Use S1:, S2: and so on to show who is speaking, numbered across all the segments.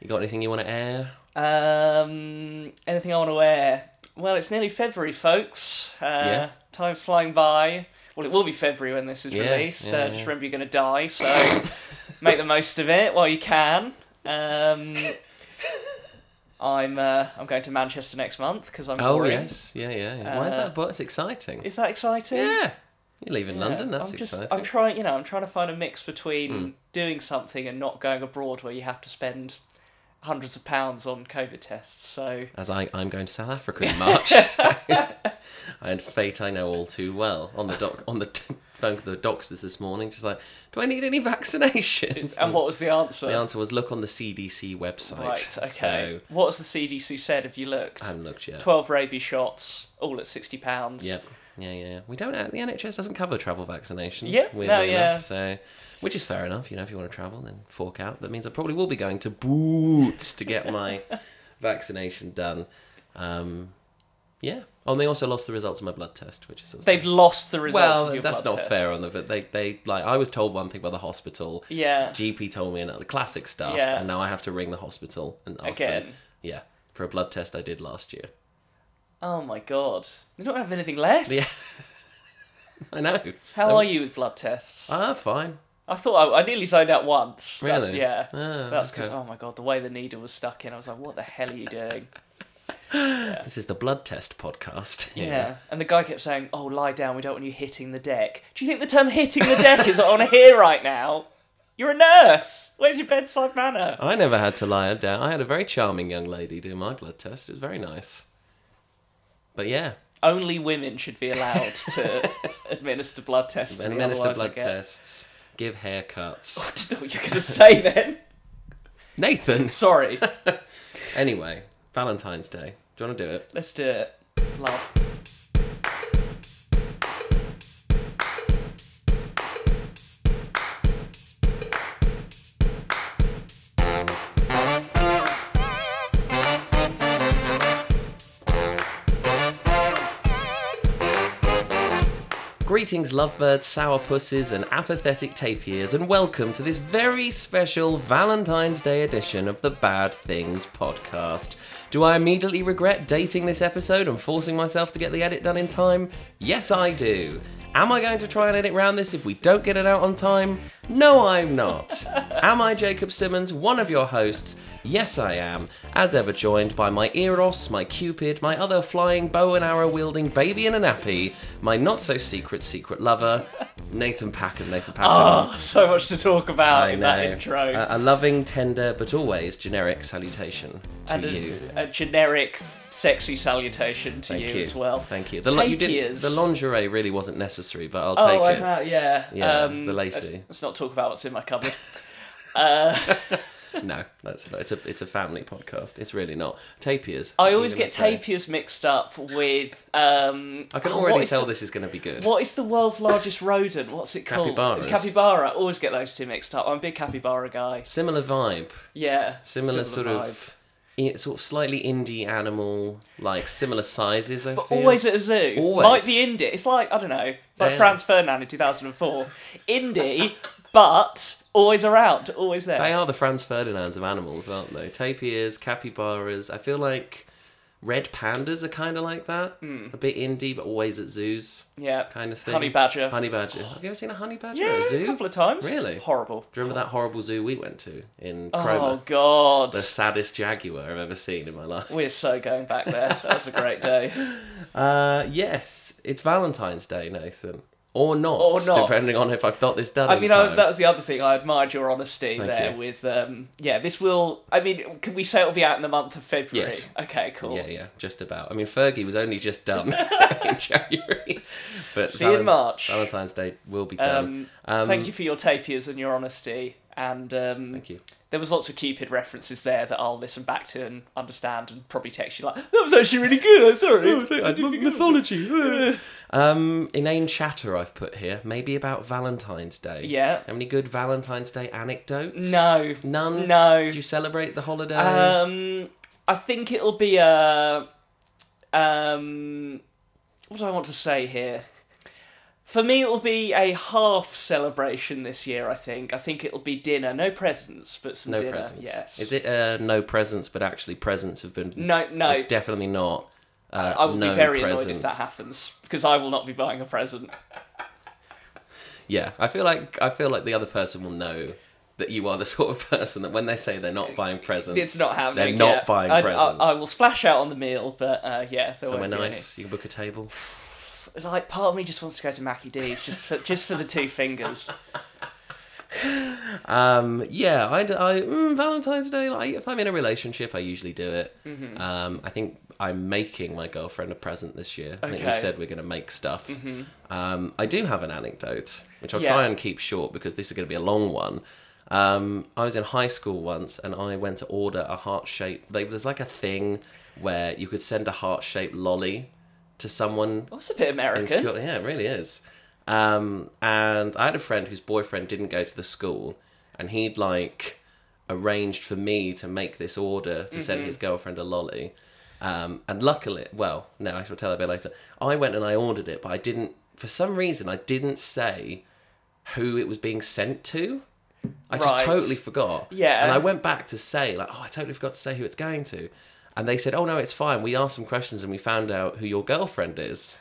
S1: You got anything you want to air?
S2: Um, anything I want to wear? Well, it's nearly February, folks. Uh,
S1: Yeah.
S2: Time flying by. Well, it will be February when this is
S1: Yeah,
S2: released.
S1: yeah,
S2: uh, Just
S1: yeah.
S2: remember you're going to die, so make the most of it while you can. Um, I'm uh, I'm going to Manchester next month because I'm
S1: Oh
S2: boring.
S1: yes, yeah, yeah. yeah. Why is
S2: Uh,
S1: that? But it's exciting.
S2: Is that exciting?
S1: yeah, you're leaving
S2: Yeah,
S1: London. That's
S2: I'm just,
S1: exciting. Hmm.
S2: I'm trying, you know, I'm trying to find a mix between doing something and not going abroad, where you have to spend hundreds of pounds on COVID tests. So
S1: As I, I'm going to South Africa in March, so- and fate I know all too well. On the doc, on the t- phone to the doctors this morning, just like, do I need any vaccinations?
S2: And what was the answer?
S1: the answer was look on the CDC website.
S2: right, okay.
S1: So,
S2: What's the CDC said? Have you looked?
S1: I haven't looked yet.
S2: 12 rabies shots, all at £60. pounds.
S1: Yep. Yeah, yeah. We don't. The NHS doesn't cover travel vaccinations.
S2: Yep,
S1: weirdly
S2: no,
S1: enough,
S2: yeah.
S1: So, which is fair enough. You know, if you want to travel, then fork out. That means I probably will be going to Boots to get my vaccination done. Um, yeah. Oh, and they also lost the results of my blood test, which is also
S2: They've lost the results
S1: well,
S2: of your
S1: that's
S2: blood
S1: not
S2: test.
S1: fair on the. But they, they like I was told one thing by the hospital.
S2: Yeah.
S1: GP told me another classic stuff,
S2: Yeah.
S1: and now I have to ring the hospital and ask them.
S2: Again.
S1: Yeah, for a blood test I did last year.
S2: Oh my god. They don't have anything left.
S1: Yeah. I know.
S2: How
S1: Um,
S2: are you with blood tests?
S1: Ah, fine.
S2: I thought I, I nearly zoned out once. That's,
S1: Really?
S2: yeah.
S1: Ah,
S2: That's because,
S1: okay.
S2: oh my god, the way the needle was stuck in, I was like, what the hell are you doing?
S1: This is the blood test podcast.
S2: Yeah. And the guy kept saying, oh, lie down, we don't want you hitting the deck. Do you think the term hitting the deck is on here right now? You're a nurse. Where's your bedside manner?
S1: I never had to lie down. I had a very charming young lady do my blood test. It was very nice. But yeah,
S2: Only women should be allowed to administer blood tests. to me,
S1: administer
S2: otherwise I
S1: blood
S2: get-
S1: tests, give haircuts.
S2: I don't know what you're going to say then.
S1: Nathan!
S2: Sorry.
S1: Anyway, Valentine's Day. Do you want to do it?
S2: Let's do it. Love.
S1: Greetings, lovebirds, sourpusses, and apathetic tapirs, and welcome to this very special Valentine's Day edition of the Bad Things podcast. Do I immediately regret dating this episode and forcing myself to get the edit done in time? Yes, I do. Am I going to try and edit round this if we don't get it out on time? No, I'm not. am I Jacob Simmons, one of your hosts? Yes, I am, as ever joined by my Eros, my Cupid, my other flying bow and arrow wielding baby in a nappy, my not so secret secret lover, Nathan Packham. Nathan Packham.
S2: Oh, so much to talk about
S1: I
S2: in
S1: know. Uh,
S2: that intro.
S1: A, a loving, tender, but always generic salutation to
S2: and
S1: you.
S2: a, a generic sexy salutation to you, as well.
S1: Thank you. The, lo- you didn't-
S2: Tapirs.
S1: the lingerie really wasn't necessary, but I'll
S2: Oh,
S1: take
S2: I
S1: it.
S2: ha- yeah.
S1: Yeah,
S2: um,
S1: the lacy.
S2: Let's, let's not talk about what's in my cupboard. uh,
S1: No, that's it's a it's a family podcast. It's really not tapirs.
S2: I
S1: what
S2: always
S1: were you
S2: get
S1: gonna say?
S2: tapirs mixed up with. Um,
S1: I can
S2: oh,
S1: already
S2: what is
S1: tell
S2: the-
S1: this is going to be good.
S2: What is the world's largest rodent? What's it called?
S1: Capybaras.
S2: Capybara. Always get those two mixed up. I'm a big capybara guy.
S1: Similar vibe,
S2: Yeah.
S1: similar, sort
S2: vibe.
S1: of, i- sort of slightly indie animal, like similar sizes. I
S2: But
S1: feel.
S2: always at a zoo.
S1: Always.
S2: Like the indie. It's like, I don't know, it's like
S1: Yeah.
S2: Franz Ferdinand in 2004. indie, but always around, always there.
S1: they are the Franz Ferdinands of animals, aren't they? Tapirs, capybaras. I feel like red pandas are kind of like that, a bit indie, but always at zoos,
S2: yeah.
S1: kind of thing.
S2: Hmm. Honey badger.
S1: Honey badger. Have you ever seen a honey badger
S2: yeah,
S1: at a zoo?
S2: a couple of times.
S1: Really?
S2: Horrible.
S1: Do you remember that horrible zoo we went to in
S2: Oh,
S1: Cromer?
S2: God.
S1: the saddest jaguar I've ever seen in my life.
S2: We're so going back there. That was a great day.
S1: Uh, yes, it's Valentine's Day, Nathan, or not,
S2: Or not.
S1: depending on if I've got this done.
S2: I
S1: in
S2: mean, I,
S1: time.
S2: that was the other thing. I admired your honesty
S1: Thank
S2: there
S1: you.
S2: with, um, yeah, this will, I mean, can we say it'll be out in the month of February?
S1: Yes.
S2: Okay, cool.
S1: yeah, yeah, just about. I mean, Fergie was only just done in January, but
S2: See you in
S1: Valen-
S2: March.
S1: Valentine's Day will be done.
S2: Um,
S1: Um,
S2: thank you for your tapirs and your honesty. And um,
S1: Thank you.
S2: there was lots of Cupid references there that I'll listen back to and understand and probably text you like, that was actually really good, I'm sorry.
S1: Oh, mythology. um, inane chatter I've put here, maybe about Valentine's Day.
S2: Yeah.
S1: Have any good Valentine's Day anecdotes?
S2: No.
S1: None.
S2: No.
S1: Do you celebrate the holiday?
S2: Um, I think it'll be a. Um, what do I want to say here? For me, it'll be a half celebration this year. I think. I think it'll be dinner, no presents, but some
S1: No
S2: dinner.
S1: presents.
S2: Yes.
S1: Is it uh, no presents, but actually presents have been.
S2: No, no.
S1: It's definitely not. Uh,
S2: I will
S1: no
S2: be very
S1: presents.
S2: annoyed if that happens because I will not be buying a present.
S1: Yeah, I feel like I feel like the other person will know that you are the sort of person that when they say they're not buying presents,
S2: It's not happening.
S1: They're not
S2: yeah.
S1: buying
S2: I,
S1: presents.
S2: I, I will splash out on the meal, but uh, yeah, there
S1: Somewhere
S2: won't be any.
S1: nice, you can book a table.
S2: Like part of me just wants to go to Mackie D's just for just for the two fingers.
S1: Um, yeah, I, I mm, Valentine's Day. Like, if I'm in a relationship, I usually do it.
S2: Mm-hmm.
S1: Um, I think I'm making my girlfriend a present this year. I think we
S2: Okay. Mm-hmm.
S1: said we're going to make stuff. Um, I do have an anecdote, which I'll
S2: Yeah.
S1: try and keep short because this is going to be a long one. Um, I was in high school once, and I went to order a heart shape. Like, there's like a thing where you could send a heart shaped lolly to someone
S2: That's a bit
S1: in
S2: American.
S1: school- Yeah, it really is. Um, and I had a friend whose boyfriend didn't go to the school, and he'd like arranged for me to make this order to
S2: Mm-hmm.
S1: send his girlfriend a lolly. Um, and luckily, well, no, I shall tell that a bit later. I went and I ordered it, but I didn't. For some reason, I didn't say who it was being sent to. I just
S2: Right.
S1: totally forgot.
S2: Yeah.
S1: And I went back to say, like, oh, I totally forgot to say who it's going to. And they said, oh, no, it's fine. We asked some questions and we found out who your girlfriend is.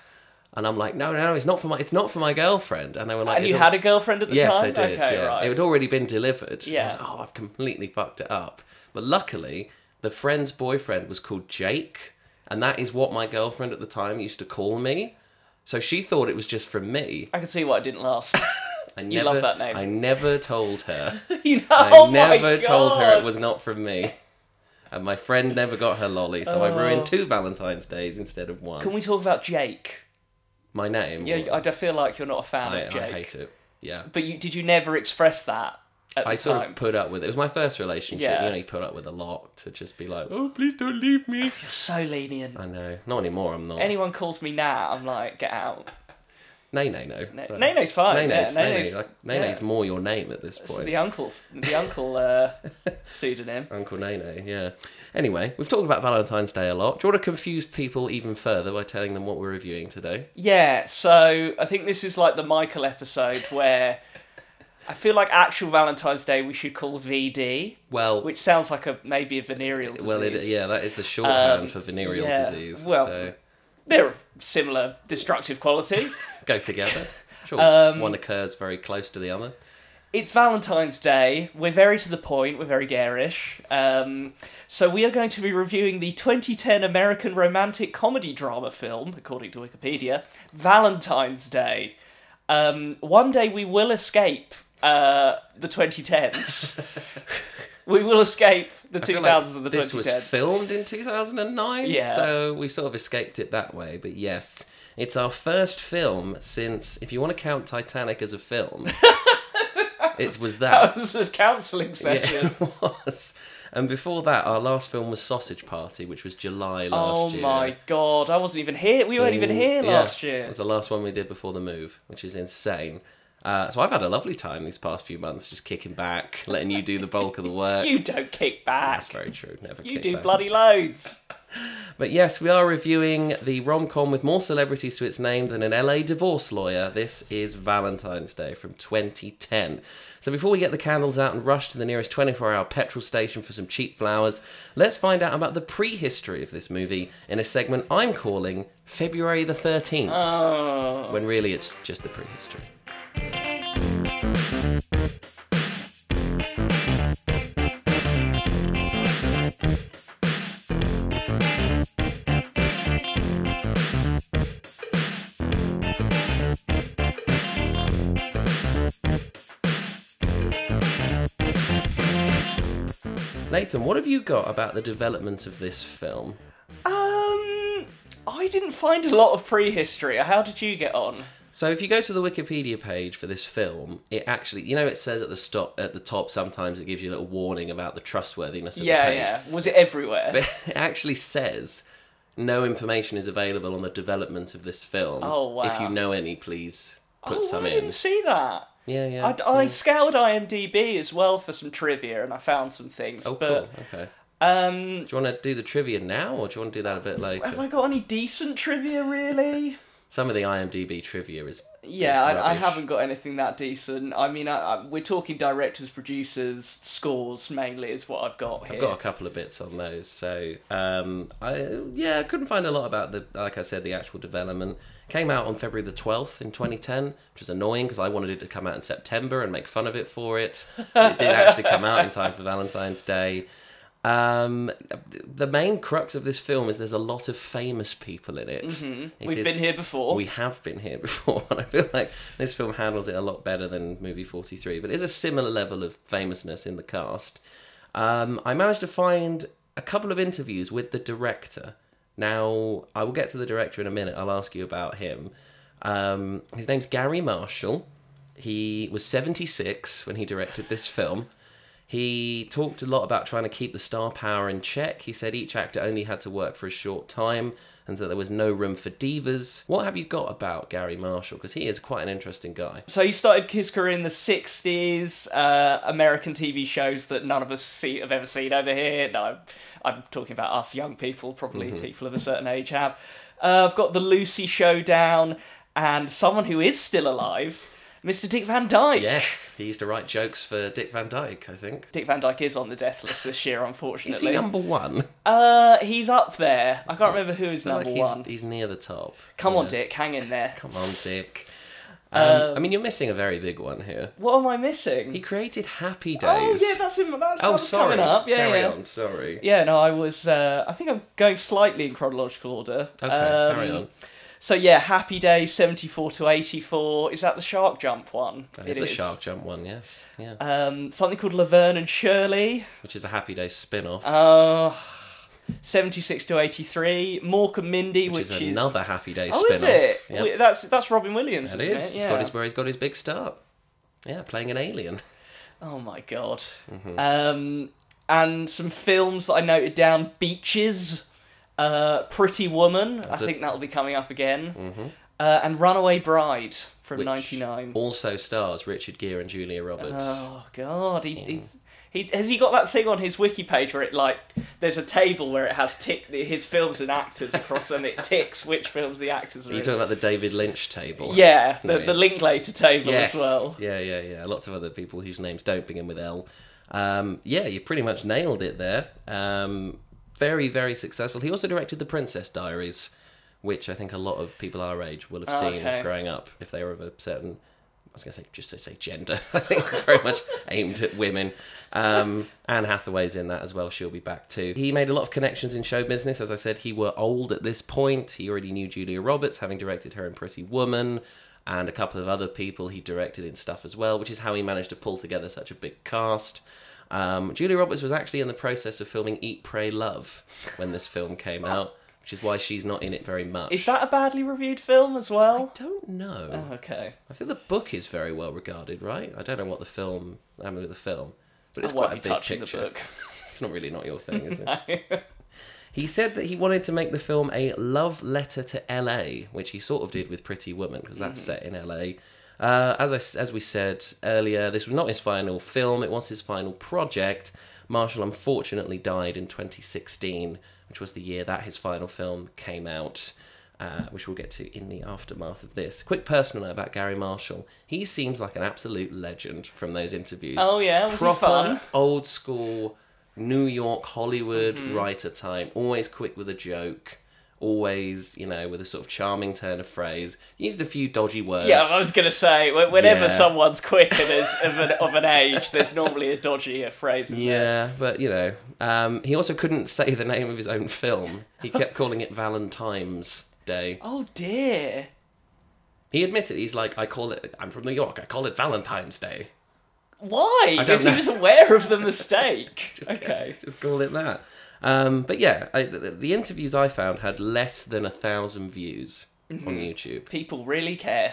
S1: And I'm like, no, no, no, it's not for my, it's not for my girlfriend. And they were like,
S2: And you
S1: "It's
S2: had a girlfriend at the
S1: Yes,
S2: time.
S1: I did.
S2: Okay,
S1: yeah.
S2: right.
S1: It had already been delivered. Yeah.
S2: Yeah.
S1: oh, I've completely fucked it up. But luckily, the friend's boyfriend was called Jake, and that is what my girlfriend at the time used to call me. So she thought it was just from me.
S2: I can see why it didn't last.
S1: I
S2: You
S1: never,
S2: love that name.
S1: I never told her.
S2: you know,
S1: I
S2: oh my
S1: never told her it
S2: God.
S1: was not from me. And my friend never got her lolly, so I ruined two Valentine's days instead of one.
S2: Oh. Can we talk about Jake?
S1: My name.
S2: Yeah, I do feel like you're not a fan
S1: I,
S2: of Jake.
S1: I hate it. Yeah.
S2: But you, did you never express that at
S1: I
S2: the
S1: sort
S2: time?
S1: of put up with it. It was my first relationship.
S2: Yeah.
S1: You know, you put up with a lot to just be like, oh, please don't leave me.
S2: You're so lenient.
S1: I know. Not anymore, I'm not.
S2: Anyone calls me Nat, I'm like, get out.
S1: Nay, nay, no.
S2: No,
S1: Right.
S2: Nano's fine.
S1: Nay, nay's,
S2: yeah,
S1: nay,
S2: Nano's,
S1: nay. Like, nay,
S2: yeah.
S1: nay's more your name at this
S2: It's
S1: point.
S2: the uncle's the uncle uh, pseudonym.
S1: Uncle Nene, yeah. Anyway, we've talked about Valentine's Day a lot. Do you want to confuse people even further by telling them what we're reviewing today?
S2: Yeah, so I think this is like the Michael episode where I feel like actual Valentine's Day we should call VD,
S1: Well,
S2: which sounds like a maybe a venereal disease.
S1: well, it, yeah, that is the shorthand
S2: Um,
S1: for venereal
S2: yeah,
S1: disease.
S2: well-
S1: so
S2: They're of similar destructive quality.
S1: go together. Sure,
S2: um,
S1: one occurs very close to the other.
S2: it's Valentine's Day. We're very to the point. We're very garish. Um, so we are going to be reviewing the 2010 American romantic comedy drama film, according to Wikipedia, Valentine's Day. Um, one day we will escape uh, the 2010s. we will escape the
S1: I feel
S2: 2000s
S1: like
S2: and the
S1: this
S2: 2010s.
S1: was filmed in 2009
S2: Yeah.
S1: so we sort of escaped it that way but yes it's our first film since if you want to count titanic as a film it was that
S2: That was a counselling
S1: Yeah,
S2: session.
S1: it was and before that our last film was sausage party which was july
S2: Oh
S1: last year
S2: my god! I wasn't even here. We weren't even
S1: In-
S2: here
S1: yeah,
S2: last
S1: It
S2: year.
S1: was the last one we did before the move, which is insane. Uh, so I've had a lovely time these past few months, just kicking back, letting you do the bulk of the work.
S2: You don't kick back.
S1: That's very true. Never.
S2: You
S1: kick
S2: do
S1: back.
S2: bloody loads.
S1: But yes, we are reviewing the rom com with more celebrities to its name than an LA divorce lawyer. This is Valentine's Day from 2010. So before we get the candles out and rush to the nearest 24 hour petrol station for some cheap flowers, let's find out about the prehistory of this movie in a segment I'm calling February the 13th,
S2: Oh.
S1: when really it's just the prehistory. Nathan, what have you got about the development of this film?
S2: Um, I didn't find a lot of prehistory. How did you get on?
S1: So if you go to the Wikipedia page for this film, it actually, you know, it says at the stop at the top sometimes it gives you a little warning about the trustworthiness of the
S2: Yeah,
S1: page.
S2: yeah. Was it everywhere?
S1: But it actually says no information is available on the development of this film.
S2: Oh, wow.
S1: If you know any, please put
S2: oh,
S1: some
S2: I
S1: in. Hmm.
S2: didn't see that.
S1: Yeah, yeah.
S2: I, I scoured IMDb as well for some trivia, and I found some things.
S1: oh,
S2: but
S1: cool. Okay.
S2: um,
S1: Do you want to do the trivia now, or do you want to do that a bit later?
S2: have I got any decent trivia really?
S1: Some of the IMDb trivia is
S2: Yeah,
S1: is
S2: I, I
S1: rubbish.
S2: haven't got anything that decent. I mean, I, I, we're talking directors, producers, scores mainly is what I've got here.
S1: I've got a couple of bits on those. So um, I yeah, I couldn't find a lot about the like I said the actual development. Came out on February the twelfth in 2010, which is annoying because I wanted it to come out in September and make fun of it for it. But it did actually come out in time for Valentine's Day. Um, the main crux of this film is there's a lot of famous people in it. It
S2: Mm-hmm. We've
S1: is-
S2: been here before.
S1: we have been here before, and I feel like this film handles it a lot better than movie 43, but it is a similar level of famousness in the cast. Um, I managed to find a couple of interviews with the director. Now, I will get to the director in a minute, I'll ask you about him. Um, his name's Gary Marshall. He was 76 when he directed this film. He talked a lot about trying to keep the star power in check. He said each actor only had to work for a short time and that there was no room for divas. What have you got about Gary Marshall? Because he is quite an interesting guy.
S2: So he started his career in the 60s, uh, American TV shows that none of us see, have ever seen over here. No, I'm, I'm talking about us young people, probably
S1: Mm-hmm.
S2: people of a certain age have. Uh, I've got the Lucy Showdown and someone who is still alive, Mr. Dick Van Dyke.
S1: Yes, he used to write jokes for Dick Van Dyke, I think.
S2: Dick Van Dyke is on the death list this year, unfortunately.
S1: Is he number one?
S2: uh, he's up there. I can't remember who is
S1: I feel like
S2: number
S1: he's,
S2: one.
S1: He's near the top.
S2: Come on,
S1: Yeah.
S2: Dick, hang in there.
S1: Come on, Dick. Um, I mean, you're missing a very big one here.
S2: What am I missing?
S1: He created Happy Days.
S2: Oh, yeah, that's him. That's, that
S1: Oh,
S2: was
S1: sorry.
S2: coming up. Yeah,
S1: Carry
S2: yeah.
S1: on, sorry.
S2: Yeah, no, I was. Uh, I think I'm going slightly in chronological order.
S1: Okay,
S2: Um,
S1: carry on.
S2: So yeah, Happy Day, seventy-four to eighty-four. Is that the shark jump one?
S1: That is the shark jump one, yes. Yeah.
S2: Um, something called Laverne and Shirley.
S1: Which is a Happy Days spin off.
S2: Uh, seventy-six to eighty-three. Mork and Mindy,
S1: which
S2: which,
S1: is another Happy Days
S2: Oh,
S1: spin-off.
S2: is it?
S1: Yep.
S2: Wait, That's that's Robin Williams,
S1: That
S2: isn't
S1: is.
S2: it?
S1: He's got his, where he's got his big start. Yeah, playing an alien.
S2: Oh my god.
S1: Mm-hmm.
S2: Um, and some films that I noted down: Beaches, uh, Pretty Woman. I
S1: a-
S2: think that'll be coming up again. Uh, and Runaway Bride from
S1: Mm-hmm. Which-
S2: '99.
S1: Also stars Richard Gere and Julia Roberts.
S2: Oh god,
S1: Mm.
S2: he, he's. He, has he got that thing on his wiki page where it like there's a table where it has tick his films and actors across and it ticks which films the actors are
S1: You're
S2: in.
S1: talking about the David Lynch table.
S2: Yeah, the,
S1: No, yeah.
S2: the Linklater table
S1: Yes.
S2: as well.
S1: Yeah, yeah, yeah. Lots of other people whose names don't begin with L. Um, yeah, you pretty much nailed it there. Um, very, very successful. He also directed The Princess Diaries, which I think a lot of people our age will have
S2: Oh,
S1: seen
S2: okay.
S1: growing up if they were of a certain. I was going to say just to say gender. I think very much aimed at women. Um, Anne Hathaway's in that as well. She'll be back too. He made a lot of connections in show business. As I said, he were old at this point. He already knew Julia Roberts, having directed her in Pretty Woman, and a couple of other people he directed in stuff as well, which is how he managed to pull together such a big cast. Um, Julia Roberts was actually in the process of filming Eat, Pray, Love when this film came out, which is why she's not in it very much.
S2: Oh. Is that a badly reviewed film as well?
S1: Don't know.
S2: Okay.
S1: I think the book is very well regarded, right? I don't know what the film, I mean, with the film, but it's
S2: I won't
S1: quite a
S2: be
S1: big
S2: touching
S1: picture.
S2: the book.
S1: It's not really not your thing, is it? He said that he wanted to make the film a love letter to LA, which he sort of did with Pretty Woman, because that's set in LA. Uh, as, I s as we said earlier, this was not his final film, it was his final project. Marshall unfortunately died in 2016, which was the year that his final film came out uh, which we'll get to in the aftermath of this. Quick personal note about Gary Marshall. He seems like an absolute legend from those interviews.
S2: Oh, yeah? Was he
S1: Proper
S2: fun?
S1: old school New York Hollywood
S2: Mm-hmm.
S1: writer type. Always quick with a joke. Always, you know, with a sort of charming turn of phrase. He used a few dodgy words.
S2: Yeah, I was gonna say wh- whenever
S1: Yeah.
S2: someone's quick and is of an, of an age, there's normally a dodgy phrase. In there.
S1: Yeah, but you know, um, he also couldn't say the name of his own film. He kept calling it Valentine's Day.
S2: Oh dear.
S1: He admitted he's like, I call it. I'm from New York. I call it Valentine's Day.
S2: Why?
S1: don't
S2: If
S1: know.
S2: he was aware of the mistake. okay.
S1: just call it that. Um, but yeah, I, the, the interviews I found had less than a thousand views
S2: Mm-hmm.
S1: on YouTube.
S2: People really care.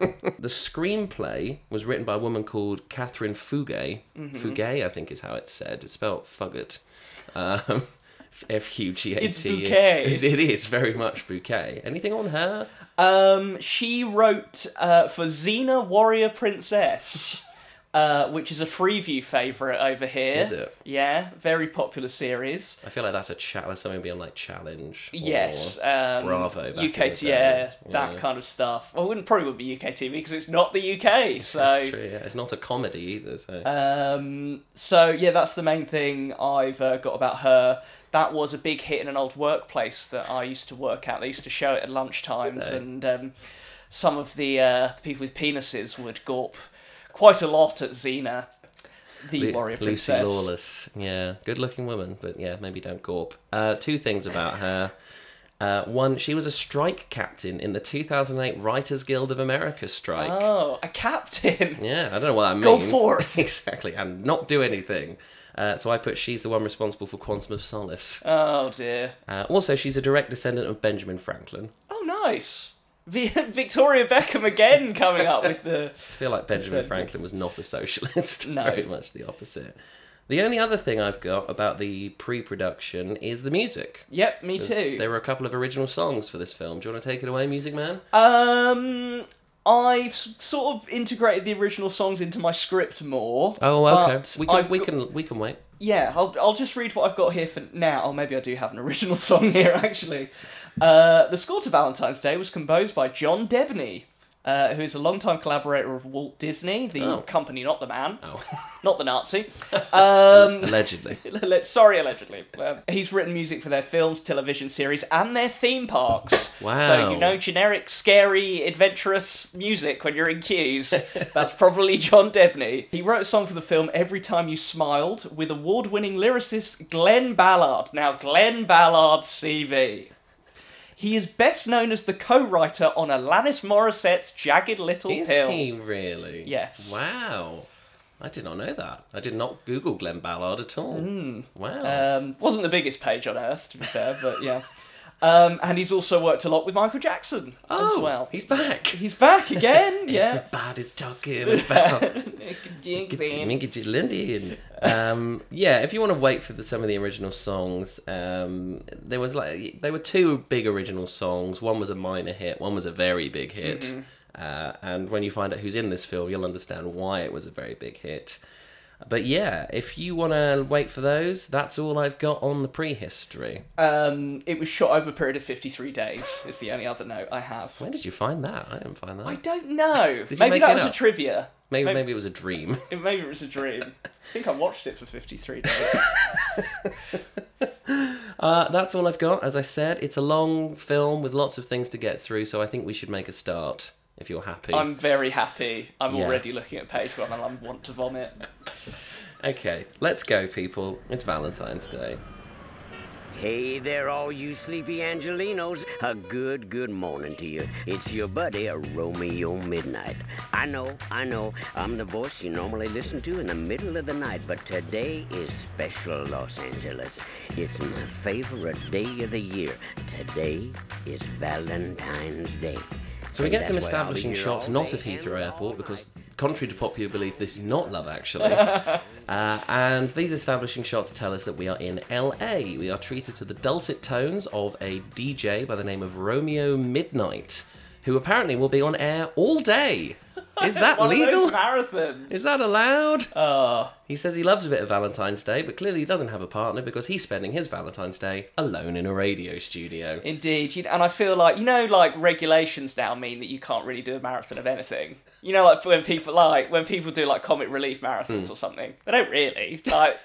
S1: The screenplay was written by a woman called Catherine Fuge.
S2: Mm-hmm.
S1: Fuge, I think, is how it's said. It's spelled Fugget. Um, F U G A T.
S2: It's bouquet.
S1: It is very much bouquet. Anything on her?
S2: Um, she wrote uh, for Xena Warrior Princess. uh, which is a Freeview favourite over here.
S1: Is it?
S2: Yeah, very popular series.
S1: I feel like that's a challenge. Something beyond like challenge. or-
S2: Yes, um,
S1: Bravo back in the
S2: UKTR,
S1: day,
S2: that
S1: yeah.
S2: kind of stuff. Well, it wouldn't probably would be UK TV because it's not the UK.
S1: That's
S2: So,
S1: true, yeah. It's not a comedy either. So.
S2: um, so yeah, that's the main thing I've uh, got about her. That was a big hit in an old workplace that I used to work at. They used to show it at lunchtimes,
S1: they?
S2: and um, some of the, uh, the people with penises would gawp quite a lot at Xena, the
S1: Lu-
S2: warrior
S1: Lucy
S2: princess.
S1: Lawless. Yeah, good looking woman, but yeah, maybe don't gawp. Uh, two things about her. Uh, one, she was a strike captain in the 2008 Writers Guild of America strike.
S2: Oh, a captain.
S1: Yeah, I don't know what that means.
S2: Go forth.
S1: exactly, and not do anything. Uh, so I put she's the one responsible for Quantum of Solace.
S2: Oh dear.
S1: Uh, also, she's a direct descendant of Benjamin Franklin.
S2: Oh, nice. Vi- Victoria Beckham again coming up with the.
S1: I feel like Benjamin
S2: Descendants.
S1: Franklin was not a socialist.
S2: No.
S1: Very much the opposite. The only other thing I've got about the pre production is the music.
S2: Yep, me
S1: Because
S2: too.
S1: There were a couple of original songs for this film. Do you want to take it away, Music Man?
S2: Uh, Um, I've s- sort of integrated the original songs into my script more.
S1: Oh, okay.
S2: but
S1: we can
S2: I've
S1: we
S2: got-
S1: can we can wait.
S2: Yeah, I'll I'll just read what I've got here for now. Oh, maybe I do have an original song here actually. Uh, the score to Valentine's Day was composed by John Debney. Uh, who is a longtime collaborator of Walt Disney, the
S1: Oh.
S2: company, not the man,
S1: Oh,
S2: not the Nazi. Um,
S1: allegedly.
S2: Alle- Sorry, allegedly. Um, he's written music for their films, television series, and their theme parks.
S1: Wow.
S2: So you know generic, scary, adventurous music when you're in queues. That's probably John Debney. He wrote a song for the film Every Time You Smiled with award-winning lyricist Glenn Ballard. Now, Glenn Ballard's CV. He is best known as the co-writer on Alanis Morissette's Jagged Little
S1: Is
S2: Pill.
S1: he really?
S2: Oh, Yes.
S1: Wow. I did not know that. I did not Google Glenn Ballard at all. Wow.
S2: Um, wasn't the biggest page on earth, to be fair, but yeah. Um, and he's also worked a lot with Michael Jackson
S1: oh,
S2: as well.
S1: he's back.
S2: He's back again, yeah.
S1: The bad is talking about.
S2: Jinxing.
S1: Minky J- Lindy. Um, yeah, if you want to wait for the, some of the original songs, um, there was like there were two big original songs. One was a minor hit, one was a very big hit. Uh, and when you find out who's in this film, you'll understand why it was a very big hit. But yeah, if you want to wait for those, that's all I've got on the prehistory.
S2: um, it was shot over a period of 53 days, is the only other note I have.
S1: When did you find that? I didn't find that.
S2: I don't know.
S1: you
S2: maybe
S1: make
S2: that
S1: it
S2: was a
S1: up?
S2: trivia.
S1: maybe,
S2: maybe-
S1: maybe it was a dream.
S2: It- Maybe it was a dream. I think I watched it for 53 days.
S1: Uh, that's all I've got. As I said, it's a long film with lots of things to get through, so I think we should make a start if you're happy.
S2: I'm very happy. I'm
S1: Yeah.
S2: already looking at page one and I want to vomit.
S1: Okay, let's go, people. It's Valentine's Day.
S3: Hey there, all you sleepy Angelinos. A good, good morning to you. It's your buddy, a Romeo Midnight. I know, I know, I'm the voice you normally listen to in the middle of the night, but today is special Los Angeles. It's my favorite day of the year. Today is Valentine's Day.
S1: So we
S3: And
S1: get some
S3: that's why I'll be
S1: establishing
S3: here
S1: shots
S3: all
S1: not of
S3: day and
S1: Heathrow
S3: all
S1: Airport
S3: night.
S1: because, contrary to popular belief, this is not love actually. uh, and these establishing shots tell us that we are in LA. We are treated to the dulcet tones of a DJ by the name of Romeo Midnight, who apparently will be on air all day. Is that
S2: One of
S1: legal?
S2: those marathons.
S1: Is that allowed?
S2: Oh.
S1: He says he loves a bit of Valentine's Day, but clearly he doesn't have a partner because he's spending his Valentine's Day alone in a radio studio.
S2: Indeed, You- and I feel like you know, like regulations now mean that you can't really do a marathon of anything. You know, like when people like when people do like comic relief marathons
S1: Hmm.
S2: or something, they don't really like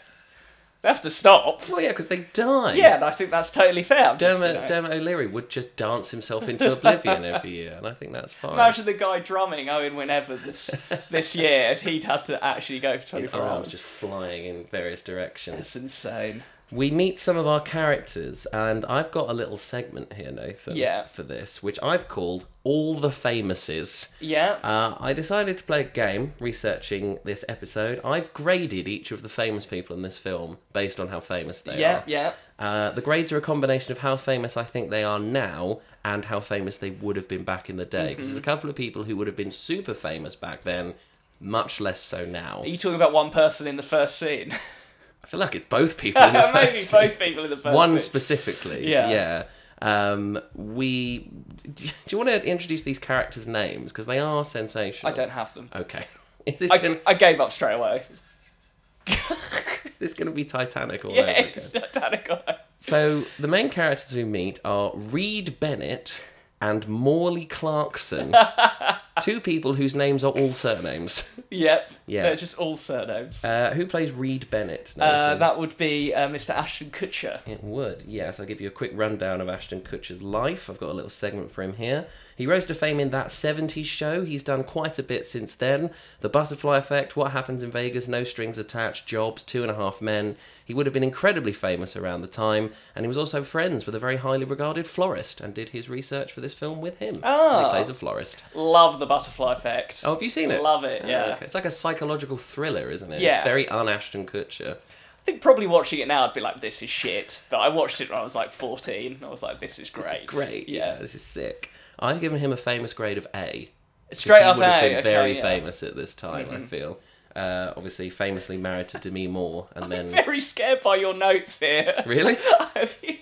S2: they have to stop.
S1: Well, yeah, because they die.
S2: Yeah, and I think that's totally fair. I'm just, you know-
S1: Dermot, Dermot O'Leary would just dance himself into oblivion every year, and I think that's fine.
S2: Imagine the guy drumming Owen whenever this this year if he'd had to actually go for twenty
S1: His
S2: four
S1: arms
S2: hours.
S1: just flying in various directions.
S2: It's insane.
S1: We meet some of our characters, and I've got a little segment here, Nathan,
S2: Yeah.
S1: for this, which I've called All the Famouses.
S2: Yeah.
S1: Uh, I decided to play a game researching this episode. I've graded each of the famous people in this film based on how famous they
S2: yeah,
S1: are.
S2: yeah.
S1: Uh, the grades are a combination of how famous I think they are now and how famous they would have been back in the day. Because
S2: Mm-hmm.
S1: there's a couple of people who would have been super famous back then, much less so now.
S2: Are you talking about one person in the first scene?
S1: I feel like it's both people in the
S2: Maybe
S1: first scene.
S2: both people in the first
S1: One
S2: scene.
S1: specifically.
S2: Yeah.
S1: Yeah. Um, we. Do you want to introduce these characters' names? Because they are sensational.
S2: I don't have them.
S1: Okay. Is this
S2: I,
S1: going
S2: I gave up straight away.
S1: this going to be Titanic all over
S2: yeah,
S1: again?
S2: it's Titanic.
S1: So the main characters we meet are Reed Bennett and Morley Clarkson, two people whose names are all surnames.
S2: Yep.
S1: Yeah.
S2: They're just all surnames. Uh,
S1: Uh, who plays Reed Bennett? Nathan?
S2: that would be uh, Mr. Ashton Kutcher.
S1: It would, yes. I'll give you a quick rundown of Ashton Kutcher's life. I've got a little segment for him here. He rose to fame in that 70s show. He's done quite a bit since then. The Butterfly Effect, What Happens in Vegas, No Strings Attached, Jobs, Two and a Half Men. He would have been incredibly famous around the time, and he was also friends with a very highly regarded florist and did his research for this film with him. 'cause He
S2: Ah.
S1: plays a florist.
S2: Love the butterfly effect.
S1: Oh, have you seen it?
S2: Love it,
S1: Ah,
S2: yeah.
S1: okay. It's like a psychological thriller, isn't it?
S2: Yeah.
S1: It's very un Ashton Kutcher.
S2: I think probably watching it now I'd be like, this is shit. But I watched it when I was like 14. and I was like, this is great.
S1: Great. Yeah.
S2: Yeah.
S1: this is sick. I've given him a famous grade of A.
S2: Straight
S1: he
S2: off
S1: would have
S2: A,
S1: been
S2: okay,
S1: very
S2: yeah. Mm-hmm.
S1: famous at this time. I feel. Uh, obviously, famously married to Demi Moore, and then
S2: Very scared by your notes here.
S1: really,
S2: Have you-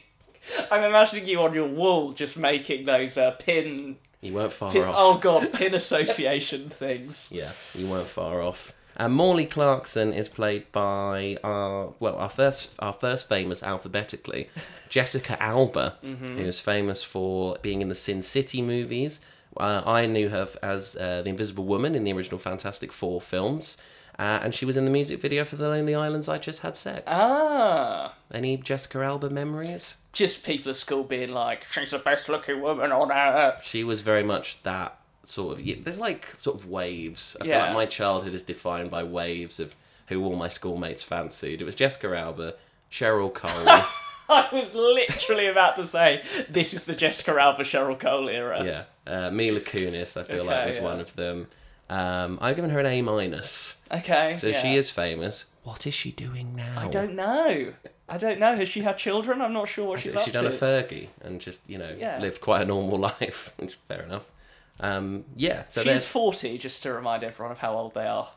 S2: I'm imagining you on your wall just making those uh, pin,
S1: you weren't far
S2: pin
S1: off.
S2: oh god, pin association things.
S1: Yeah, you weren't far off. And Morley Clarkson is played by our well, our first our first famous alphabetically, Jessica Alba,
S2: Mm-hmm.
S1: who's famous for being in the Sin City movies. Uh, I knew her f- as uh, the Invisible Woman in the original Fantastic Four films, uh, and she was in the music video for The Lonely Islands. I just had sex.
S2: Ah.
S1: Any Jessica Alba memories?
S2: Just people at school being like, she's the best looking woman on earth.
S1: She was very much that sort of. yeah, There's like sort of waves. I feel
S2: Yeah.
S1: like my childhood is defined by waves of who all my schoolmates fancied. It was Jessica Alba, Cheryl Cole.
S2: I was literally about to say, this is the Jessica Alba Cheryl Cole era.
S1: yeah, uh, Mila Kunis. I feel like
S2: Okay,
S1: was
S2: yeah.
S1: one of them. Um, I've given her an A minus,
S2: Okay.
S1: so
S2: yeah.
S1: she is famous. What is she doing now?
S2: I don't know. I don't know. Has she had children? I'm not sure what she's
S1: Has
S2: up
S1: she done
S2: to.
S1: a Fergie and just you know
S2: Yeah.
S1: lived quite a normal life? Which is fair enough. Um, yeah. So
S2: She's
S1: there's
S2: 40, just to remind everyone of how old they are.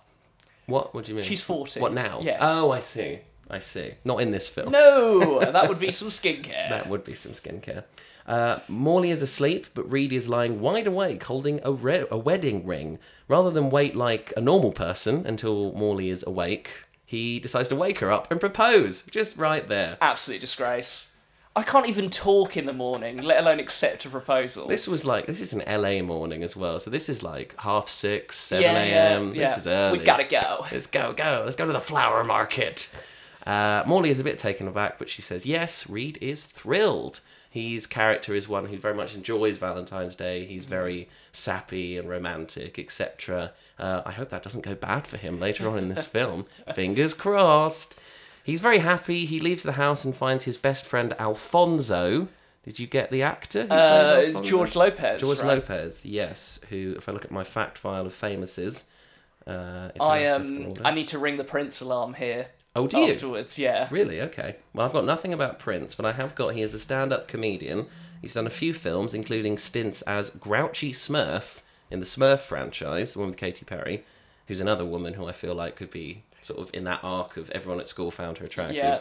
S1: What? What do you mean?
S2: She's 40.
S1: What now?
S2: Yes.
S1: Oh, I see. I see. Not in this film.
S2: No, that would be some skincare.
S1: That would be some skincare. Uh, Morley is asleep, but Reed is lying wide awake holding a, re- a wedding ring. Rather than wait like a normal person until Morley is awake, he decides to wake her up and propose just right there.
S2: Absolute disgrace. I can't even talk in the morning, let alone accept a proposal.
S1: This was like, this is an LA morning as well, so this is like half six, 7
S2: yeah, yeah,
S1: a.m.
S2: yeah.
S1: This is early.
S2: We've got to go.
S1: Let's go, go. Let's go to the flower market. Uh, Morley is a bit taken aback, but she says yes. Reed is thrilled. His character is one who very much enjoys Valentine's Day. He's very sappy and romantic, etc. Uh, I hope that doesn't go bad for him later on in this film. Fingers crossed. He's very happy. He leaves the house and finds his best friend Alfonso. Did you get the actor? who plays
S2: Uh, it's
S1: Alfonso?
S2: George Lopez.
S1: George
S2: right?
S1: Lopez, yes. Who, if I look at my fact file of famouses, uh, it's
S2: I
S1: in alphabetical
S2: um,
S1: order.
S2: I need to ring the Prince alarm here.
S1: Oh, do you?
S2: Afterwards, yeah.
S1: Really? Okay. Well, I've got nothing about Prince, but I have got he is a stand-up comedian. He's done a few films, including stints as Grouchy Smurf in the Smurf franchise, the one with Katy Perry, who's another woman who I feel like could be sort of in that arc of everyone at school found her attractive.
S2: Yeah.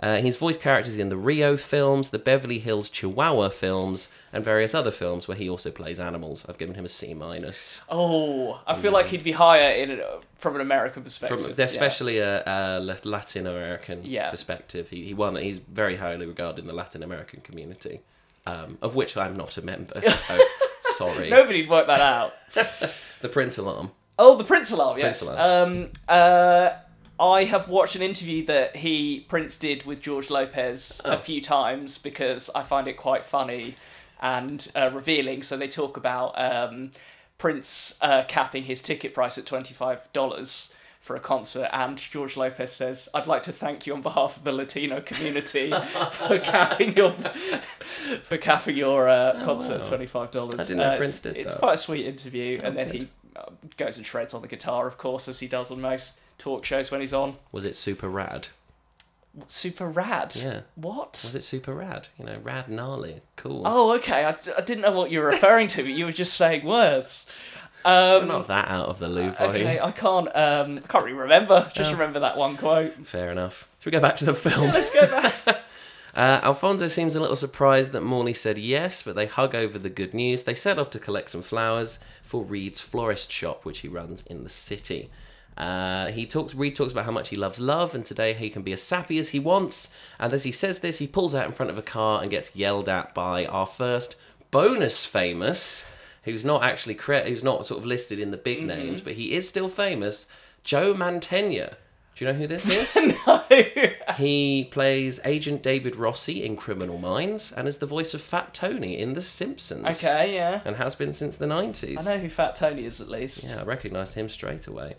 S1: Uh, he's voiced characters in the Rio films, the Beverly Hills Chihuahua films, and various other films where he also plays animals. I've given him a C minus.
S2: Oh, I feel like he'd be higher in it, uh, from an American perspective.
S1: From
S2: yeah.
S1: especially a, a La- Latin American
S2: Yeah.
S1: perspective, he, he won. He's very highly regarded in the Latin American community, um, of which I'm not a member. So sorry.
S2: Nobody'd work that out.
S1: The Prince Alarm.
S2: Oh, the Prince Alarm, yes.
S1: Prince
S2: Um, uh, I have watched an interview that he Prince did with George Lopez
S1: Oh.
S2: a few times because I find it quite funny and uh, revealing. So they talk about um, Prince uh, capping his ticket price at twenty five dollars. For a concert, and George Lopez says, "I'd like to thank you on behalf of the Latino community for capping your for capping your uh, concert at twenty five dollars." Uh,
S1: I didn't know Prince did
S2: It's
S1: that. Oh,
S2: quite a sweet interview, and then
S1: good.
S2: he uh, goes and shreds on the guitar, of course, as he does on most talk shows when he's on.
S1: Was it super rad?
S2: Super rad.
S1: Yeah.
S2: What?
S1: Was it super rad? You know, rad gnarly, cool.
S2: Oh, okay. I, I didn't know what you were referring to, but you were just saying words. Um,
S1: I'm not that out of the loop. are you?
S2: Uh, okay, I can't. Um, I can't
S1: Oh.
S2: really remember. Just remember that one quote.
S1: Fair enough. Should we go back to the film?
S2: Let's go back.
S1: Uh, Alfonso seems a little surprised that Morley said yes, but they hug over the good news. They set off to collect some flowers for Reed's florist shop, which he runs in the city. Uh, he talks. Reed talks about how much he loves love, and today he can be as sappy as he wants. And as he says this, he pulls out in front of a car and gets yelled at by our first bonus famous, who's not actually cre- who's not sort of listed in the big names, but he is still famous. Joe Mantegna. Do you know who this is? He plays Agent David Rossi in Criminal Minds and is the voice of Fat Tony in The Simpsons.
S2: okay, yeah.
S1: And has been since the 90s.
S2: I know who Fat Tony is at least.
S1: Yeah, I recognised him straight away.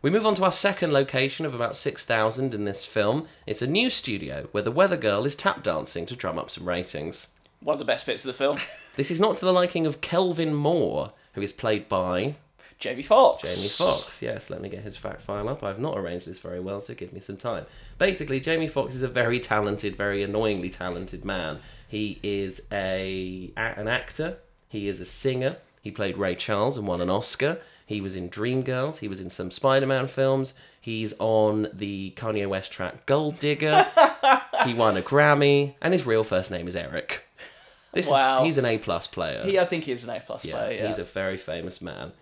S1: We move on to our second location of about 6,000 in this film. It's a new studio where the weather girl is tap dancing to drum up some ratings.
S2: One of the best bits of the film.
S1: This is not to the liking of Kelvin Moore, who is played by
S2: Jamie Foxx.
S1: Jamie Foxx. Yes, let me get his fact file up. I've not arranged this very well, so give me some time. Basically, Jamie Foxx is a very talented, very annoyingly talented man. He is a, a- an actor. He is a singer. He played Ray Charles and won an Oscar. He was in Dreamgirls. He was in some Spider-Man films. He's on the Kanye West track Gold Digger. he won a Grammy, and his real first name is Eric. This
S2: Wow.
S1: is, he's an A plus player.
S2: He, I think he is an A plus
S1: Yeah,
S2: player. Yeah.
S1: he's a very famous man.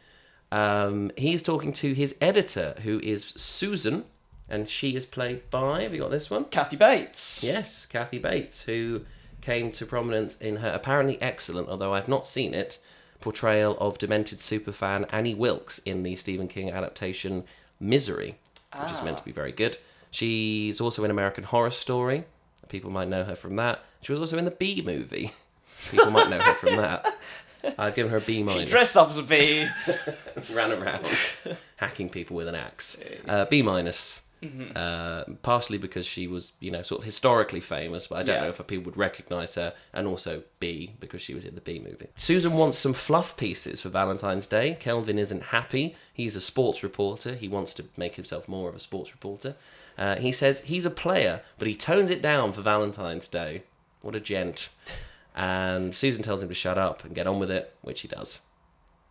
S1: Um, he's talking to his editor, who is Susan, and she is played by. Have you got this one?
S2: Kathy Bates.
S1: Yes, Kathy Bates, who came to prominence in her apparently excellent, although I've not seen it, portrayal of demented superfan Annie Wilkes in the Stephen King adaptation Misery, which is
S2: Ah.
S1: meant to be very good. She's also in American Horror Story. People might know her from that. She was also in the Bee movie. People might know her from that. I've given her a B minus
S2: Dressed up as a bee.
S1: ran around hacking people with an axe. Uh, B minus. Uh, partially because she was, you know, sort of historically famous, but I don't
S2: Yeah.
S1: know if people would recognise her, and also B because she was in the B movie. Susan wants some fluff pieces for Valentine's Day. Kelvin isn't happy. He's a sports reporter. He wants to make himself more of a sports reporter. Uh, he says he's a player, but he tones it down for Valentine's Day. What a gent! And Susan tells him to shut up and get on with it, which he does.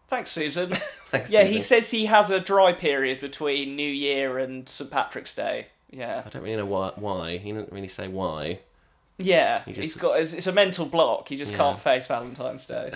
S2: Thanks, Susan.
S1: Thanks,
S2: yeah,
S1: Susan.
S2: he says he has a dry period between New Year and St Patrick's Day. Yeah,
S1: I don't really know why. Why he didn't really say why.
S2: yeah.
S1: just-
S2: He's got it's, it's a mental block. He just can't face Valentine's Day.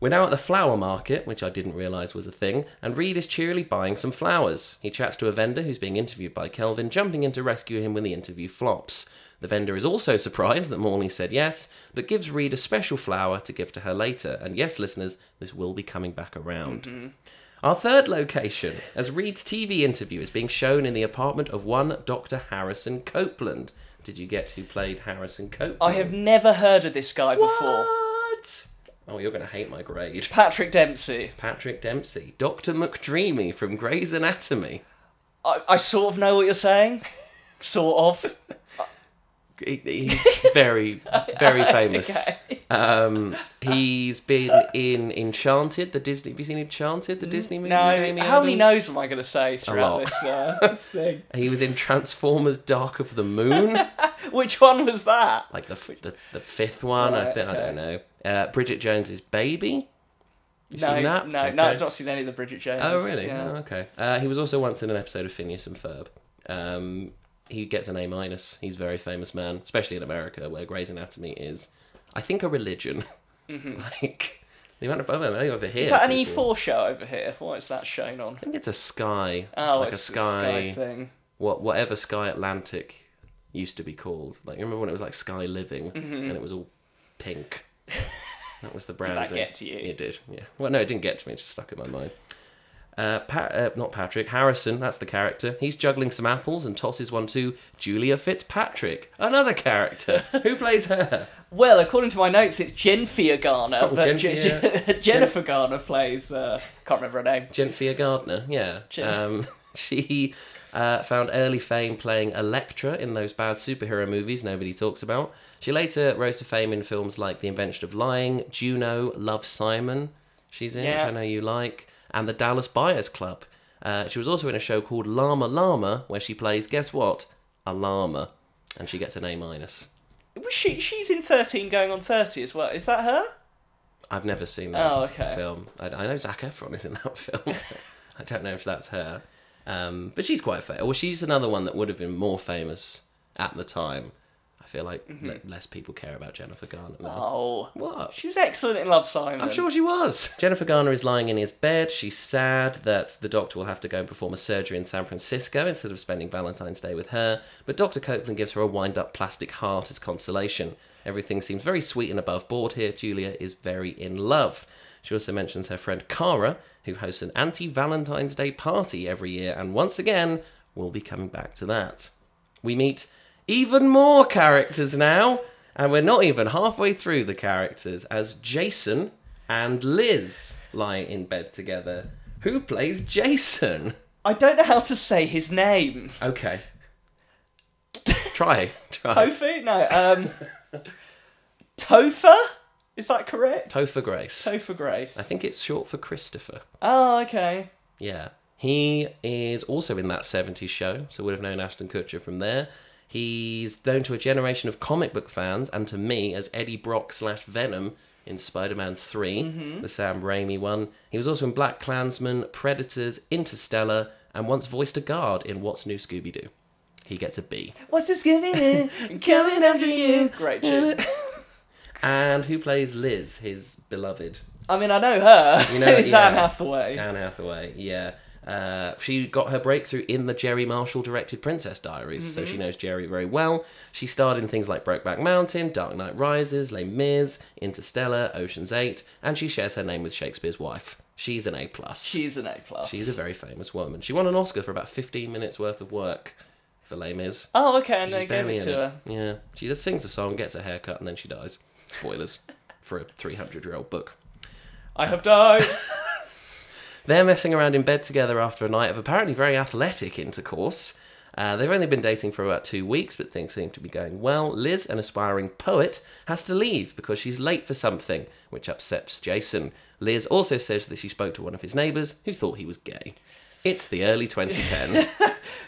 S1: We're now at the flower market, which I didn't realise was a thing, and Reed is cheerily buying some flowers. He chats to a vendor who's being interviewed by Kelvin, jumping in to rescue him when the interview flops. The vendor is also surprised that Morley said yes, but gives Reed a special flower to give to her later. And yes, listeners, this will be coming back around. Our third location, as Reed's TV interview is being shown in the apartment of one Dr. Harrison Copeland. Did you get who played Harrison Copeland?
S2: I have never heard of this guy before.
S1: What? Oh, you're going to hate my grade.
S2: Patrick Dempsey.
S1: Patrick Dempsey, Dr. McDreamy from Grey's Anatomy.
S2: I, I sort of know what you're saying. Sort of.
S1: He- He's very, very famous.
S2: Okay.
S1: Um, he's been in Enchanted, the Disney. Have you seen Enchanted, the Disney movie?
S2: Mm, No.
S1: with Amy
S2: How many
S1: Adams?
S2: no's am I going to say
S1: lot.
S2: throughout this, uh, this thing?
S1: He was in Transformers: Dark of the Moon,
S2: Which one was that?
S1: like the f- the, the fifth one. I
S2: Right,
S1: think I don't know. Uh, Bridget Jones's baby. You
S2: no,
S1: seen that?
S2: no, no. I've
S1: Okay.
S2: not seen any of the Bridget Jones.
S1: Oh, really? Oh, okay. Uh, he was also once in an episode of Phineas and Ferb. Um, he gets an A minus. He's a very famous man, especially in America, where Grey's Anatomy is, I think, a religion. like the amount of I don't know over here.
S2: Mm-hmm. Is that an E
S1: people-
S2: E4 show over here? What is that shown on?
S1: I think it's a Sky,
S2: Oh,
S1: like
S2: it's
S1: a Sky,
S2: Sky thing.
S1: what whatever Sky Atlantic used to be called. Like you remember when it was like Sky Living
S2: Mm-hmm.
S1: and it was all pink. that was the brand.
S2: get to you?
S1: It did. Yeah. Well, no, it didn't get to me. It just stuck in my mind. Uh, Pat, uh, not Patrick Harrison. That's the character. He's juggling some apples and tosses one to Julia Fitzpatrick, another character who plays her.
S2: Well, according to my notes, it's Jennifer Garner.
S1: Oh,
S2: but Je-
S1: Jennifer-
S2: Je- Jennifer Garner plays. Uh, can't remember her name.
S1: Genfia Gardner, yeah.
S2: Gen-
S1: Um, she uh, found early fame playing Electra in those bad superhero movies nobody talks about. She later rose to fame in films like The Invention of Lying, Juno, Love Simon, she's in, which
S2: Yeah.
S1: I know you like, and The Dallas Buyers Club. Uh, she was also in a show called Llama Llama, where she plays, guess what? A llama. And she gets an A minus.
S2: Was she? She's in thirteen, going on thirty as well. Is that her?
S1: I've never seen that
S2: Oh, okay.
S1: film. I, I know Zac Efron is in that film. I don't know if that's her, um, but she's quite famous. Well, she's another one that would have been more famous at the time. I I feel like le- less people care about Jennifer Garner now.
S2: Mm-hmm. Oh,
S1: What?
S2: she was excellent in Love Simon.
S1: Uh. I'm sure she was. Jennifer Garner is lying in his bed. She's sad that the doctor will have to go and perform a surgery in San Francisco instead of spending Valentine's Day with her. But Dr. Copeland gives her a wind up plastic heart as consolation. Everything seems very sweet and above board here. Julia is very in love. She also mentions her friend Cara, who hosts an anti Valentine's Day party every year, and once again, we'll be coming back to that. We meet even more characters now, and we're not even halfway through the characters as Jason and Liz lie in bed together. Who plays Jason?
S2: I don't know how to say his name.
S1: Okay. try, try.
S2: Tofu? No. Um, Topher? Is that correct?
S1: Topher Grace.
S2: Topher Grace.
S1: I think it's short for Christopher.
S2: Oh, okay.
S1: Yeah. He is also in that 70s show, so would have known Ashton Kutcher from there. He's known to a generation of comic book fans and to me as Eddie Brock slash Venom in Spider Man 3, the Sam Raimi one. He was also in Black Klansman, Predators, Interstellar, and once voiced a guard in What's New Scooby Doo. He gets a B.
S2: What's this giving in? Coming after you. Great tune.
S1: And who plays Liz, his beloved?
S2: I mean, I know her.
S1: know-
S2: it's
S1: yeah.
S2: Anne Hathaway.
S1: Anne Hathaway, yeah. Uh, she got her breakthrough in the Jerry Marshall directed Princess Diaries, so
S2: Mm-hmm.
S1: she knows Jerry very well. She starred in things like Brokeback Mountain, Dark Knight Rises, Les Mis, Interstellar, Ocean's Eight, and she shares her name with Shakespeare's wife. She's an A plus.
S2: She's an A plus.
S1: She's a very famous woman. She won an Oscar for about 15 minutes worth of work for Les Mis.
S2: Oh, okay. And they
S1: She's
S2: gave
S1: barely
S2: it
S1: in
S2: to her.
S1: it. Yeah, she just sings a song, gets a haircut, and then she dies. Spoilers for a 300 year old book.
S2: I have died.
S1: They're messing around in bed together after a night of apparently very athletic intercourse. Uh, they've only been dating for about two weeks, but things seem to be going well. Liz, an aspiring poet, has to leave because she's late for something, which upsets Jason. Liz also says that she spoke to one of his neighbours who thought he was gay. It's the early 2010s.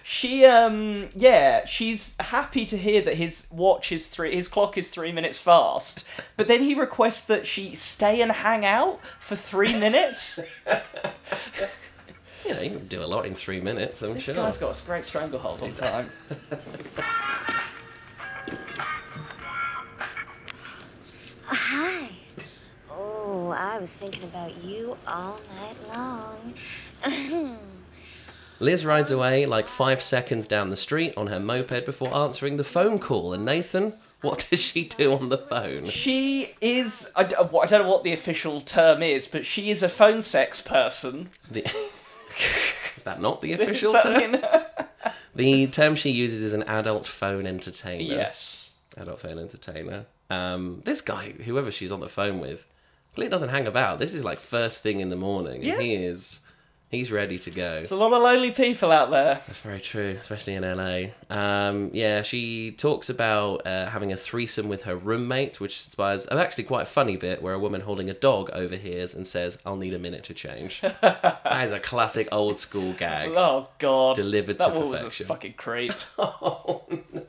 S2: She um yeah, she's happy to hear that his watch is three his clock is three minutes fast. But then he requests that she stay and hang out for three minutes.
S1: you know, you can do a lot in three minutes, I'm
S2: this
S1: sure.
S2: guy's got a great stranglehold on time.
S4: Hi. Oh, I was thinking about you all night long.
S1: Liz rides away like five seconds down the street on her moped before answering the phone call. And Nathan, what does she do on the phone?
S2: She is I, d- I don't know what the official term is, but she is a phone sex person.
S1: The... is that not the official
S2: Is that
S1: term?
S2: in her-
S1: The term she uses is an adult phone entertainer.
S2: Yes.
S1: Adult phone entertainer. Um, this guy, whoever she's on the phone with, clearly doesn't hang about. This is like first thing in the morning,
S2: Yeah.
S1: and he is. He's ready to go.
S2: There's a lot of lonely people out there.
S1: That's very true, especially in LA. Um, yeah, she talks about uh, having a threesome with her roommate, which inspires an actually quite funny bit where a woman holding a dog overhears and says, I'll need a minute to change. that is a classic old school gag.
S2: Oh god.
S1: Delivered
S2: that
S1: to
S2: woman was a
S1: perfection.
S2: fucking creep.
S1: Oh no.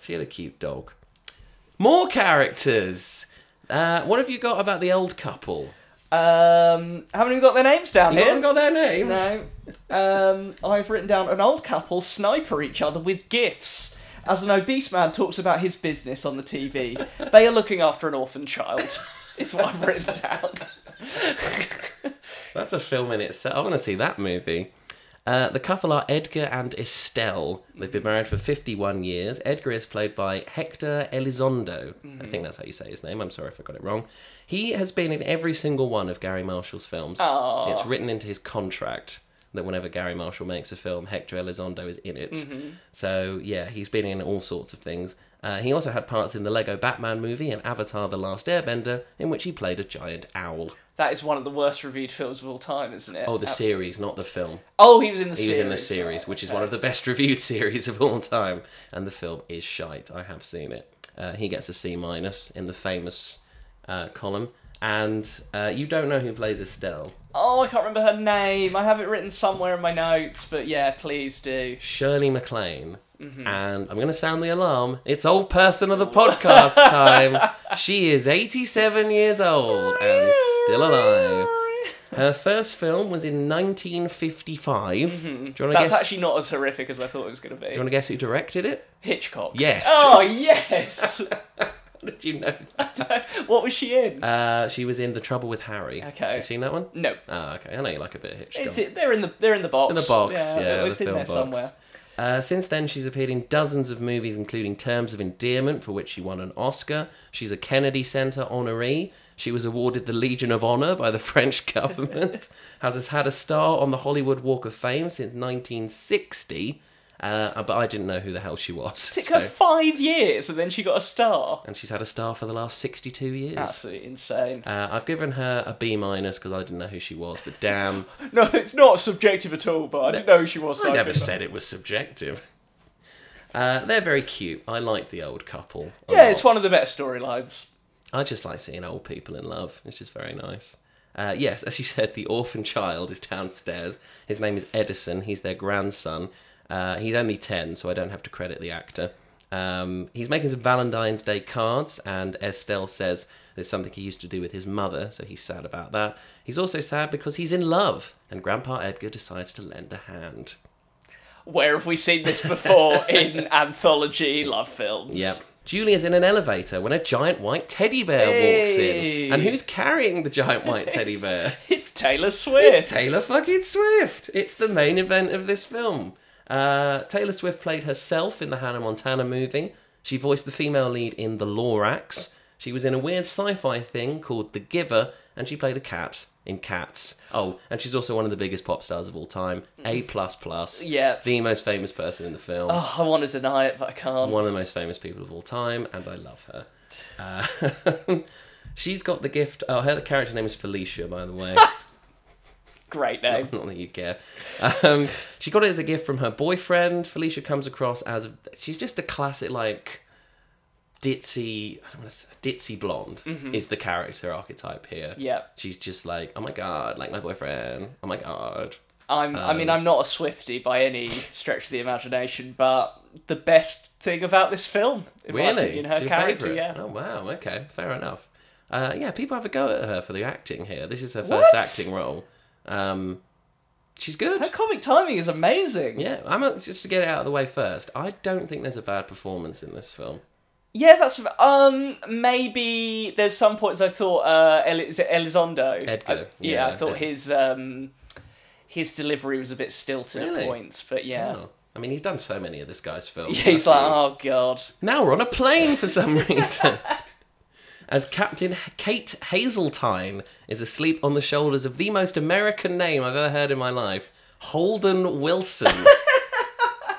S1: She had a cute dog. More characters. Uh, what have you got about the old couple?
S2: Um haven't even got their names down
S1: You
S2: here.
S1: haven't got their names.
S2: No. Um, I've written down an old couple sniper each other with gifts. As an obese man talks about his business on the TV, they are looking after an orphan child. Is what I've written down.
S1: That's a film in itself. I want to see that movie. Uh, the couple are Edgar and Estelle. They've been married for 51 years. Edgar is played by Hector Elizondo. I think that's how you say his name. I'm sorry if I got it wrong. He has been in every single one of Gary Marshall's films.
S2: Aw.
S1: It's written into his contract that whenever Gary Marshall makes a film, Hector Elizondo is in it. So, yeah, he's been in all sorts of things. Uh, he also had parts in the Lego Batman movie and Avatar The Last Airbender, in which he played a giant owl.
S2: That is one of the worst reviewed films of all time, isn't it?
S1: Oh, the
S2: Uh,
S1: series, not the film.
S2: oh, he was in the
S1: He
S2: series.
S1: was in the series, which is one of the best reviewed series of all time, and the film is shite. I have seen it. Uh, he gets a C minus in the famous uh, column, and uh, you don't know who plays Estelle.
S2: Oh, I can't remember her name. I have it written somewhere in my notes, but yeah, please do.
S1: Shirley MacLaine,
S2: Mm-hmm.
S1: and I'm going to sound the alarm. It's old person of the podcast time. she is 87 years old and still alive. Her first film was in 1955. Do you want to
S2: Mm-hmm. That's
S1: guess?
S2: actually not as horrific as I thought it was going to be.
S1: Do you want to guess who directed it?
S2: Hitchcock.
S1: Yes.
S2: Oh yes.
S1: How did you know?
S2: what was she in?
S1: Uh, she was in The Trouble with Harry.
S2: Okay.
S1: You seen that one?
S2: no.
S1: Oh, okay. I know you like a bit of Hitchcock.
S2: It's it. They're in the they're in the box.
S1: In the box, yeah,
S2: they're-
S1: the
S2: it's in
S1: film
S2: there
S1: box.
S2: somewhere.
S1: Uh, since then, she's appeared in dozens of movies, including Terms of Endearment, for which she won an Oscar. She's a Kennedy Center honoree. She was awarded the Legion of Honor by the French government. has, has had a star on the Hollywood Walk of Fame since 1960. Uh, but I didn't know who the hell she was.
S2: Took
S1: so-
S2: her five years, and then she got a star.
S1: And she's had a star for the last 62 years.
S2: Absolutely insane.
S1: Uh, I've given her a B minus because I didn't know who she was, but damn,
S2: No, it's not subjective at all. But I didn't know who she was. so
S1: I never
S2: couldn't-
S1: said it was subjective. Uh, they're very cute. I like the old couple. a
S2: Yeah, it's
S1: lot.
S2: one of the best storylines.
S1: I just like seeing old people in love. It's just very nice. Uh, yes, as you said, the orphan child is downstairs. His name is Edison. He's their grandson. Uh, he's only 10, so I don't have to credit the actor. Um, he's making some Valentine's Day cards, and Estelle says there's something he used to do with his mother, so he's sad about that. He's also sad because he's in love, and Grandpa Edgar decides to lend a hand.
S2: Where have we seen this before in anthology love films?
S1: Yep. Julia's in an elevator when a giant white teddy bear walks
S2: Hey.
S1: in. And who's carrying the giant white teddy bear?
S2: It's Taylor Swift.
S1: It's Taylor fucking Swift. It's the main event of this film. Uh, Taylor Swift played herself in the Hannah Montana movie. She voiced the female lead in The Lorax. She was in a weird sci-fi thing called The Giver, and she played a cat in Cats. Oh, and she's also one of the biggest pop stars of all time. A plus plus.
S2: Hmm. Yeah.
S1: The most famous person in the film.
S2: Oh, I want to deny it, but I can't.
S1: One of the most famous people of all time, and I love her. Uh, she's got the gift. Oh, her character name is Felicia, by the way.
S2: Great name.
S1: Not that you care. Um, she got it as a gift from her boyfriend. Felicia comes across as she's just a classic like ditzy. I don't want to say ditzy blonde is the character archetype here.
S2: Mm-hmm. Yeah.
S1: she's just like oh my god, like my boyfriend. Oh my god.
S2: I'm. I mean,
S1: Um,
S2: I'm not a Swifty by any stretch of the imagination, but the best thing about this film, in my
S1: Really?
S2: opinion, her
S1: She's your
S2: character.
S1: favourite?
S2: Yeah.
S1: Oh wow. Okay. Fair enough. Uh, yeah, people have a go at her for the acting here. This is her first
S2: What?
S1: acting role. Um, she's good.
S2: Her comic timing is amazing.
S1: Yeah, I'm a, just to get it out of the way first. I don't think there's a bad performance in this film.
S2: Yeah, that's um maybe there's some points I thought uh El- is it Elizondo?
S1: Edgar,
S2: I- yeah, I
S1: yeah,
S2: thought
S1: Edgar.
S2: his um his delivery was a bit stilted
S1: Really?
S2: at points, but yeah.
S1: Oh. I mean, he's done so many of this guy's films.
S2: Yeah, he's
S1: hasn't
S2: like,
S1: he?
S2: oh god.
S1: Now we're on a plane for some reason. As Captain H- Kate Hazeltine is asleep on the shoulders of the most American name I've ever heard in my life, Holden Wilson.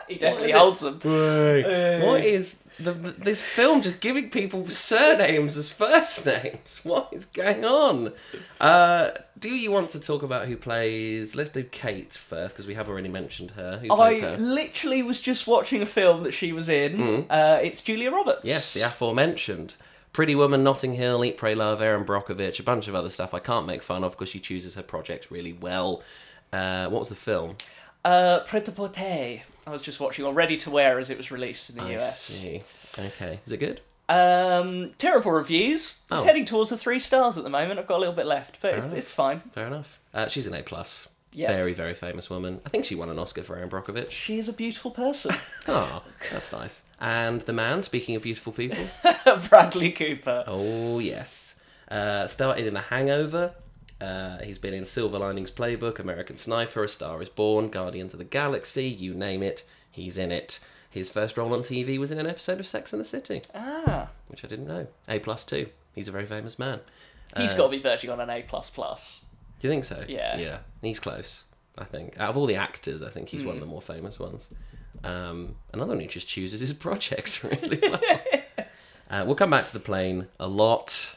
S2: He definitely
S1: is it?
S2: holds them.
S1: What is the, this film just giving people surnames as first names? What is going on? Uh, do you want to talk about who plays? Let's do Kate first because we have already mentioned her. Who plays
S2: I
S1: her?
S2: literally was just watching a film that she was in. Uh, it's Julia Roberts.
S1: Yes, the aforementioned. Pretty Woman, Notting Hill, Eat, Pray, Love, Aaron Brockovich, a bunch of other stuff I can't make fun of because she chooses her projects really well. Uh, what was the film?
S2: Uh, Prêt à porter. I was just watching on Ready to Wear as it was released in the
S1: I
S2: US.
S1: see. Okay. Is it good?
S2: Um, terrible reviews. It's
S1: Oh.
S2: heading towards the three stars at the moment. I've got a little bit left, but it's,
S1: enough.
S2: it's fine.
S1: Fair enough. Uh, she's an A plus.
S2: Yeah.
S1: Very, very famous woman. I think she won an Oscar for Aaron Brockovich.
S2: She is a beautiful person.
S1: Ah, that's nice. And the man, speaking of beautiful people.
S2: Bradley Cooper.
S1: Oh, yes. Uh, started in The Hangover. Uh, he's been in Silver Linings Playbook, American Sniper, A Star is Born, Guardians of the Galaxy, you name it, he's in it. His first role on TV was in an episode of Sex and the City,
S2: Ah,
S1: which I didn't know. A plus two. He's a very famous man.
S2: he's
S1: Uh,
S2: got to be verging on an A plus plus.
S1: Do you think so?
S2: Yeah.
S1: Yeah. He's close, I think. Out of all the actors, I think he's one of the more famous ones. Um, another one who just chooses his projects really well. uh, we'll come back to the plane a lot.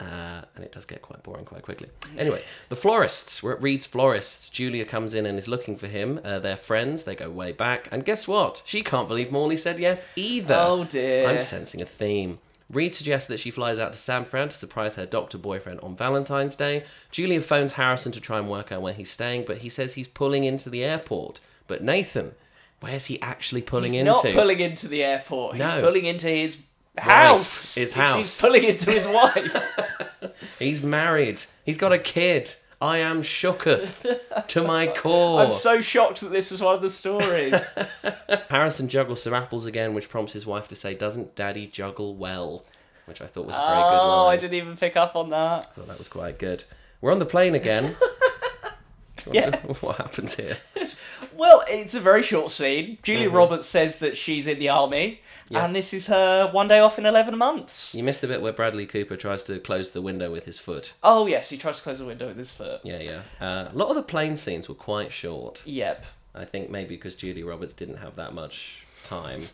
S1: Uh, and it does get quite boring quite quickly. Anyway, the florists. We're at Reed's Florists. Julia comes in and is looking for him. Uh, they're friends. They go way back. And guess what? She can't believe Morley said yes either.
S2: Oh, dear.
S1: I'm sensing a theme. Reed suggests that she flies out to San Fran to surprise her doctor boyfriend on Valentine's Day. Julia phones Harrison to try and work out where he's staying, but he says he's pulling into the airport. But Nathan, where's he actually pulling
S2: He's
S1: into?
S2: not pulling into the airport.
S1: No.
S2: He's pulling into his house.
S1: his
S2: He's
S1: house.
S2: pulling into his wife.
S1: He's married. He's got a kid. I am shooketh to my core.
S2: I'm so shocked that this is one of the stories.
S1: Harrison juggles some apples again, which prompts his wife to say, Doesn't daddy juggle well? Which I thought was a very good
S2: oh,
S1: line.
S2: I didn't even pick up on that.
S1: thought that was quite good. We're on the plane again.
S2: Yes.
S1: What happens here?
S2: Well, it's a very short scene. Julia Roberts says that she's in the army,
S1: Mm-hmm. Yeah.
S2: and this is her one day off in 11 months.
S1: You missed the bit where Bradley Cooper tries to close the window with his foot.
S2: Oh, yes, he tries to close the window with his foot.
S1: Yeah, yeah. Uh, a lot of the plane scenes were quite short.
S2: Yep.
S1: I think maybe because Julie Roberts didn't have that much time.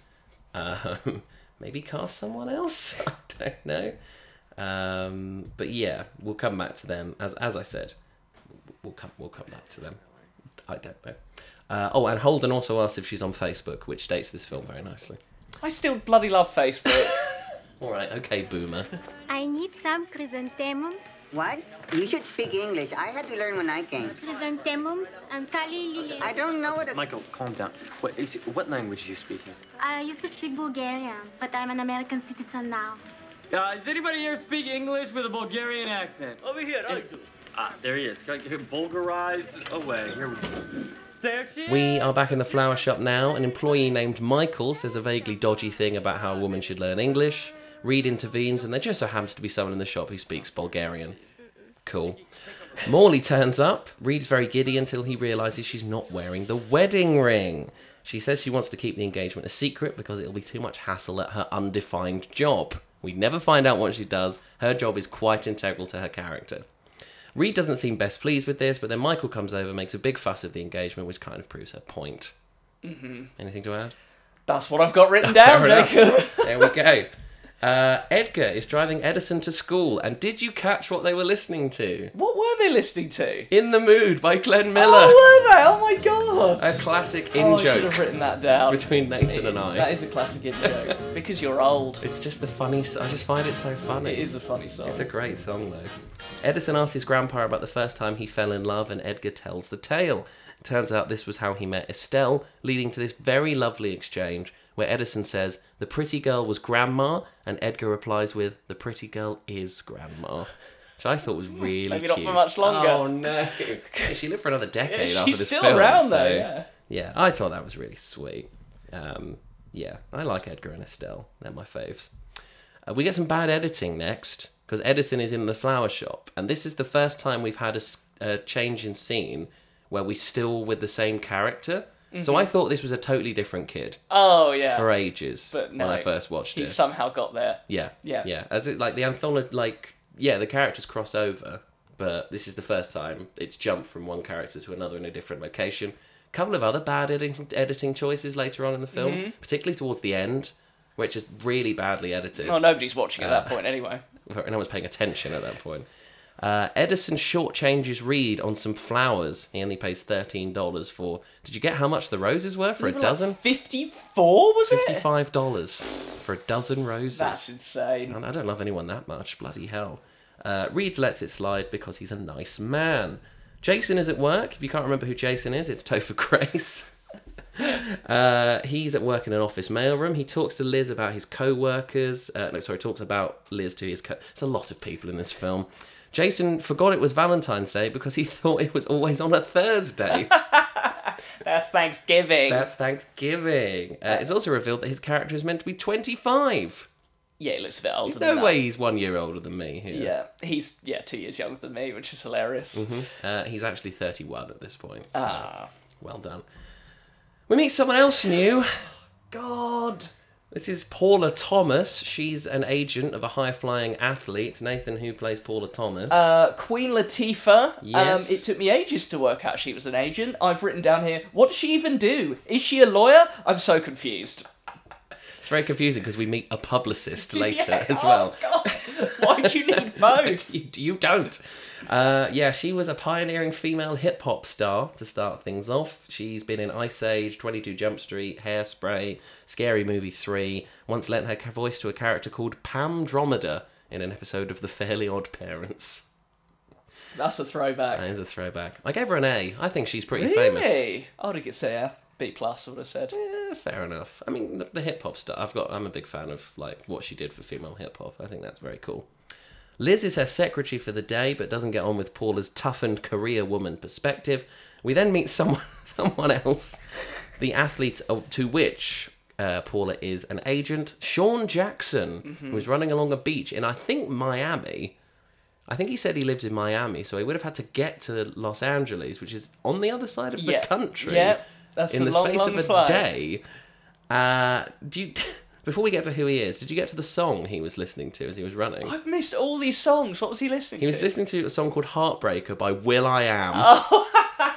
S1: Um, maybe cast someone else. I don't know. Um, but yeah, we'll come back to them. As as I said, we'll come we'll come back to them. I don't know. Uh, oh, and Holden also asked if she's on Facebook, which dates this film very nicely.
S2: I still bloody love Facebook.
S1: All right, okay, Boomer.
S5: I need some chrysanthemums,
S6: What? You should speak English. I had to learn when I came.
S5: chrysanthemums, and kali lilies.
S6: I don't know what a
S7: Michael, calm down. What, is it, what language are you speaking?
S5: I used to speak Bulgarian, but I'm an American citizen now.
S7: Uh, does anybody here speak English with a Bulgarian accent? Over here, I do. Ah, there he is. Got- Bulgarized away. Here we go. There she is.
S1: We are back in the flower shop now. An employee named Michael says a vaguely dodgy thing about how a woman should learn English. Reed intervenes, and there just so happens to be someone in the shop who speaks Bulgarian. Cool. Morley turns up. Reed's very giddy until he realizes she's not wearing the wedding ring. She says she wants to keep the engagement a secret because it'll be too much hassle at her undefined job. We never find out what she does. Her job is quite integral to her character. Reed doesn't seem best pleased with this, but then Michael comes over, makes a big fuss of the engagement, which kind of proves her point. Mm-hmm. Anything to add?
S2: That's what I've got written
S1: Fair
S2: down,
S1: enough.
S2: Jacob.
S1: There we go. Uh, Edgar is driving Edison to school, and did you catch what they were listening to?
S2: What were they listening to?
S1: In the Mood by Glenn Miller.
S2: Oh, were they? Oh my god!
S1: a classic in
S2: oh, I should have
S1: joke
S2: written that down.
S1: between Nathan and I.
S2: That is a classic in joke. because you're old.
S1: It's just the funny. s- I just find it so funny.
S2: It is a funny song.
S1: It's a great song, though. Edison asks his grandpa about the first time he fell in love, and Edgar tells the tale. Turns out this was how he met Estelle, leading to this very lovely exchange where Edison says, The pretty girl was grandma, and Edgar replies with, The pretty girl is grandma. Which I thought was really
S2: Maybe not for
S1: cute.
S2: much longer.
S1: Oh no! She lived for another decade after
S2: She's
S1: this
S2: still
S1: film,
S2: around
S1: so-
S2: though, yeah.
S1: yeah, I thought that was really sweet. Um, yeah, I like Edgar and Estelle. They're my faves. Uh, we get some bad editing next because Edison is in the flower shop, and this is the first time we've had a, s- a change in scene where we still with the same character.
S2: Mm-hmm.
S1: So I thought this was a totally different kid
S2: Oh yeah.
S1: for ages
S2: But no,
S1: when I first watched
S2: he
S1: it.
S2: somehow got there.
S1: yeah,
S2: Yeah.
S1: yeah. As it like the anthology, like yeah, the characters cross over, but this is the first time it's jumped from one character to another in a different location. A couple of other bad editing editing choices later on in the film,
S2: Mm-hmm.
S1: particularly towards the end, where it's just really badly edited.
S2: Oh, nobody's watching at
S1: Ah.
S2: that point anyway.
S1: No one's paying attention at that point. Uh, Edison shortchanges Reed on some flowers. He only pays thirteen dollars for. Did you get how much the roses were for a dozen?
S2: Fifty-four was it?
S1: Fifty-five dollars for a dozen roses.
S2: That's insane.
S1: And I don't love anyone that much. Bloody hell. Uh, Reed lets it slide because he's a nice man. Jason is at work. If you can't remember who Jason is, it's Topher Grace. uh, he's at work in an office mailroom. He talks to Liz about his co-workers. Uh, no, sorry, talks about Liz to his co. It's a lot of people in this film. Jason forgot it was Valentine's Day because he thought it was always on a Thursday.
S2: That's Thanksgiving.
S1: That's Thanksgiving. Uh, it's also revealed that his character is meant to be 25.
S2: Yeah, he looks a bit older
S1: There's
S2: than
S1: no
S2: that.
S1: way he's one year older than me here.
S2: Yeah, he's yeah two years younger than me, which is hilarious.
S1: Uh, he's actually 31 at this point. So
S2: Ah,
S1: well done. We meet someone else new. God. This is Paula Thomas. She's an agent of a high flying athlete. Nathan, who plays Paula Thomas.
S2: uh, Queen Latifah.
S1: Yes.
S2: Um, it took me ages to work out she was an agent. I've written down here. What does she even do? Is she a lawyer? I'm so confused.
S1: it's very confusing because we meet a publicist later
S2: Yeah,
S1: as well.
S2: Oh, God. Why do you need both?
S1: you, you don't. Uh, yeah, she was a pioneering female hip hop star to start things off. She's been in Ice Age, 22 Jump Street, Hairspray, Scary Movie 3, once lent her ca- voice to a character called Pam Dromeda in an episode of The Fairly Odd Parents.
S2: That's a throwback.
S1: That is a throwback. I gave her an A. I think she's pretty Uh, famous.
S2: Really? I would have said F, B plus. I would have said.
S1: Eh, fair enough. I mean, the, the hip hop stuff. I've got. I'm a big fan of like what she did for female hip hop. I think that's very cool. Liz is her secretary for the day, but doesn't get on with Paula's toughened career woman perspective. We then meet someone, someone else, the athlete of, to which uh, Paula is an agent, Sean Jackson,
S2: Mm-hmm.
S1: who's running along a beach in, I think, Miami. I think he said he lives in Miami, so he would have had to get to Los Angeles, which is on the other side of
S2: Yeah.
S1: the country,
S2: Yeah. That's
S1: in
S2: a
S1: the
S2: long,
S1: space
S2: long
S1: of a
S2: flight.
S1: day. Uh, do you, before we get to who he is, did you get to the song he was listening to as he was running?
S2: I've missed all these songs. What was he listening
S1: He
S2: to?
S1: was listening to a song called Heartbreaker by Will I Am.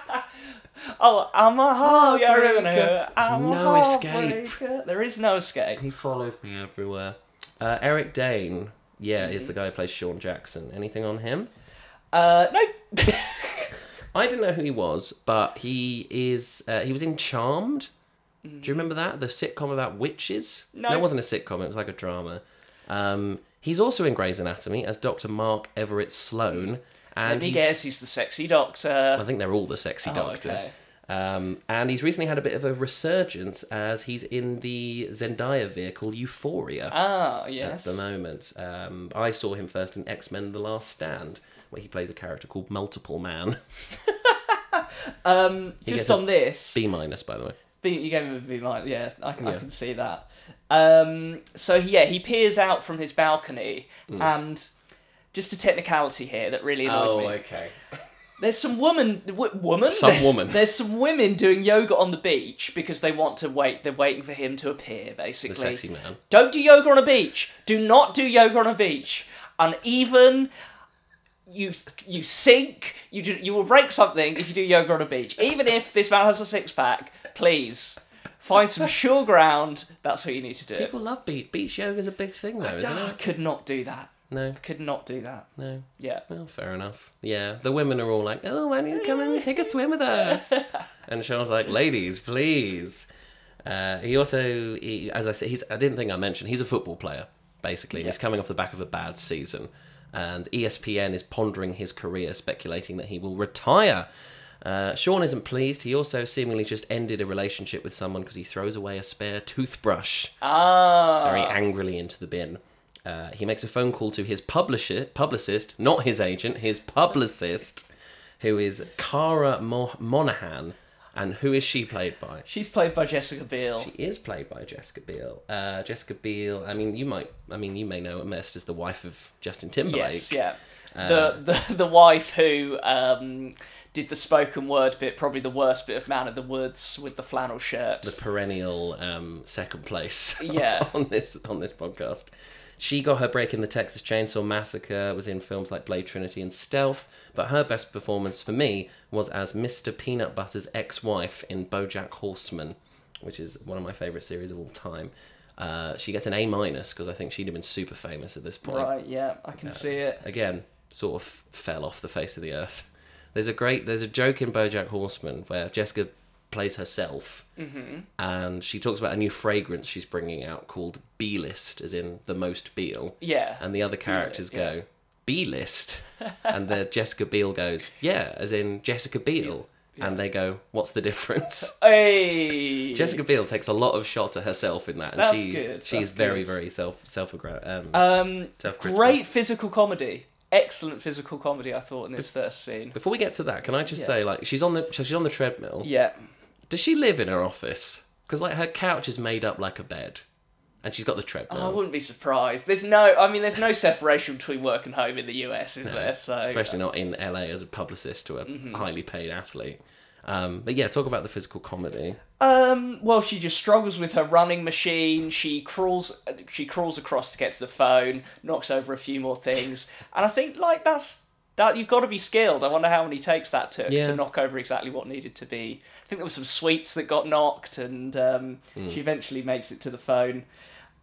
S2: Oh, I'm a heartbreaker.
S1: Heartbreaker.
S2: I'm a
S1: No escape.
S2: heartbreaker. There is no escape.
S1: He follows me everywhere. Uh, Eric Dane, yeah,
S2: Mm-hmm.
S1: is the guy who plays Sean Jackson. Anything on him?
S2: Uh, no.
S1: I didn't know who he was, but he is. Uh, he was in Charmed. Do you remember that the sitcom about witches?
S2: Mm. No.
S1: it wasn't a sitcom. It was like a drama. Um, he's also in Grey's Anatomy as Dr. Mark Everett Sloan. And
S2: Mm. Let me
S1: he's-
S2: guess. He's the sexy doctor. Oh,
S1: I think they're all the sexy doctor.
S2: okay.
S1: Um, and he's recently had a bit of a resurgence as he's in the Zendaya vehicle Euphoria.
S2: Ah,
S1: at
S2: yes.
S1: the moment. Um, I saw him first in X Men: The Last Stand, where he plays a character called Multiple Man. gets
S2: Um, Just
S1: a
S2: on this,
S1: B minus, by the way.
S2: B, you gave him a B minus. Yeah, I, can I
S1: Yeah.
S2: can see that. Um, so yeah, he peers out from his balcony,
S1: Hmm.
S2: and just a technicality here that really annoyed
S1: Oh,
S2: me.
S1: okay.
S2: There's some woman, w- woman,
S1: Some
S2: there's,
S1: woman.
S2: There's some women doing yoga on the beach because they want to wait. They're waiting for him to appear, basically.
S1: The sexy man.
S2: Don't do yoga on a beach. Do not do yoga on a beach. Uneven. You you sink. You do, you will break something if you do yoga on a beach. Even if this man has a six pack, please find some sure ground. That's what you need to do.
S1: People love beach. Beach yoga is a big thing, though, isn't
S2: Ah,
S1: it?
S2: could not do that.
S1: No,
S2: Could not do that.
S1: no.
S2: Yeah.
S1: Well, fair enough. Yeah, the women are all like, "Oh, why don't you come and take a swim with us?" and Sean's like, "Ladies, please." Uh, he also, he, as I said, he's, I didn't think I mentioned, he's a football player. Basically, he's coming off the back of a bad season, and E ESPN is pondering his career, speculating that he will retire. Uh, Sean isn't pleased. He also seemingly just ended a relationship with someone because he throws away a spare toothbrush
S2: Ah.
S1: very angrily into the bin. Uh, he makes a phone call to his publisher, publicist, not his agent, his publicist, who is Cara Mo- Monahan, and who is she played by?
S2: She's played by Jessica Biel.
S1: She is played by Jessica Biel. Uh, Jessica Biel. I mean, you might. I mean, you may know her best as the wife of Justin Timberlake.
S2: Yes, yeah.
S1: uh,
S2: the, the the wife who um, did the spoken word bit, probably the worst bit of Man of the Woods with the flannel shirt.
S1: the perennial um, second place.
S2: Yeah.
S1: on this on this podcast, she got her break in the Texas Chainsaw Massacre. Was in films like Blade Trinity and Stealth. But her best performance for me was as Mr. Peanut Butter's ex-wife in BoJack Horseman, which is one of my favorite series of all time. Uh, she gets an A minus because I think she'd have been super famous at this point
S2: right, yeah, I can see it.
S1: again sort of fell off the face of the earth. There's a great there's a joke in BoJack Horseman where Jessica plays herself,
S2: Mm-hmm.
S1: and she talks about a new fragrance she's bringing out called B List, as in the most Beal.
S2: Yeah.
S1: And the other characters go B List, and the Jessica Beal goes yeah, as in Jessica Beal, and they go what's the difference?
S2: Hey.
S1: Jessica Biel takes a lot of shots at herself in that, and
S2: That's
S1: she
S2: good,
S1: she's
S2: that's
S1: very
S2: good.
S1: very self self um,
S2: Um,
S1: self-critical.
S2: great physical comedy. Excellent physical comedy, I thought, in this first scene.
S1: Before we get to that, can I just
S2: Yeah.
S1: say, like, she's on the so she's on the treadmill.
S2: Yeah.
S1: Does she live in her office? Because like her couch is made up like a bed, and she's got the
S2: I
S1: treadmill,
S2: wouldn't be surprised. There's no, I mean, there's no separation between work and home in the US, is there? Mm-hmm. So
S1: especially not in LA as a publicist to a highly paid athlete. Um, but yeah, talk about the physical comedy.
S2: Um, well, she just struggles with her running machine. She crawls, she crawls across to get to the phone, knocks over a few more things, and I think like that's that you've got to be skilled. I wonder how many takes that took
S1: Yeah.
S2: to knock over exactly what needed to be. I think there was some sweets that got knocked, and um, she eventually makes it to the phone.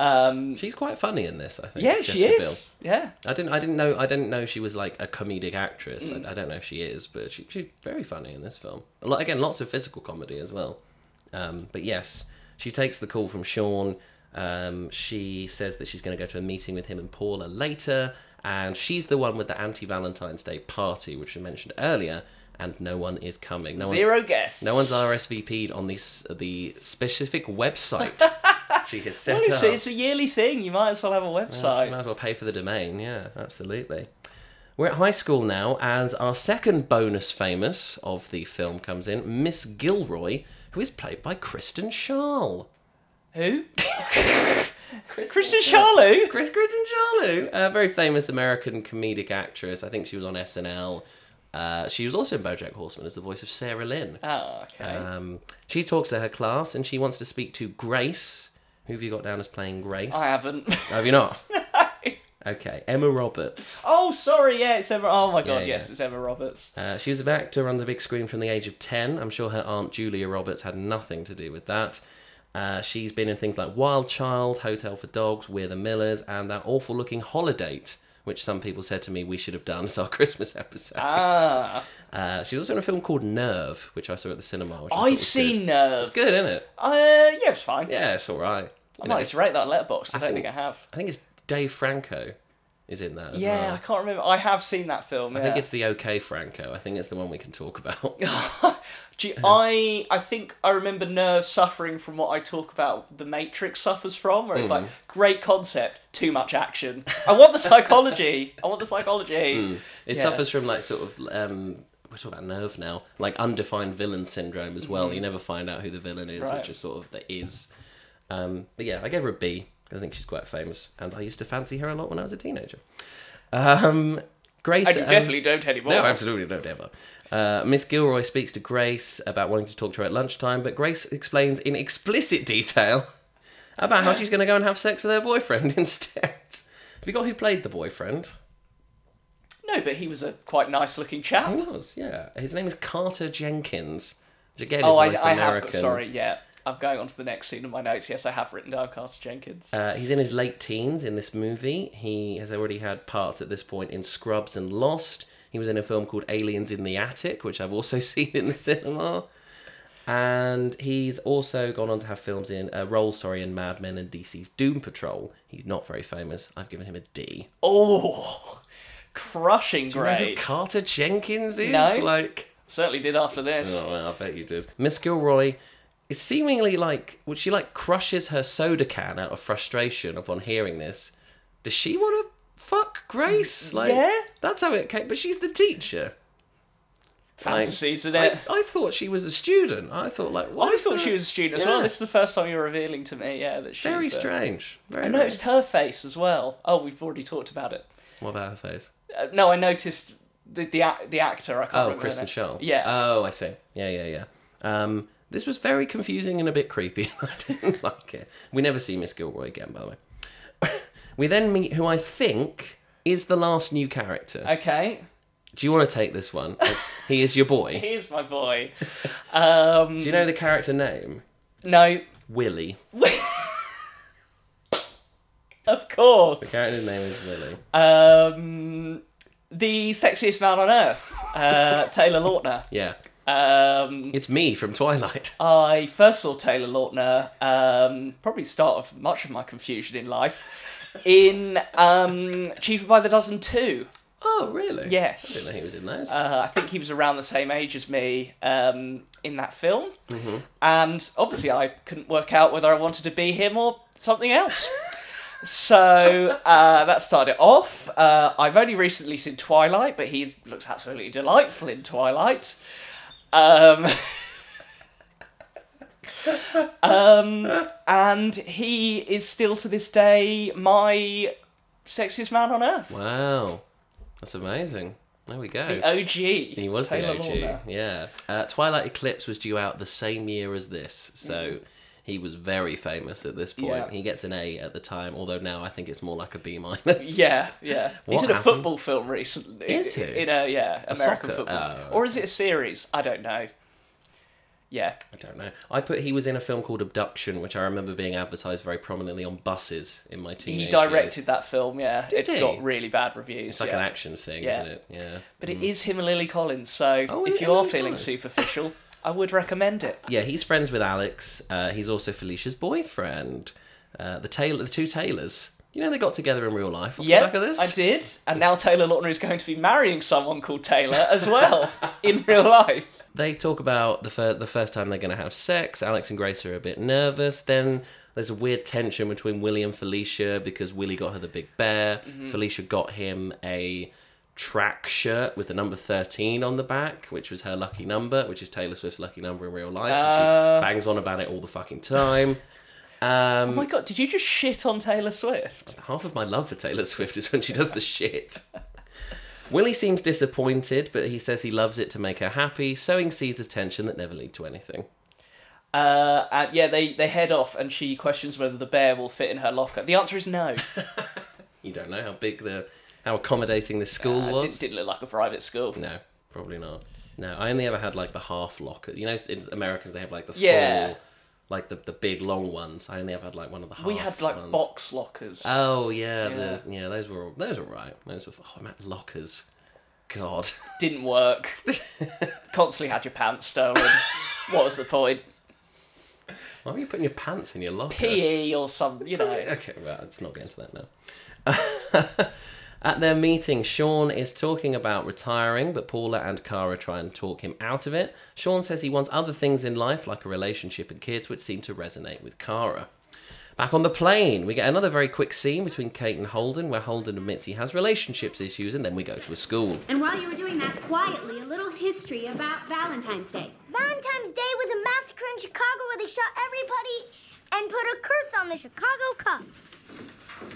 S2: Um,
S1: She's quite funny in this, I think.
S2: yeah, she
S1: Jessica
S2: is. Yeah,
S1: Biel. I didn't. I didn't know. I didn't know she was like a comedic actress. I, I don't know if she is, but she, she's very funny in this film. A lot, again, lots of physical comedy as well. Um, but yes, she takes the call from Sean. Um, she says that she's going to go to a meeting with him and Paula later, and she's the one with the anti Valentine's Day party, which we mentioned earlier, and no one is coming. No one's-
S2: zero guess.
S1: no one's RSVP'd on the s- the specific website she has set up.
S2: Honestly, it's a yearly thing. You might as well have a
S1: Might
S2: website.
S1: as well pay for the domain. Yeah, absolutely. We're at high school now as our second bonus famous of the film comes in, Miss Gilroy, who is played by Kristen Schaal.
S2: Who?
S1: Kristen
S2: Christian Charlo?
S1: Chris Kristen Schaal, a very famous American comedic actress. I think she was on SNL. Uh, she was also in BoJack Horseman as the voice of Sarah Lynn.
S2: Oh, okay.
S1: Um, she talks to her class and she wants to speak to Grace. Who have you got down as playing Grace? Oh,
S2: I haven't.
S1: Have you not? Okay, Emma Roberts.
S2: oh, sorry. Yeah, it's Emma. Oh my god.
S1: Yeah,
S2: Yes,
S1: yeah.
S2: it's Emma Roberts.
S1: Uh, she was an actor on the big screen from the age of 10. I'm sure her aunt Julia Roberts had nothing to do with that. Uh, she's been in things like Wild Child, Hotel for Dogs, We're the Millers, and that awful looking Holidate, which some people said to me we should have done as our Christmas episode.
S2: Ah,
S1: Uh, she was also in a film called Nerve, which I saw at the cinema. Which I thought
S2: I've
S1: was
S2: seen
S1: Good.
S2: Nerve.
S1: It's good, isn't it?
S2: Uh, yeah, it's fine.
S1: Yeah, it's all right.
S2: I
S1: You
S2: might
S1: know,
S2: just rate that letterbox. I don't
S1: think-
S2: think I have.
S1: I think it's Dave Franco is in that as
S2: Yeah,
S1: well.
S2: I can't remember. I have seen that film.
S1: I think
S2: yeah.
S1: it's the OK Franco. I think it's the one we can talk about.
S2: Gee, I I think I remember Nerve suffering from what I talk about the Matrix suffers from, where it's
S1: Hmm.
S2: like great concept, too much action. I want the psychology. I want the psychology.
S1: It
S2: Yeah.
S1: suffers from like sort of um, we're talking about nerve now, like undefined villain syndrome as well. You never find out who the villain is.
S2: Mm-hmm. Right.
S1: It just sort of that is. Um, but yeah, I gave her a B. 'cause I think she's quite famous, and I used to fancy her a lot when I was a teenager. Um, Grace
S2: And you
S1: um,
S2: definitely don't anymore.
S1: no, absolutely not ever. Uh, Miss Gilroy speaks to Grace about wanting to talk to her at lunchtime, but Grace explains in explicit detail about how she's going to go and have sex with her boyfriend instead. Have you got who played the boyfriend?
S2: No, but he was a quite nice looking chap.
S1: He was, yeah. His name is Carter Jenkins, which again
S2: oh,
S1: is the most
S2: I, I have.
S1: American.
S2: Got, sorry, yeah. I'm going on to the next scene in my notes. Yes, I have written down Carter Jenkins.
S1: Uh, he's in his late teens in this movie. He has already had parts at this point in Scrubs and Lost. He was in a film called Aliens in the Attic, which I've also seen in the cinema. And he's also gone on to have films in uh, roles, sorry, in Mad Men and DC's Doom Patrol. He's not very famous. I've given him a D.
S2: oh, crushing
S1: You know who
S2: grade.
S1: Carter Jenkins is
S2: No.
S1: like.
S2: Certainly did after this.
S1: Oh, well, I bet you did. Miss Gilroy is seemingly like, would she like crushes her soda can out of frustration upon hearing this? Does she want to fuck Grace? Like,
S2: Mm, yeah.
S1: That's how it came. But she's the teacher.
S2: Fantasies, isn't
S1: Like,
S2: it?
S1: I, I thought she was a student. I thought like, what
S2: I
S1: is
S2: thought
S1: the-
S2: she was a student as well.
S1: Yeah.
S2: This is the first time you're revealing to me, yeah, that she's
S1: very
S2: uh,
S1: strange. Very
S2: I noticed her face as well. Oh, we've already talked about it.
S1: What about her face?
S2: Uh, no, I noticed the the, ac- the actor. I can't
S1: Oh,
S2: remember. her
S1: Kristen
S2: name.
S1: Schaal.
S2: Yeah.
S1: Oh, I see. Yeah, yeah, yeah. Um, this was very confusing and a bit creepy. I didn't like it. We never see Miss Gilroy again, by the way. we then meet who I think is the last new character.
S2: Uh, okay.
S1: Do you want to take this one? It's- he is your boy.
S2: Here's my boy. Um,
S1: Do you know the character name?
S2: no,
S1: Willie.
S2: of course.
S1: Character name is Willie.
S2: Um, the sexiest man on earth, uh, Taylor Lautner.
S1: Yeah.
S2: Um,
S1: It's me from Twilight.
S2: I first saw Taylor Lautner, um, probably the start of much of my confusion in life, in um, Cheaper by the Dozen 2.
S1: Oh, really?
S2: Yes.
S1: I didn't know he was in those.
S2: Uh, I think he was around the same age as me um, in that film.
S1: Mm-hmm.
S2: And obviously, I couldn't work out whether I wanted to be him or something else. so uh, that started off. Uh, I've only recently seen Twilight, but he looks absolutely delightful in Twilight. Um, um, and he is still to this day my sexiest man on earth.
S1: wow. That's amazing. There we go.
S2: OG.
S1: He was
S2: Taylor
S1: the OG.
S2: Lautner.
S1: Yeah. Uh, Twilight Eclipse was due out the same year as this, so he was very famous at this point.
S2: Yeah.
S1: He gets an A at the time, although now I think it's more like a B minus.
S2: Yeah, yeah. He's
S1: What
S2: in a
S1: happened?
S2: football film recently.
S1: Is he?
S2: In a yeah, American
S1: soccer-
S2: football.
S1: oh.
S2: Or is it a series? I don't know. Yeah.
S1: I don't know. I put he was in a film called Abduction, which I remember being advertised very prominently on buses in my teenage
S2: He
S1: years.
S2: directed that film, yeah. it
S1: he?
S2: got really bad reviews.
S1: It's like
S2: yeah.
S1: an action thing,
S2: Yeah.
S1: isn't it? Yeah.
S2: But it is him and Lily Collins, so
S1: Oh, is
S2: if
S1: it
S2: you are
S1: Lily
S2: feeling
S1: Collins?
S2: superficial, I would recommend it.
S1: Yeah, he's friends with Alex. Uh, he's also Felicia's boyfriend. Uh, the Taylor, the two Taylors. You know they got together in real life. Off the
S2: Yeah,
S1: back of this.
S2: I did. And now Taylor Lautner is going to be marrying someone called Taylor as well in real life.
S1: they talk about the fir- the first time they're going to have sex. Alex and Grace are a bit nervous. Then There's a weird tension between Willie and Felicia because Willie got her the big bear. Felicia got him a track shirt with the number 13 on the back, which was her lucky number, which is Taylor Swift's lucky number in real life.
S2: Uh.
S1: and she bangs on about it all the fucking time. Um,
S2: Oh my god, did you just shit on Taylor Swift?
S1: Half of my love for Taylor Swift is when she does the shit. Willie seems disappointed, but he says he loves it to make her happy, sowing seeds of tension that never lead to anything.
S2: Uh, and yeah, they, they head off and she questions whether the bear will fit in her locker. The answer is no.
S1: You don't know how big the, how accommodating this school
S2: Uh,
S1: was.
S2: didn't, didn't look like a private school.
S1: No, probably not. No, I only ever had like the half locker. You know, in Americans they have like the
S2: Yeah.
S1: full, like the the big long ones. I only ever had like one of the half.
S2: we had like
S1: ones.
S2: box lockers.
S1: Oh yeah, the- yeah. Those were all, those were right. Those were oh, man, lockers. God.
S2: didn't work. Constantly had your pants stolen. what was the point?
S1: Why were you putting your pants in your locker?
S2: PE E or some, you know.
S1: Okay, well, let's not get into that now. At their meeting, Sean is talking about retiring, but Paula and Kara try and talk him out of it. Sean says he wants other things in life, like a relationship and kids, which seem to resonate with Kara. Back on the plane, we get another very quick scene between Kate and Holden, where Holden admits he has relationships issues, and then we go to a school.
S5: And while you were doing that, quietly, a little history about Valentine's Day.
S8: Valentine's Day was a massacre in Chicago where they shot everybody and put a curse on the Chicago Cubs.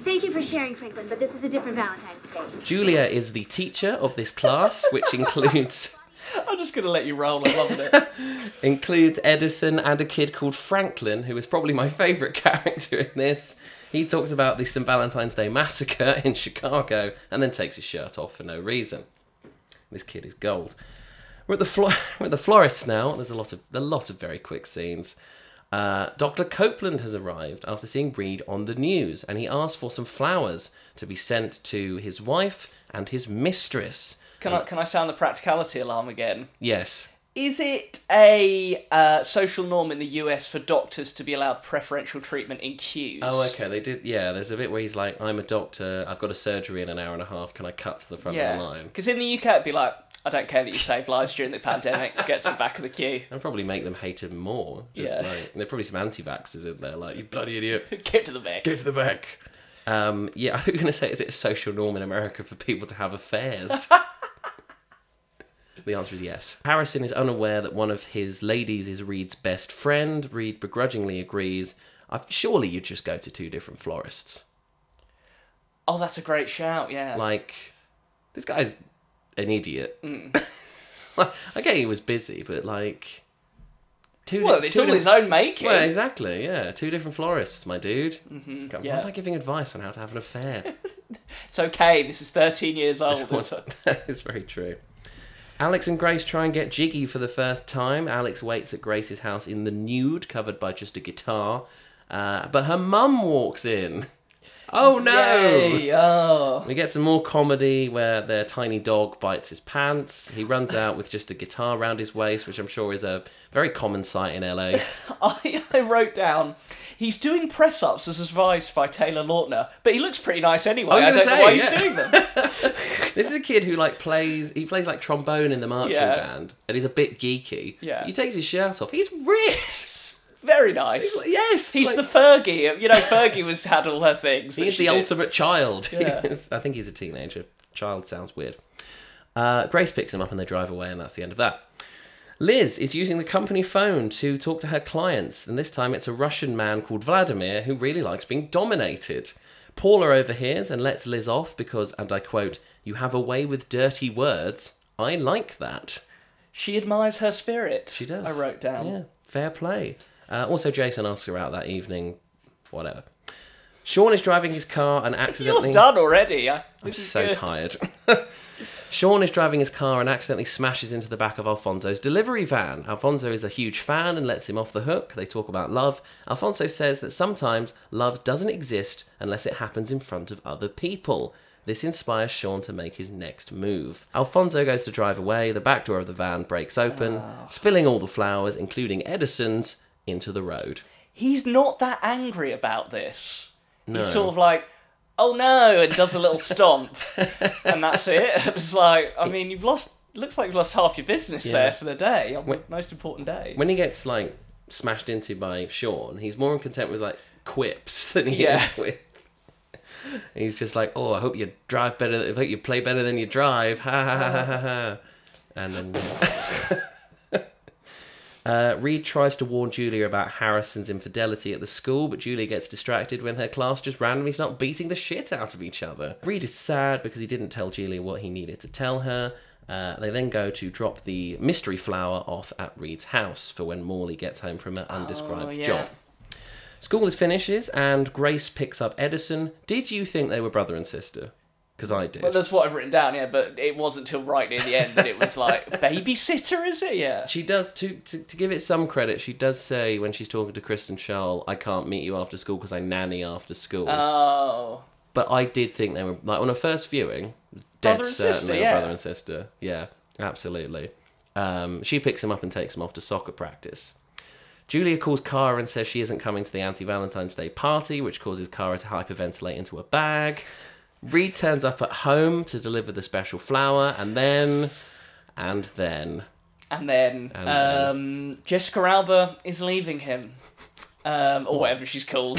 S5: Thank you for sharing, Franklin, but this is a different Valentine's Day.
S1: Julia is the teacher of this class, which includes
S2: I'm just going to let you roll. I loved it.
S1: includes Edison and a kid called Franklin, who is probably my favourite character in this. He talks about the St. Valentine's Day massacre in Chicago and then takes his shirt off for no reason. This kid is gold. We're at the, flo- we're at the florist now. There's a lot of a lot of very quick scenes. Uh, Dr. Copeland has arrived after seeing Reed on the news, and he asks for some flowers to be sent to his wife and his mistress.
S2: Can I, can I sound the practicality alarm again?
S1: Yes,
S2: Is it a uh, social norm in the US for doctors to be allowed preferential treatment in queues?
S1: Oh, okay. They did. Yeah, there's a bit where he's like, "I'm a doctor. I've got a surgery in an hour and a half. Can I cut to the front of the
S2: Yeah.
S1: line?"
S2: Because in the UK, it'd be like, I don't care that you saved lives during the pandemic, get to the back of the queue.
S1: And probably make them hate him more. Just
S2: Yeah.
S1: like there's probably some anti-vaxxers in there, like you bloody idiot,
S2: Get to the back.
S1: go to the back. Um, yeah, I think you're gonna say, is it a social norm in America for people to have affairs? the answer is yes. Harrison is unaware that one of his ladies is Reed's best friend. Reed begrudgingly agrees. i surely you just go to two different florists.
S2: Oh, that's a great shout, yeah.
S1: like this guy's an idiot.
S2: Mm.
S1: I get he was busy, but like two.
S2: well,
S1: di-
S2: it's
S1: two
S2: all
S1: di-
S2: his own making.
S1: Well, exactly. Yeah, two different florists, my dude. Mm-hmm, Why
S2: yeah.
S1: am I giving advice on how to have an affair?
S2: It's okay, this is 13 years old. It's-
S1: that is very true. Alex and Grace try and get jiggy for the first time. Alex waits at Grace's house in the nude, covered by just a guitar. Uh, but her mum walks in. Oh no!
S2: Yay, oh.
S1: We get some more comedy where their tiny dog bites his pants. He runs out with just a guitar around his waist, which I'm sure is a very common sight in LA.
S2: I, I wrote down, he's doing press ups as advised by Taylor Lautner, but he looks pretty nice
S1: was
S2: anyway. I,
S1: gonna
S2: don't know why
S1: say, yeah.
S2: he's doing them.
S1: this is a kid who like plays he plays like trombone in the marching
S2: Yeah.
S1: band and he's a bit geeky.
S2: Yeah.
S1: He takes his shirt off. He's ripped.
S2: Very nice.
S1: yes.
S2: He's
S1: like,
S2: the Fergie. You know, Fergie was had all her things. that
S1: He's
S2: she
S1: the
S2: did.
S1: ultimate child.
S2: Yeah.
S1: Yes, I think he's a teenager. Child sounds weird. Uh, Grace picks him up and they drive away, and that's the end of that. Liz is using the company phone to talk to her clients, and this time it's a Russian man called Vladimir who really likes being dominated. Paula overhears and lets Liz off because, and I quote, you have a way with dirty words. I like that.
S2: She admires her spirit.
S1: She does.
S2: I wrote down.
S1: Yeah, fair play. Uh, also, Jason asks her out that evening, whatever. Sean is driving his car and accidentally.
S2: You're done already. I,
S1: I'm so tired. Sean is driving his car and accidentally smashes into the back of Alfonso's delivery van. Alfonso is a huge fan and lets him off the hook. They talk about love. Alfonso says that sometimes love doesn't exist unless it happens in front of other people. This inspires Sean to make his next move. Alfonso goes to drive away. The back door of the van breaks open, spilling all the flowers, including Edison's, into the road.
S2: He's not that angry about this. He's sort of like, oh no, and does a little stomp, and that's it. It's like, I mean, you've lost. Looks like you've lost half your business there for the day on the most important day.
S1: When he gets like smashed into by Sean, he's more content with like quips than he
S2: Yeah.
S1: is with. He's just like, oh, I hope you drive better. I hope you play better than you drive. Ha ha ha ha ha. ha. And then. Uh, Reed tries to warn Julia about Harrison's infidelity at the school, but Julia gets distracted when her class just randomly start beating the shit out of each other. Reed is sad because he didn't tell Julia what he needed to tell her. Uh, they then go to drop the mystery flower off at Reed's house for when Morley gets home from her undescribed
S2: Oh, yeah.
S1: job. School is finishes and Grace picks up Edison. Did you think they were brother and sister? Because I did.
S2: Well, that's what I've written down, yeah, but it wasn't till right near the end that it was like, babysitter, is it? Yeah.
S1: She does to, to to give it some credit. She does say when she's talking to Kristen Schaal, "I can't meet you after school because I nanny after school."
S2: Oh.
S1: but I did think they were like on a first viewing, dead
S2: Brother and
S1: certain
S2: sister,
S1: they were
S2: yeah.
S1: brother and sister. Yeah, absolutely. Um, she picks him up and takes him off to soccer practice. Julia calls Kara and says she isn't coming to the anti Valentine's Day party, which causes Kara to hyperventilate into a bag. Reed turns up at home to deliver the special flower, and then, and then.
S2: And then
S1: And then.
S2: um, Jessica Alba is leaving him. Um, or whatever she's called.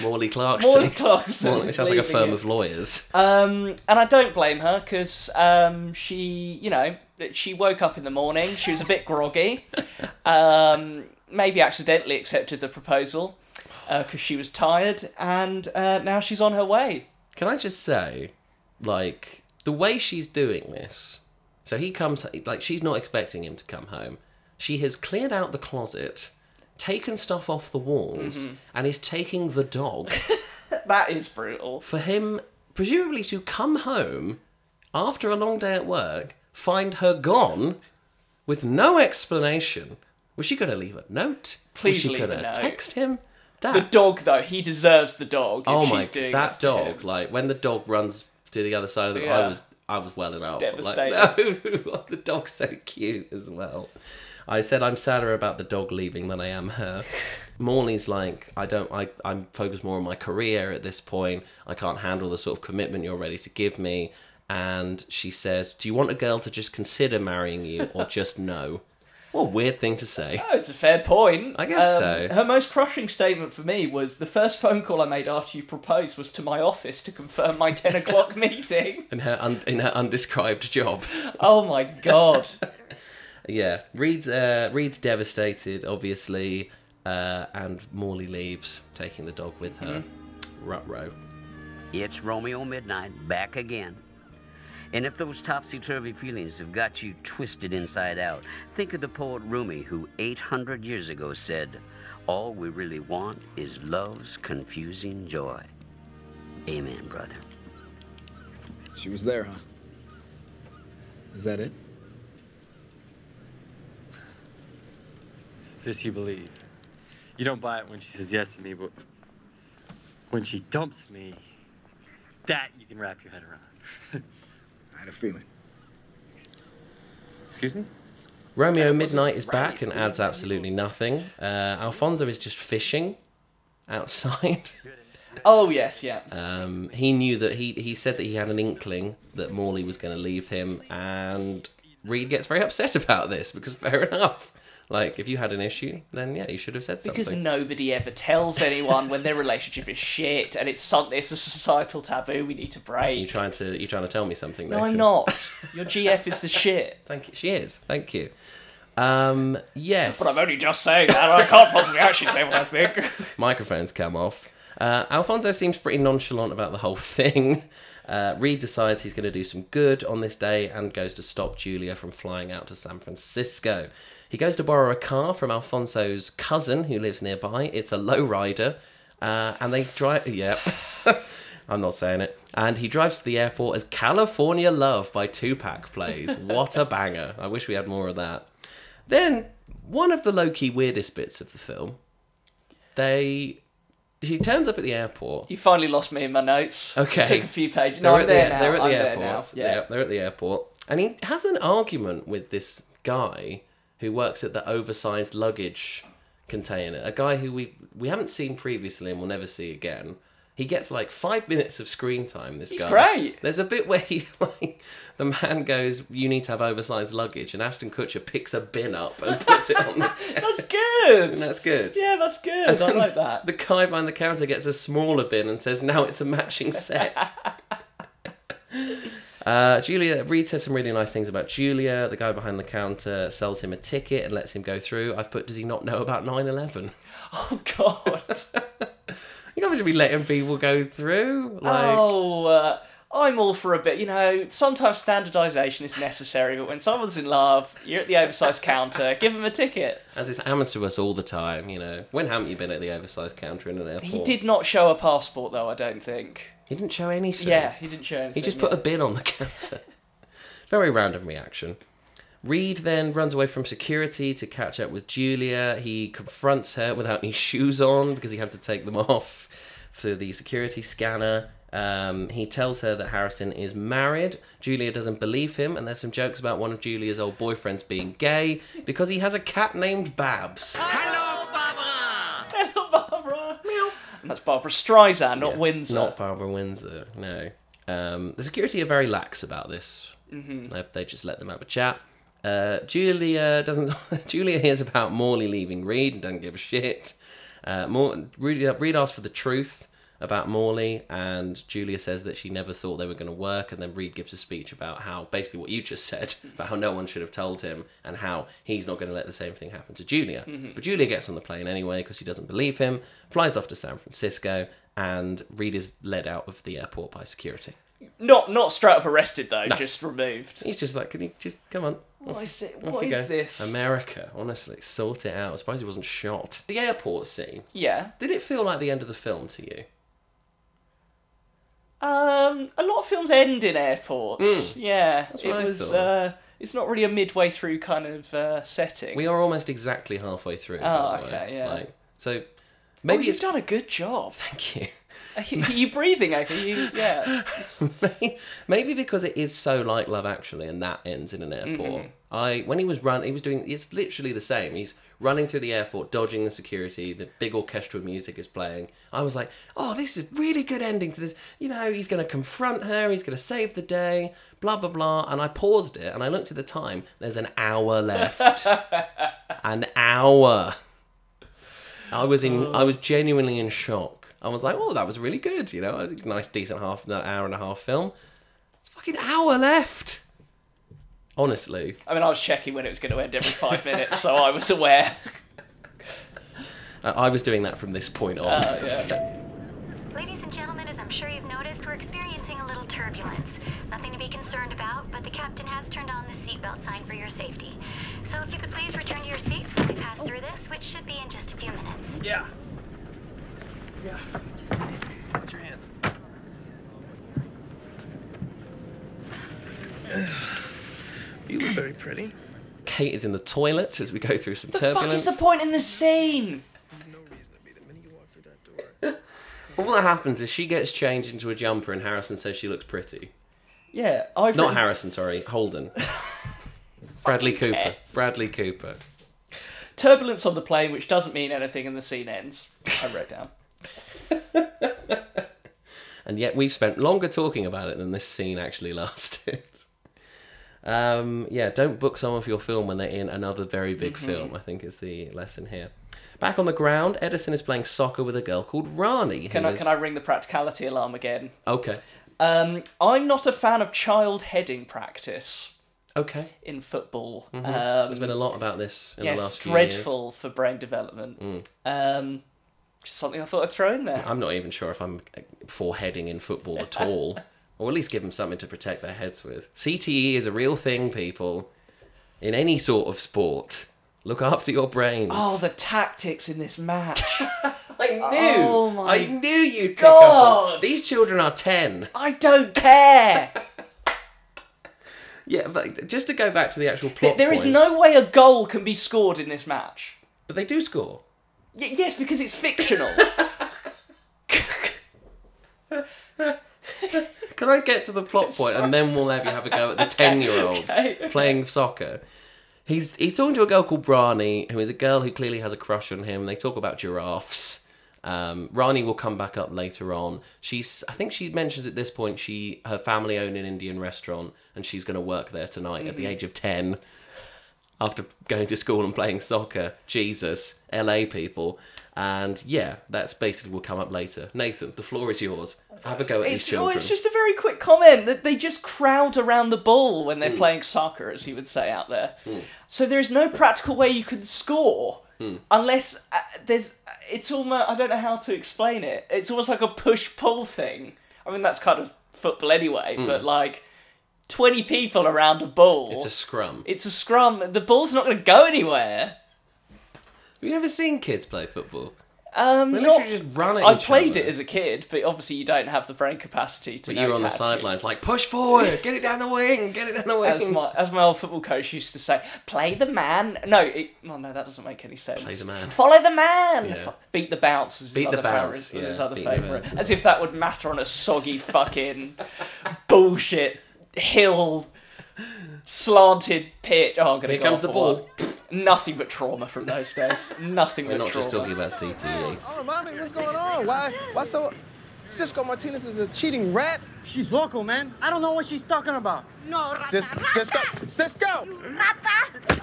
S1: Morley Clarkson.
S2: Morley Clarkson.
S1: Well, it
S2: is
S1: sounds like a
S2: leaving
S1: firm
S2: him.
S1: of lawyers.
S2: Um, and I don't blame her because um, she, you know, that she woke up in the morning. She was a bit groggy. Um, maybe accidentally accepted the proposal because she was tired, and uh, now she's on her way.
S1: Can I just say, like, the way she's doing this, so he comes, like, she's not expecting him to come home. She has cleared out the closet, taken stuff off the walls,
S2: Mm-hmm.
S1: and is taking the dog
S2: That is brutal.
S1: for him, presumably, to come home after a long day at work, find her gone with no explanation. Was she going to leave a note?
S2: Please
S1: Was she
S2: leave
S1: gonna
S2: a note.
S1: text him? That
S2: The dog, though, he deserves the dog. If
S1: Oh
S2: she's
S1: my!
S2: doing
S1: that
S2: this to
S1: dog,
S2: him.
S1: like when the dog runs to the other side of the, I
S2: Yeah.
S1: was, I was well enough. Like,
S2: Devastated.
S1: no, the dog's so cute as well. I said I'm sadder about the dog leaving than I am her. Morley's like, I don't, I, I'm focused more on my career at this point. I can't handle the sort of commitment you're ready to give me. And she says, Do you want a girl to just consider marrying you or just no? What a weird thing to say.
S2: Oh, it's a fair point. Um,
S1: I guess so.
S2: Her most crushing statement for me was the first phone call I made after you proposed was to my office to confirm my 10 o'clock meeting.
S1: In her, un- in her undescribed job.
S2: Oh my god.
S1: Yeah, Reed's uh, Reed's devastated, obviously, uh, and Morley leaves, taking the dog with her.
S2: Mm-hmm.
S1: Rut row.
S3: It's Romeo Midnight back again. And if those topsy turvy feelings have got you twisted inside out, think of the poet Rumi who 800 years ago said, All we really want is love's confusing joy. Amen, brother.
S9: She was there, huh? Is that it?
S7: Is this you believe? You don't buy it when she says yes to me, but when she dumps me, that you can wrap your head around.
S9: I had a feeling.
S7: Excuse me?
S2: Uh,
S1: Romeo Midnight is back and adds absolutely nothing. Uh, Alfonso is just fishing outside.
S2: Oh yes, yeah.
S1: Um, he knew that he he said that he had an inkling that Morley was going to leave him, and Reed gets very upset about this because fair enough. Like if you had an issue, then yeah, you should have said something.
S2: because nobody ever tells anyone when their relationship is shit, and it's something. It's a societal taboo we need to
S1: you
S2: break.
S1: trying to you trying to tell me something?
S2: No, I'm
S1: Nathan?
S2: not. Your GF is the shit.
S1: Thank you. She is. Thank you. Um, yes.
S2: But I'm only just saying that. I can't possibly actually say what I think.
S1: Microphones come off. Uh, Alfonso seems pretty nonchalant about the whole thing. Uh, Reed decides he's going to do some good on this day and goes to stop Julia from flying out to San Francisco. He goes to borrow a car from Alfonso's cousin who lives nearby. It's a lowrider, uh, and they drive. Yep. I'm not saying it. And he drives to the airport as California Love by Tupac plays. What a banger. I wish we had more of that. Then, one of the low key weirdest bits of the film, they. He turns up at the airport.
S2: You finally lost me in my notes.
S1: Okay.
S2: It took a few pages. No, I'm there now.
S1: they're at the
S2: I'm
S1: airport.
S2: there now. Yeah.
S1: They're, they're at the airport. And he has an argument with this guy who works at the oversized luggage container. A guy who we we haven't seen previously and will never see again. He gets like five minutes of screen time. This
S2: He's
S1: guy.
S2: great.
S1: There's a bit where he like the man goes, "You need to have oversized luggage," and Ashton Kutcher picks a bin up and puts it on the desk.
S2: That's good.
S1: And that's good.
S2: yeah, that's
S1: And
S2: good. I
S1: then
S2: like that.
S1: The guy behind the counter gets a smaller bin and says, "Now it's a matching set." Uh, Julia, Reed says some really nice things about Julia. The guy behind the counter sells him a ticket and lets him go through. I've put, does he not know about 9 11?
S2: Oh God.
S1: You guys should be letting people go through. Like,
S2: oh, uh, I'm all for a bit. You know, sometimes standardisation is necessary, but when someone's in love, you're at the oversized counter. Give them a ticket.
S1: as this happens to us all the time, you know. When haven't you been at the oversized counter in an airport?
S2: He did not show a passport, though. I don't think.
S1: He didn't show anything.
S2: Yeah, he didn't show anything.
S1: He just put a bin on the counter. Very random reaction. Reed then runs away from security to catch up with Julia. He confronts her without any shoes on because he had to take them off for the security scanner. Um, he tells her that Harrison is married. Julia doesn't believe him, and there's some jokes about one of Julia's old boyfriends being gay because he has a cat named Babs.
S2: yeah. Hello, Barbara. And that's Barbara Streisand, not
S1: Yeah,
S2: Windsor.
S1: Not Barbara Windsor, no. Um, the security are very lax about this. Mm-hmm. They, they just let them have a chat. Uh, Julia doesn't. Julia hears about Morley leaving Reed and doesn't give a shit. Uh, Mor- Reed, Reed asks for the truth about Morley, and Julia says that she never thought they were going to work. And then Reed gives a speech about how basically what you just said about how no one should have told him and how he's not going to let the same thing happen to Julia.
S2: Mm-hmm.
S1: But Julia gets on the plane anyway because she doesn't believe him, flies off to San Francisco, and Reed is led out of the airport by security.
S2: Not not straight up arrested though, just removed.
S1: He's just like, can you just come on?
S2: What is, thi-
S1: Off
S2: what
S1: you go.
S2: is this?
S1: America, honestly, sort it out. I'm surprised he wasn't shot. The airport scene.
S2: yeah.
S1: Did it feel like the end of the film to you?
S2: Um, a lot of films end in airports. Yeah, it
S1: Mm. what I
S2: was.
S1: thought.
S2: Uh, it's not really a midway through kind of uh, setting.
S1: We are almost exactly halfway through.
S2: Oh,
S1: by the way.
S2: okay, yeah.
S1: Like, so
S2: oh,
S1: maybe
S2: you've
S1: it's
S2: done a good job.
S1: thank you.
S2: Are you, are you breathing? Okay, you, yeah.
S1: maybe because it is so like Love Actually, and that ends in an
S2: Mm-hmm.
S1: airport. I when he was run, he was doing. It's literally the same. He's running through the airport, dodging the security. The big orchestral music is playing. I was like, oh, this is a really good ending to this. You know, he's going to confront her. He's going to save the day. Blah blah blah. And I paused it and I looked at the time. There's an hour left. an hour. I was in.
S2: Oh.
S1: I was genuinely in shock. I was like, "Oh, that was really good." You know, a nice, decent half an hour and a half film. It's fucking hour left. Honestly,
S2: I mean, I was checking when it was going to end every five minutes, so I was aware.
S1: I, I was doing that from this point on.
S2: Uh, yeah.
S5: Ladies and gentlemen, as I'm sure you've noticed, we're experiencing a little turbulence. Nothing to be concerned about, but the captain has turned on the seatbelt sign for your safety. So if you could please return to your seats when we pass through this, which should be in just a few minutes.
S7: Yeah. Yeah. Just put your hands.
S10: You look very pretty.
S1: Kate is in the toilet as we go through some
S2: The fuck
S1: turbulence.
S2: is the point in the scene?
S10: No reason to be. The minute you walk through that door.
S1: All that happens is she gets changed into a jumper, and Harrison says she looks pretty.
S2: Yeah, I've
S1: Not
S2: written-
S1: Harrison, sorry, Holden. Bradley Cooper.
S2: yes.
S1: Bradley Cooper.
S2: turbulence on the plane, which doesn't mean anything, and the scene ends. I wrote down.
S1: and yet we've spent longer talking about it than this scene actually lasted. Um, yeah, don't book someone for your film when they're in another very big
S2: Mm-hmm.
S1: film. I think is the lesson here. Back on the ground, Edison is playing soccer with a girl called Rani. who
S2: Can I
S1: is-
S2: can I ring the practicality alarm again?
S1: Okay,
S2: Um, I'm not a fan of child heading practice
S1: okay.
S2: in football.
S1: There's
S2: Um,
S1: Mm-hmm. been a lot about this in
S2: yes,
S1: the last few years. Mm.
S2: dreadful for brain development. Um, just something I thought I'd throw in there.
S1: I'm not even sure if I'm for heading in football at all, or at least give them something to protect their heads with. CTE is a real thing, people. In any sort of sport, look after your brains.
S2: Oh, the tactics in this match.
S1: I knew.
S2: Oh my
S1: I knew you'd pick up. on-
S2: God.
S1: These children are ten.
S2: I don't care.
S1: Yeah, but just to go back to the actual
S2: There
S1: plot.
S2: is
S1: point,
S2: no way a goal can be scored in this match.
S1: But they do score.
S2: Y- yes, because it's fictional.
S1: Can I get to the plot point and then we'll let you have a go at the ten-year-olds
S2: okay.
S1: playing soccer? He's he's talking to a girl called Brani, who is a girl who clearly has a crush on him. They talk about giraffes. Um, Rani will come back up later on. She's, I think she mentions at this point she her family own an Indian restaurant and she's going to work there tonight at the
S2: Mhm.
S1: age of ten. After going to school and playing soccer, Jesus, LA people, and yeah, that's basically will come up later. Nathan, the floor is yours. Have a go at these
S2: It's, oh,
S1: children.
S2: it's just a very quick comment that they just crowd around the ball when they're
S1: Hmm.
S2: playing soccer, as you would say out there.
S1: Mm.
S2: So there is no practical way you can score
S1: Hmm.
S2: unless uh, there's. It's almost. I don't know how to explain it. It's almost like a push pull thing. I mean, that's kind of football anyway,
S1: Hmm.
S2: but like 20 people around a ball.
S1: It's a scrum.
S2: It's a scrum. The ball's not going to go anywhere.
S1: Have you ever seen kids play football?
S2: Um,
S1: They
S2: not-
S1: literally just run at
S2: I
S1: each
S2: played
S1: other.
S2: it as a kid, but obviously you don't have the brain capacity to.
S1: But
S2: know
S1: you're on the
S2: tactics.
S1: sidelines, like push forward, get it down the wing, get it down the wing.
S2: As my as my old football coach used to say, play the man. No, it, well, no, that doesn't make any sense.
S1: Play the man.
S2: Follow the man.
S1: Yeah.
S2: Fo- Beat the bounce was his
S1: Beat the
S2: other
S1: bounce,
S2: favourite.
S1: yeah,
S2: his other
S1: beat the
S2: favourite.
S1: bounce.
S2: As if that would matter on a soggy fucking bullshit hill slanted pitch. Oh, I'm gonna
S1: Here
S2: go
S1: comes
S2: off
S1: the
S2: for
S1: ball.
S2: one. Nothing but trauma from those days. Nothing
S1: We're
S2: but
S1: not
S2: trauma.
S1: just talking about E. CTE.
S10: Oh, mommy, what's going on? Why? Why so? Cisco Martinez is a cheating rat. She's local, man. I don't know what she's talking about.
S11: No,
S10: Cisco, Cisco, Cisco! Oh, what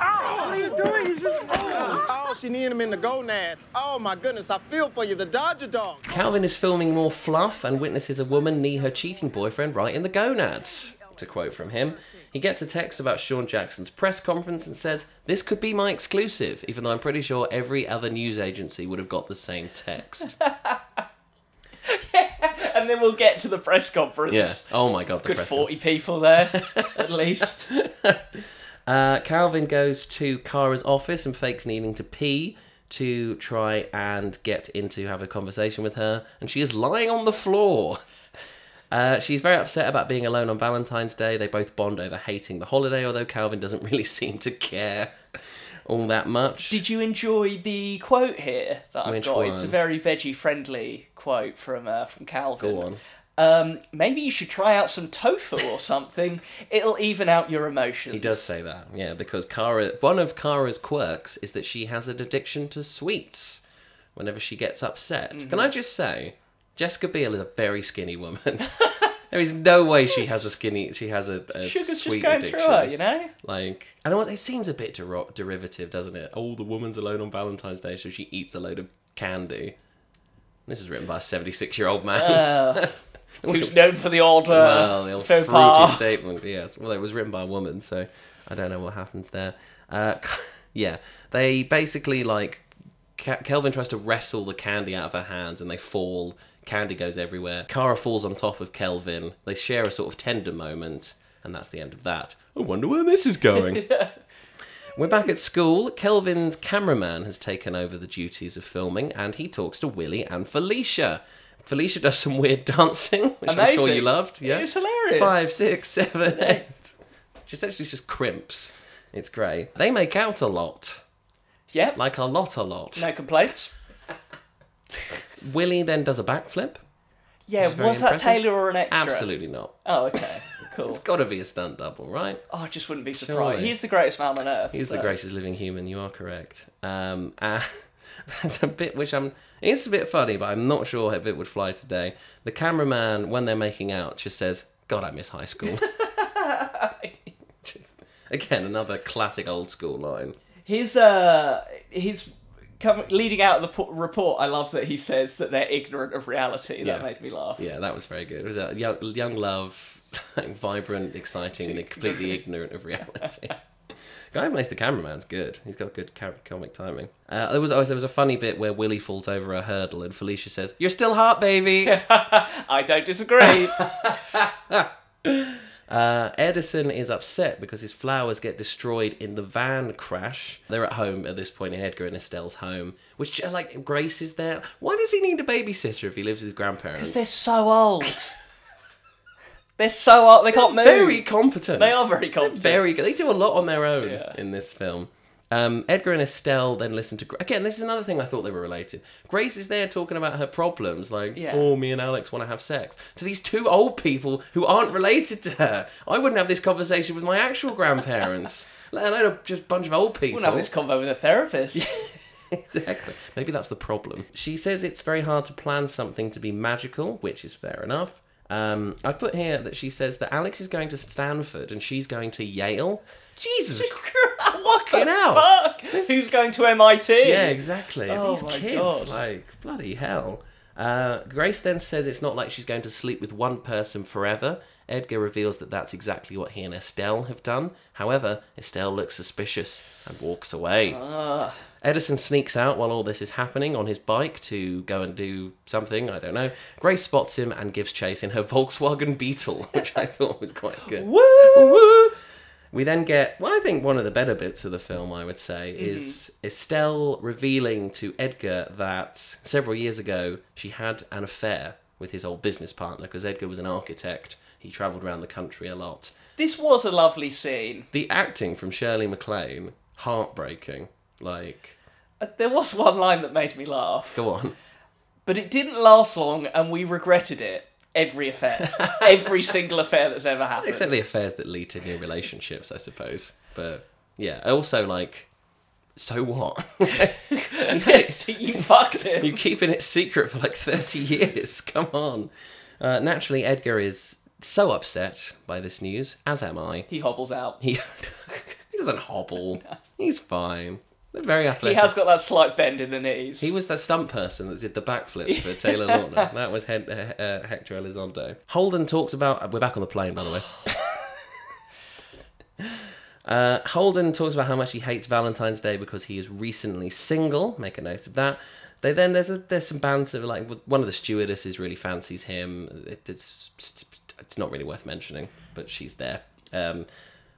S10: are you doing? He's just. Oh, oh she needed him in the gonads. Oh my goodness, I feel for you, the Dodger dog.
S1: Calvin is filming more fluff and witnesses a woman knee her cheating boyfriend right in the gonads. To quote from him, he gets a text about Sean Jackson's press conference and says, This could be my exclusive, even though I'm pretty sure every other news agency would have got the same text.
S2: And then we'll get to the press conference.
S1: Yeah. Oh my god, the
S2: Good
S1: press
S2: forty people there, at least.
S1: Uh, Calvin goes to Kara's office and fakes needing to pee to try and get into have a conversation with her, and she is lying on the floor. Uh, she's very upset about being alone on Valentine's Day. They both bond over hating the holiday, although Calvin doesn't really seem to care all that much.
S2: Did you enjoy the quote here that I've
S1: Which
S2: got? It's a
S1: one?
S2: very veggie friendly quote from uh, from Calvin.
S1: Go on.
S2: Um, maybe you should try out some tofu or something. It'll even out your emotions.
S1: He does say that, yeah, because Kara, one of Kara's quirks is that she has an addiction to sweets whenever she gets upset. Can
S2: Mm-hmm.
S1: I just say, Jessica Biel is a very skinny woman. there is no way she has a skinny, she has a, a
S2: Sugar's just
S1: sweet
S2: going
S1: addiction.
S2: through her, you know.
S1: Like, and also it seems a bit dero- derivative, doesn't it? Oh, the woman's alone on Valentine's Day, so she eats a load of candy. This is written by a 76 year old man.
S2: Uh, who's known for the old, uh,
S1: well, the old
S2: faux
S1: fruity
S2: pas.
S1: statement, yes. Well, it was written by a woman, so I don't know what happens there. Uh, yeah, they basically like. Ca- Kelvin tries to wrestle the candy out of her hands and they fall. Candy goes everywhere. Kara falls on top of Kelvin. They share a sort of tender moment, and that's the end of that. I wonder where this is going. We're back at school. Kelvin's cameraman has taken over the duties of filming and he talks to Willie and Felicia. Felicia does some weird dancing, which I'm sure
S2: Amazing.
S1: you loved. Yeah.
S2: It's hilarious.
S1: Five, six, seven, eight. She essentially just crimps. It's great. They make out a lot.
S2: Yep.
S1: Like a lot, a lot.
S2: No complaints.
S1: Willie then does a backflip.
S2: Yeah,
S1: which is very
S2: was that
S1: impressive.
S2: Taylor or an extra?
S1: Absolutely not.
S2: Oh, okay, cool.
S1: It's got to be a stunt double, right?
S2: Oh, I just wouldn't be surprised.
S1: Surely.
S2: He's the greatest man on earth.
S1: He's the
S2: so.
S1: greatest living human. You are correct. Um, uh, that's a bit which I'm. It's a bit funny, but I'm not sure if it would fly today. The cameraman, when they're making out, just says, "God, I miss high school." Just- again, another classic old school line.
S2: His uh, his come, leading out of the po- report. I love that he says that they're ignorant of reality. That
S1: Yeah.
S2: made me laugh.
S1: Yeah, that was very good. It was a young, young love, like, vibrant, exciting, and completely ignorant of reality. Guy who plays the cameraman's good. He's got good cam- comic timing. Uh, there was always there was a funny bit where Willie falls over a hurdle and Felicia says, "You're still hot, baby."
S2: I don't disagree.
S1: Uh, Edison is upset because his flowers get destroyed in the van crash. They're at home at this point in Edgar and Estelle's home, which uh, like Grace is there. Why does he need a babysitter if he lives with his grandparents?
S2: Because they're so old. they're so old. They can't move.
S1: very competent.
S2: They are very competent.
S1: very good. They do a lot on their own in this film. Um, Edgar and Estelle then listen to Gra- again. This is another thing I thought they were related. Grace is there talking about her problems, like,
S2: Yeah.
S1: "Oh, me and Alex want to have sex." To these two old people who aren't related to her, I wouldn't have this conversation with my actual grandparents, let alone a, just bunch of old people.
S2: Wouldn't have this convo with a therapist.
S1: exactly. Maybe that's the problem. She says it's very hard to plan something to be magical, which is fair enough. Um, I've put here that she says that Alex is going to Stanford and she's going to Yale. Jesus
S2: Fucking
S1: hell.
S2: Fuck! Who's going to MIT?
S1: Yeah, exactly.
S2: Oh
S1: These
S2: my
S1: kids,
S2: God.
S1: like, bloody hell. Uh, Grace then says it's not like she's going to sleep with one person forever. Edgar reveals that that's exactly what he and Estelle have done. However, Estelle looks suspicious and walks away.
S2: Ah.
S1: Edison sneaks out while all this is happening on his bike to go and do something, I don't know. Grace spots him and gives chase in her Volkswagen Beetle, which I thought was quite good.
S2: Woo!
S1: We then get, well, I think one of the better bits of the film, I would say, is Estelle revealing to Edgar that several years ago she had an affair with his old business partner because Edgar was an architect. He travelled around the country a lot.
S2: This was a lovely scene.
S1: The acting from Shirley MacLaine, heartbreaking. Like,
S2: Uh, There was one line that made me laugh,
S1: go on.
S2: but it didn't last long, and we regretted it. Every affair, every single affair that's ever happened.
S1: Except the affairs that lead to new relationships, I suppose. But yeah, also like, so what?
S2: yes, you fucked him.
S1: You're keeping it secret for like 30 years. Come on. Uh, naturally, Edgar is so upset by this news, as am I.
S2: He hobbles out.
S1: He, he doesn't hobble. He's fine. They're very
S2: He
S1: athletic.
S2: has got that slight bend in the knees.
S1: He was the stunt person that did the backflips for Taylor Lautner. That was Hen- uh, uh, Hector Elizondo. Holden talks about. We're back on the plane, by the way. Uh, Holden talks about how much he hates Valentine's Day because he is recently single. Make a note of that. They then there's a, there's some banter like one of the stewardesses really fancies him. It, it's it's not really worth mentioning, but she's there. Um,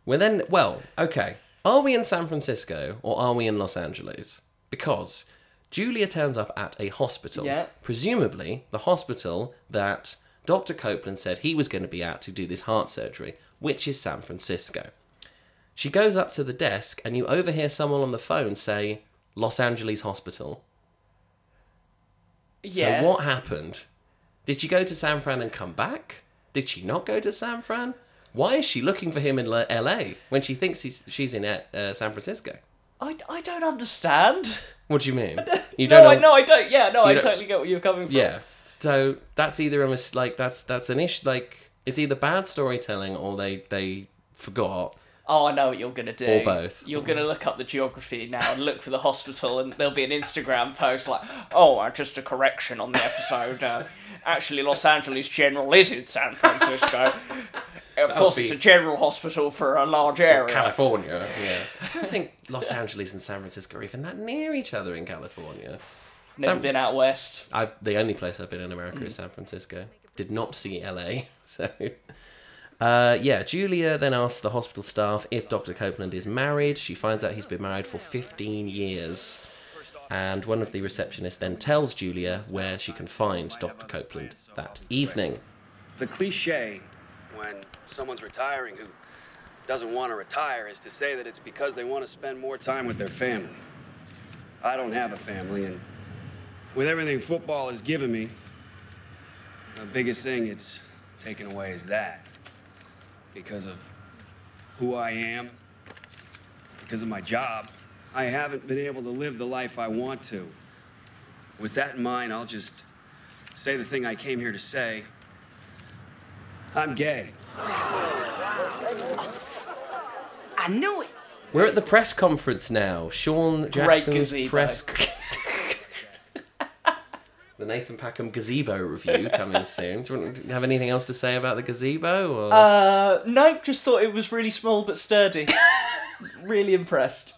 S1: we're then well okay. Are we in San Francisco or are we in Los Angeles? Because Julia turns up at a hospital.
S2: Yeah.
S1: Presumably the hospital that Dr. Copeland said he was going to be at to do this heart surgery, which is San Francisco. She goes up to the desk, and you overhear someone on the phone say, Los Angeles Hospital.
S2: yeah.
S1: So, what happened? Did she go to San Fran and come back? Did she not go to San Fran? Why is she looking for him in L- LA when she thinks he's, she's in uh, San Francisco?
S2: I, I don't understand.
S1: What do you mean? You
S2: no, I, no, I don't. Yeah, no, I
S1: don't-
S2: totally get where you're coming from.
S1: Yeah. So that's either a mis- like that's that's an issue. Like it's either bad storytelling or they they forgot.
S2: Oh, I know what you're gonna do.
S1: Or both.
S2: You're gonna look up the geography now and look for the hospital, and there'll be an Instagram post like, "Oh, uh, just a correction on the episode. Uh, actually, Los Angeles General is in San Francisco. of course,
S1: be-
S2: it's a general hospital for a large area.
S1: California. Yeah. I don't think Los Angeles and San Francisco are even that near each other in California.
S2: Never
S1: San-
S2: been out west.
S1: I've the only place I've been in America is San Francisco. Did not see LA. So uh, yeah, Julia then asks the hospital staff if Dr. Copeland is married. She finds out he's been married for 15 years. And one of the receptionists then tells Julia where she can find Dr. Copeland that evening.
S11: The cliche when someone's retiring who doesn't want to retire is to say that it's because they want to spend more time with their family. I don't have a family, and with everything football has given me, the biggest thing it's taken away is that. Because of who I am, because of my job, I haven't been able to live the life I want to. With that in mind, I'll just say the thing I came here to say. I'm gay.
S12: I knew it.
S1: We're at the press conference now. Sean Jackson's
S2: gazebo.
S1: press. the Nathan Packham gazebo review coming soon. Do you want to have anything else to say about the gazebo? Or?
S2: Uh, Nike just thought it was really small but sturdy. really impressed.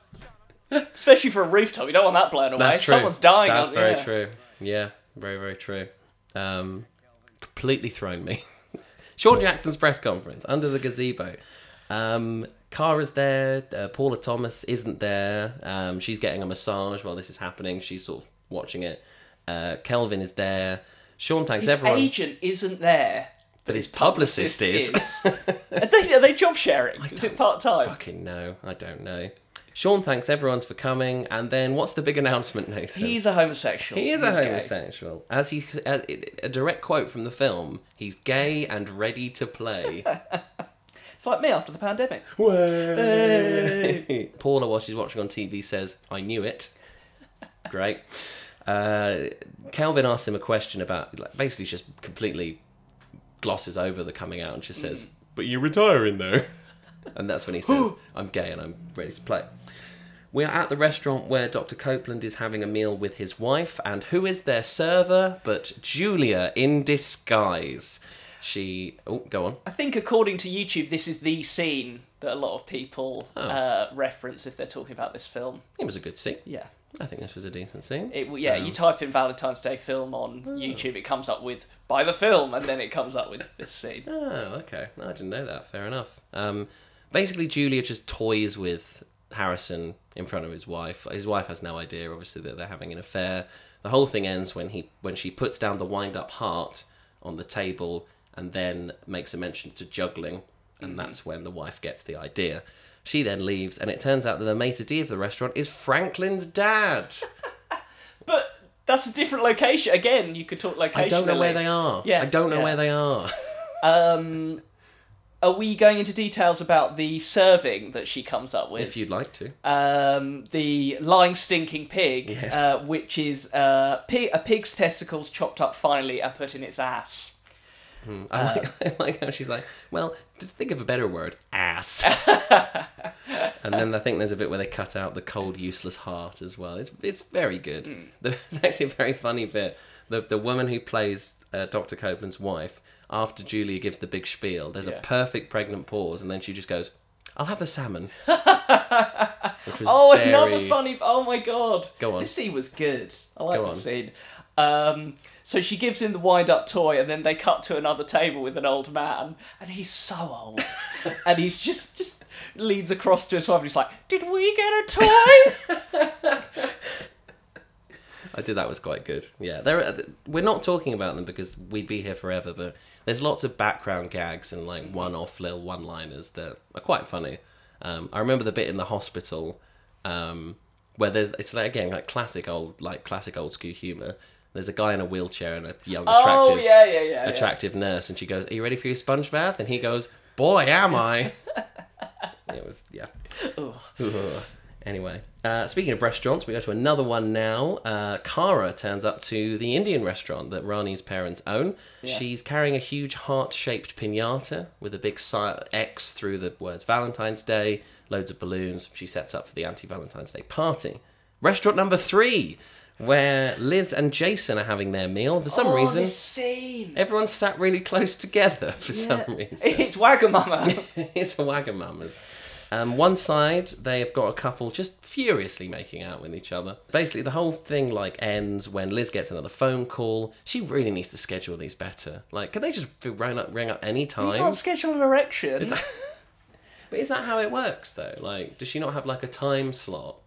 S2: Especially for a rooftop, you don't want that blown away.
S1: That's true.
S2: Someone's dying.
S1: That's
S2: out
S1: very
S2: there.
S1: true. Yeah, very very true. Um, completely thrown me. Sean Jackson's press conference under the gazebo. Um, Cara's there. Uh, Paula Thomas isn't there. Um, she's getting a massage while this is happening. She's sort of watching it. Uh, Kelvin is there. Sean thanks
S2: His
S1: everyone,
S2: agent isn't there.
S1: but his publicist,
S2: publicist
S1: is.
S2: Are they, are they job sharing? Is it part time?
S1: Fucking no, I don't know. Sean thanks everyone's for coming, and then what's the big announcement, Nathan?
S2: He's a homosexual.
S1: He is a
S2: He's gay.
S1: homosexual. As he, as, a direct quote from the film: "He's gay and ready to play."
S2: It's like me after the pandemic.
S1: Hey. Paula, while she's watching on TV, says, "I knew it." Great. Uh, Calvin asks him a question about, like, basically, just completely glosses over the coming out and just says, Mm. "But you're retiring though," and that's when he says, "I'm gay and I'm ready to play." We are at the restaurant where Dr. Copeland is having a meal with his wife, and who is their server but Julia in disguise? She. Oh, go on.
S2: I think, according to YouTube, this is the scene that a lot of people
S1: Oh.
S2: uh, reference if they're talking about this film.
S1: It was a good scene.
S2: Yeah.
S1: I think this was a decent scene.
S2: It, w- yeah,
S1: Um,
S2: you type in Valentine's Day film
S1: Oh.
S2: on YouTube, it comes up with by the film, and then it comes up with this scene.
S1: Oh, okay. No, I didn't know that. Fair enough. Um, basically, Julia just toys with Harrison in front of his wife. His wife has no idea, obviously, that they're having an affair. The whole thing ends when he when she puts down the wind up heart on the table and then makes a mention to juggling, and
S2: Mm-hmm.
S1: that's when the wife gets the idea. She then leaves, and it turns out that the maitre d' of the restaurant is Franklin's dad.
S2: But that's a different location. Again, you could talk location.
S1: I don't know where they are.
S2: Yeah,
S1: I don't know
S2: yeah.
S1: where they are.
S2: Um, are we going into details about the serving that she comes up with?
S1: If you'd like to.
S2: um, the lying stinking pig,
S1: Yes.
S2: uh, which is uh, pig, a pig's testicles chopped up finely and put in its ass.
S1: Hmm. I,
S2: Uh,
S1: like, I like how she's like, well, just think of a better word, ass. and then I think there's a bit where they cut out the cold, useless heart as well. It's it's very good.
S2: Hmm.
S1: There's actually a very funny bit. The the woman who plays uh, Dr. Copeland's wife, after Julia gives the big spiel, there's
S2: Yeah.
S1: a perfect pregnant pause, and then she just goes, "I'll have the salmon." Which was
S2: Oh, another
S1: very-
S2: funny. Oh my god.
S1: Go on.
S2: This scene was good. I like
S1: Go
S2: this
S1: on.
S2: scene. Um, so she gives him the wind up toy, and then they cut to another table with an old man, and he's so old. and he's just, just leans across to his wife, and he's like, Did we get a toy?
S1: I did. That was quite good. Yeah, there. Are, we're not talking about them because we'd be here forever. But there's lots of background gags and like one-off little one-liners that are quite funny. Um, I remember the bit in the hospital um, where there's it's like again like classic old like classic old school humor. There's a guy in a wheelchair and a young
S2: Oh,
S1: attractive
S2: yeah, yeah, yeah, yeah.
S1: attractive nurse, and she goes, "Are you ready for your sponge bath?" And he goes, "Boy, am I!" it was yeah.
S2: Ugh.
S1: Ugh. anyway, uh, speaking of restaurants, we go to another one now. Uh, Kara turns up to the Indian restaurant that Rani's parents own.
S2: Yeah.
S1: She's carrying a huge heart-shaped pinata with a big si- X through the words Valentine's Day, loads of balloons. She sets up for the anti-Valentine's Day party. Restaurant number three, where Liz and Jason are having their meal. For some
S2: Oh,
S1: reason,
S2: this scene.
S1: everyone sat really close together for some
S2: Yeah.
S1: reason.
S2: It's Wagamama.
S1: it's Wagamamas. Um, one side, they have got a couple just furiously making out with each other. Basically, the whole thing like ends when Liz gets another phone call. She really needs to schedule these better. Like, can they just ring up, ring up any
S2: You
S1: time?
S2: can't schedule an erection.
S1: But is that how it works though? Like, does she not have like a time slot?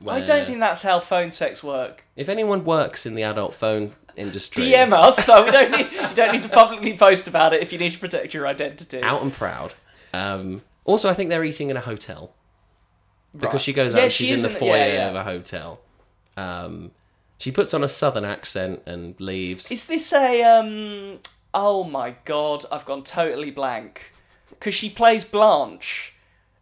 S2: I
S1: where-
S2: don't think that's how phone sex work.
S1: If anyone works in the adult phone industry,
S2: DM us, so we don't need, you don't need to publicly post about it if you need to protect your identity.
S1: out and proud. Um, also, I think they're eating in a hotel because
S2: Right.
S1: she goes out.
S2: Yeah,
S1: and
S2: she
S1: she's in the
S2: is in-
S1: foyer
S2: yeah, yeah.
S1: of a hotel. Um, she puts on a southern accent and leaves.
S2: Is this a um? Oh my god, I've gone totally blank. Because she plays Blanche.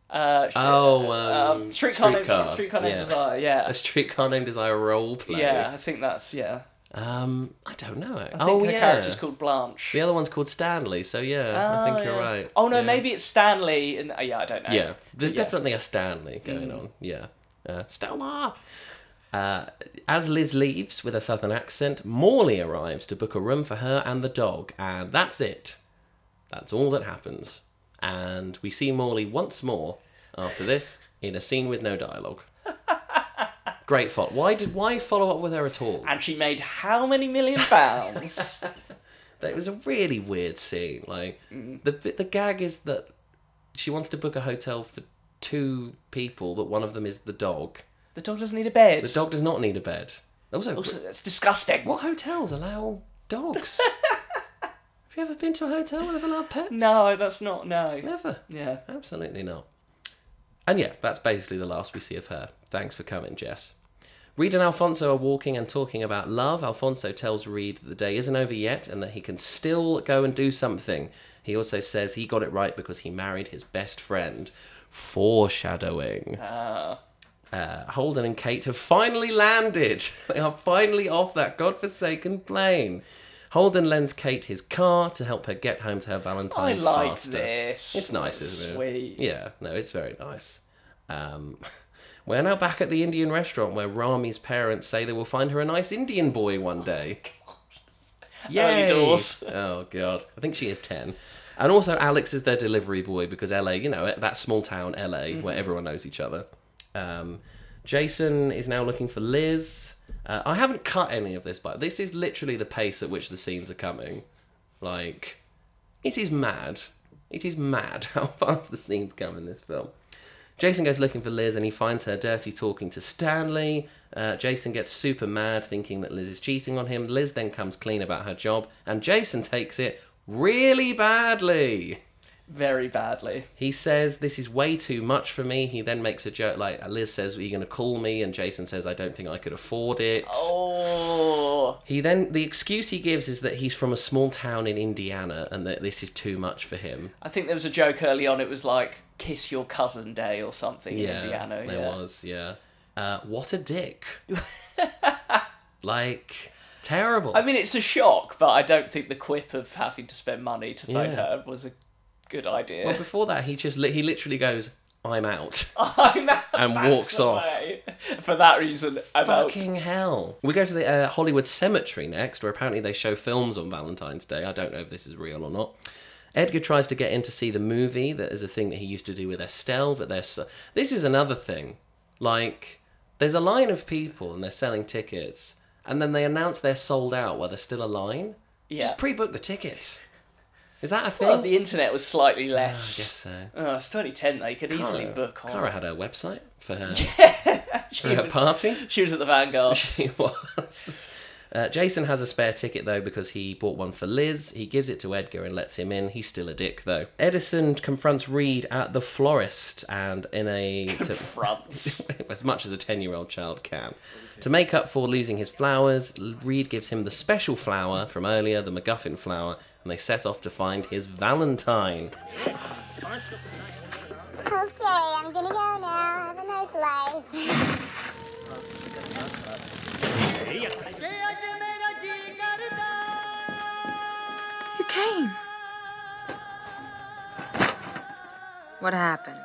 S2: Uh,
S1: oh, um,
S2: Streetcar Named- Streetcar Named Desire, yeah.
S1: a streetcar named Desire role play.
S2: yeah, I think that's yeah.
S1: Um, I don't know.
S2: I think
S1: oh,
S2: her
S1: yeah.
S2: character's called Blanche.
S1: The other one's called Stanley. So yeah, I
S2: Oh,
S1: think you're
S2: yeah.
S1: right.
S2: Oh no,
S1: Yeah.
S2: maybe it's Stanley. And oh, yeah, I don't know.
S1: Yeah, there's
S2: But yeah.
S1: definitely a Stanley going
S2: Mm.
S1: on. Yeah, uh, Stella. Uh, as Liz leaves with a southern accent, Morley arrives to book a room for her and the dog, and that's it. That's all that happens. And we see Morley once more after this in a scene with no dialogue. Great fault. Why did why follow up with her at all?
S2: And she made how many million pounds?
S1: That was a really weird scene. Like
S2: Mm.
S1: the bit- the gag is that she wants to book a hotel for two people, but one of them is the dog.
S2: the dog doesn't need a bed.
S1: The dog does not need a bed. Also,
S2: Also, that's disgusting.
S1: what hotels allow dogs? Have you ever been to a hotel with allowed pets?
S2: No, that's not no.
S1: Never.
S2: Yeah.
S1: Absolutely not. And yeah, that's basically the last we see of her. Thanks for coming, Jess. Reed and Alfonso are walking and talking about love. Alfonso tells Reed that the day isn't over yet and that he can still go and do something. He also says he got it right because he married his best friend. Foreshadowing.
S2: Ah.
S1: Uh, Holden and Kate have finally landed. They are finally off that godforsaken plane. Holden lends Kate his car to help her get home to her Valentine
S2: I like
S1: faster.
S2: this.
S1: It's nice, isn't
S2: Sweet.
S1: it? Yeah, no, it's very nice. Um, we're now back at the Indian restaurant where Rami's parents say they will find her a nice Indian boy one day.
S2: Oh Early doors.
S1: Oh god, I think she is ten. And also, Alex is their delivery boy because LA, you know, that small town LA where
S2: Mhm.
S1: everyone knows each other. Um, Jason is now looking for Liz. Uh, I haven't cut any of this, but this is literally the pace at which the scenes are coming. Like, it is mad. It is mad how fast the scenes come in this film. Jason goes looking for Liz and he finds her dirty talking to Stanley. Uh, Jason gets super mad, thinking that Liz is cheating on him. Liz then comes clean about her job, and Jason takes it really badly.
S2: Very badly.
S1: He says, This is way too much for me. He then makes a joke like, Liz says, Are you going to call me? And Jason says, I don't think I could afford it.
S2: Oh.
S1: He then, the excuse he gives is that he's from a small town in Indiana and that this is too much for him.
S2: I think there was a joke early on. It was like Kiss Your Cousin Day or something
S1: yeah,
S2: in Indiana.
S1: There
S2: yeah.
S1: was, yeah. Uh, what a dick. like, terrible.
S2: I mean, it's a shock, but I don't think the quip of having to spend money to phone
S1: Yeah.
S2: her was a good idea.
S1: well, before that, he just li- he literally goes, "I'm out,"
S2: I'm out
S1: and walks off.
S2: away. For that reason, I'm out.
S1: Fucking hell. We go to the uh, Hollywood Cemetery next, where apparently they show films on Valentine's Day. I don't know if this is real or not. Edgar tries to get in to see the movie. That is a thing that he used to do with Estelle, but there's this is another thing. Like, there's a line of people and they're selling tickets, and then they announce they're sold out while there's still a line.
S2: Yeah.
S1: Just pre-book the tickets. Is that a thing?
S2: Well, the internet was slightly less.
S1: Ah, I guess so.
S2: Oh, it's 2010. They could easily
S1: Cara-
S2: book on.
S1: Cara had her website for her,
S2: She
S1: for her
S2: was-
S1: party.
S2: She was at the Vanguard.
S1: She was. Uh, Jason has a spare ticket though because he bought one for Liz. He gives it to Edgar and lets him in. He's still a dick though. Edison confronts Reed at the florist and in a to-
S2: Confronts.
S1: as much as a ten-year-old child can. To make up for losing his flowers, Reed gives him the special flower from earlier, the MacGuffin flower, and they set off to find his Valentine.
S13: Okay, I'm gonna go now. Have a nice life.
S14: You came. What happened?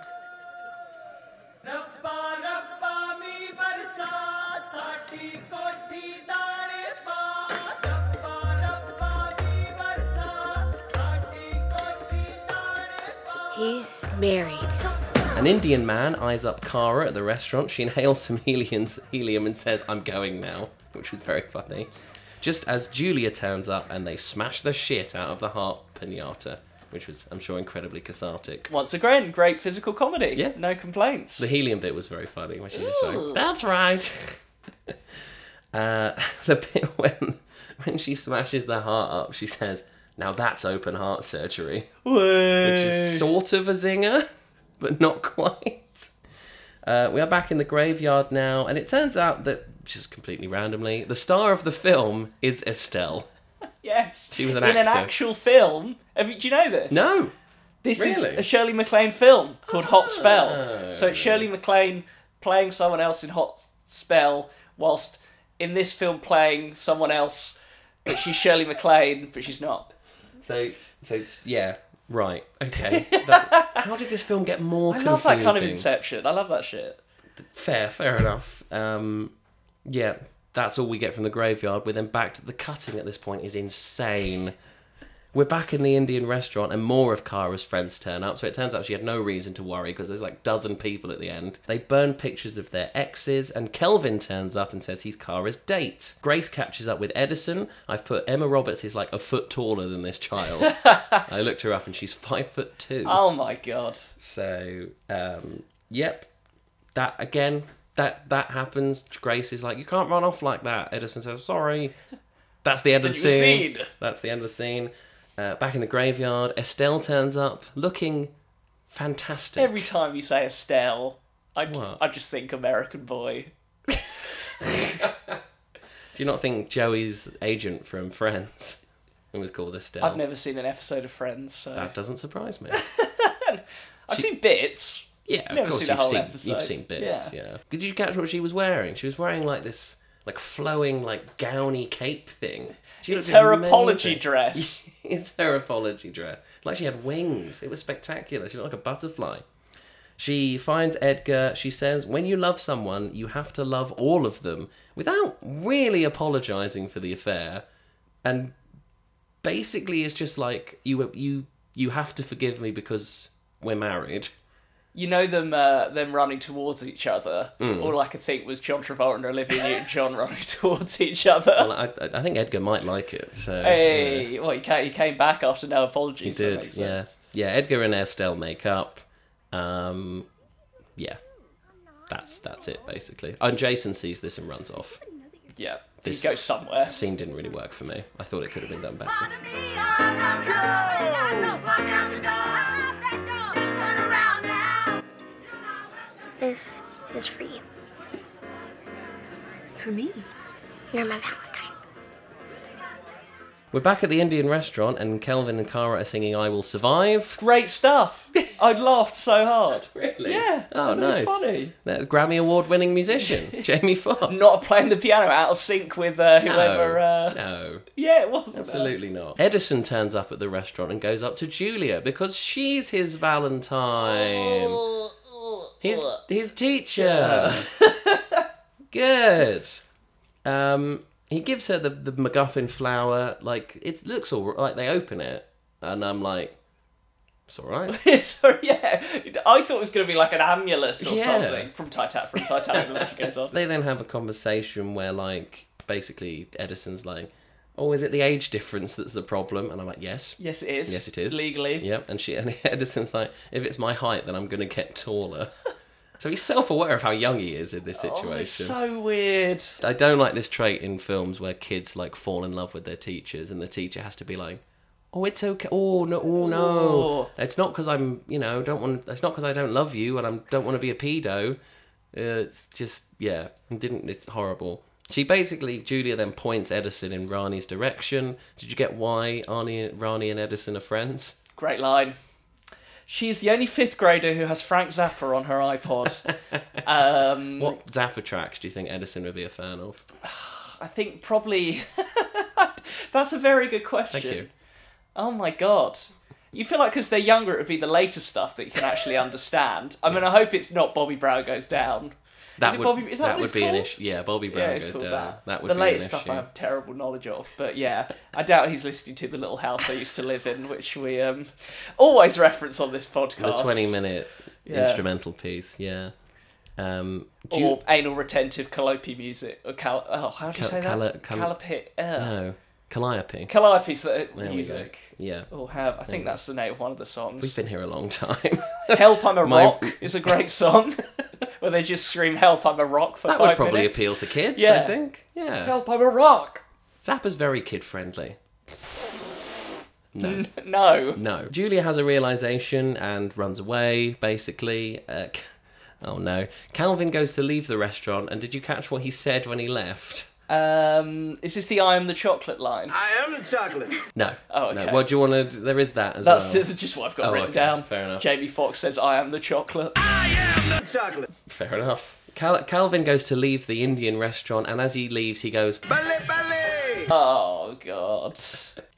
S13: He's married.
S1: An Indian man eyes up Kara at the restaurant. She inhales some helium, helium and says, I'm going now, which was very funny. Just as Julia turns up and they smash the shit out of the harp pinata, which was, I'm sure, incredibly cathartic.
S2: Once again, great physical comedy. Yeah. No complaints.
S1: The helium bit was very funny, which is just
S2: Ooh.
S1: like, that's right. uh, the bit when, when she smashes the heart up, she says, now that's open heart surgery. Which
S2: Way.
S1: is sort of a zinger, but not quite. Uh, we are back in the graveyard now, and it turns out that, just completely randomly, the star of the film is Estelle.
S2: Yes.
S1: She was an
S2: in an
S1: actor.
S2: actual film. Have you, do you know this?
S1: No.
S2: This
S1: Really? Oh.
S2: is a Shirley MacLaine film called Hot Spell. So it's Shirley MacLaine playing someone else in Hot Spell, whilst in this film playing someone else, but she's Shirley MacLaine, but she's not.
S1: So, so yeah, right, okay. That- how did this film get more
S2: I love that kind of
S1: confusing?
S2: inception. I love that shit.
S1: Fair, fair enough. Um, yeah, that's all we get from the graveyard. We're then back to the cutting at this point is insane. We're back in the Indian restaurant, and more of Kara's friends turn up. So it turns out she had no reason to worry because there's like dozen people at the end. They burn pictures of their exes, and Kelvin turns up and says he's Kara's date. Grace catches up with Edison. I've put Emma Roberts is like a foot taller than this child. I looked her up, and she's five foot two.
S2: Oh my god.
S1: So, um, yep, that again, that that happens. Grace is like, you can't run off like that. Edison says, sorry. That's the end of the
S2: That you were
S1: scene.
S2: seen.
S1: That's the end of the scene. Uh, back in the graveyard, Estelle turns up looking fantastic.
S2: Every time you say Estelle, I,
S1: What?
S2: I just think American Boy.
S1: Do you not think Joey's agent from Friends, who was called Estelle,
S2: I've never seen an episode of Friends, so
S1: that doesn't surprise me.
S2: I've seen bits.
S1: Yeah, of
S2: Never
S1: course
S2: seen
S1: you've
S2: the whole
S1: seen
S2: episode.
S1: you've seen bits. Yeah. Did you catch what she was wearing? She was wearing like this, like flowing, like gowny cape thing. She
S2: It's
S1: looked
S2: her
S1: amazing.
S2: apology dress.
S1: it's her apology dress. Like she had wings. It was spectacular. She looked like a butterfly. She finds Edgar. She says, "When you love someone, you have to love all of them," without really apologizing for the affair, and basically, it's just like you you you have to forgive me because we're married.
S2: You know them uh, them running towards each other.
S1: Mm.
S2: All I could think was John Travolta and Olivia Newton-John running towards each other.
S1: Well, I, I think Edgar might like it. So,
S2: hey,
S1: yeah.
S2: well, he came, he came back after no
S1: he
S2: apologies. that
S1: did.
S2: makes sense.
S1: Yeah, yeah. Edgar and Estelle make up. Um, yeah, that's that's it basically. And Jason sees this and runs off.
S2: Yeah,
S1: This
S2: he goes somewhere.
S1: Scene didn't really work for me. I thought it could have been done better.
S13: This is for you.
S14: For me?
S13: You're my valentine.
S1: We're back at the Indian restaurant, and Kelvin and Kara are singing "I Will Survive."
S2: Great stuff. I laughed so hard.
S1: Really?
S2: Yeah.
S1: Oh,
S2: I thought
S1: nice.
S2: It was funny.
S1: That Grammy award-winning musician Jamie Foxx.
S2: Not playing the piano out of sync with uh, whoever.
S1: No,
S2: uh...
S1: no.
S2: Yeah, it wasn't. uh,
S1: Absolutely not. Edison turns up at the restaurant and goes up to Julia because she's his Valentine. His his teacher. Good. Um, he gives her the the MacGuffin flower. Like it looks all like they open it, and I'm like, it's all right.
S2: so yeah, I thought it was going to be like an amulet or
S1: Yeah.
S2: something from Titanic. From Titanic, the magic goes off.
S1: They then have a conversation where, like, basically Edison's like, "Oh, is it the age difference that's the problem?" And I'm like, "Yes,
S2: Yes, it is.
S1: yes, it is
S2: Legally.
S1: Yep. And she and Edison's like, "If it's my height, then I'm gonna get taller." so he's self-aware of how young he is in this
S2: Oh, it's
S1: situation.
S2: so weird.
S1: I don't like this trait in films where kids like fall in love with their teachers, and the teacher has to be like. Oh, it's okay. Oh no! Oh no! It's not because I'm, you know, don't want. It's not because I don't love you, and I don't want to be a pedo. Uh, It's just, yeah, it didn't. It's horrible. She basically, Julia then points Edison in Rani's direction. Did you get why Arnie, Rani and Edison are friends?
S2: Great line. She is the only fifth grader who has Frank Zappa on her iPod. um,
S1: What Zappa tracks do you think Edison would be a fan of?
S2: I think probably. That's a very good question.
S1: you.
S2: Oh my god. You feel like because they're younger, it would be the later stuff that you can actually understand. I mean, I hope it's not Bobby Brown Goes Down.
S1: That
S2: Is it
S1: would
S2: Bobby- is that
S1: that
S2: what
S1: would
S2: it's
S1: be an
S2: called?
S1: issue. Yeah, Bobby
S2: yeah,
S1: Brown
S2: it's
S1: goes
S2: called
S1: down.
S2: that.
S1: That, would
S2: the
S1: be
S2: latest
S1: an
S2: stuff
S1: issue.
S2: I have terrible knowledge of, but yeah, I doubt he's listening to the little house I used to live in, which we um, always reference on this
S1: The
S2: podcast.
S1: twenty-minute
S2: Yeah.
S1: instrumental piece. Yeah. Um, do you-
S2: or anal retentive calliope music. Or cal- oh, how do you
S1: Cal-
S2: say that?
S1: cali-
S2: Calliope.
S1: cali- no, oh, Calliope.
S2: Calliope's the
S1: There we go.
S2: music. Oh.
S1: Yeah.
S2: Or have I
S1: There
S2: think
S1: we go.
S2: that's the name of one of the songs.
S1: We've been here a long time.
S2: Help I'm a
S1: My-
S2: Rock is a great song. Where they just scream Help I'm a Rock for
S1: that
S2: five
S1: would probably
S2: minutes.
S1: appeal to kids.
S2: Yeah.
S1: I think. Yeah.
S2: Help I'm a Rock.
S1: Zappa's very kid friendly. No.
S2: no.
S1: No. Julia has a realization and runs away, basically. Uh, oh no. Calvin goes to leave the restaurant, and did you catch what he said when he left?
S2: Um is this the I am the chocolate line?
S15: I am the chocolate.
S1: No.
S2: Oh,
S1: No.
S2: okay.
S1: What do you want to. There is that as
S2: That's
S1: well.
S2: the- just what I've got
S1: Oh,
S2: written
S1: okay.
S2: down.
S1: Fair enough.
S2: Jamie Foxx says I am the chocolate.
S15: The chocolate.
S1: Fair enough. Cal- Calvin goes to leave the Indian restaurant, and as he leaves, he goes.
S2: Oh god.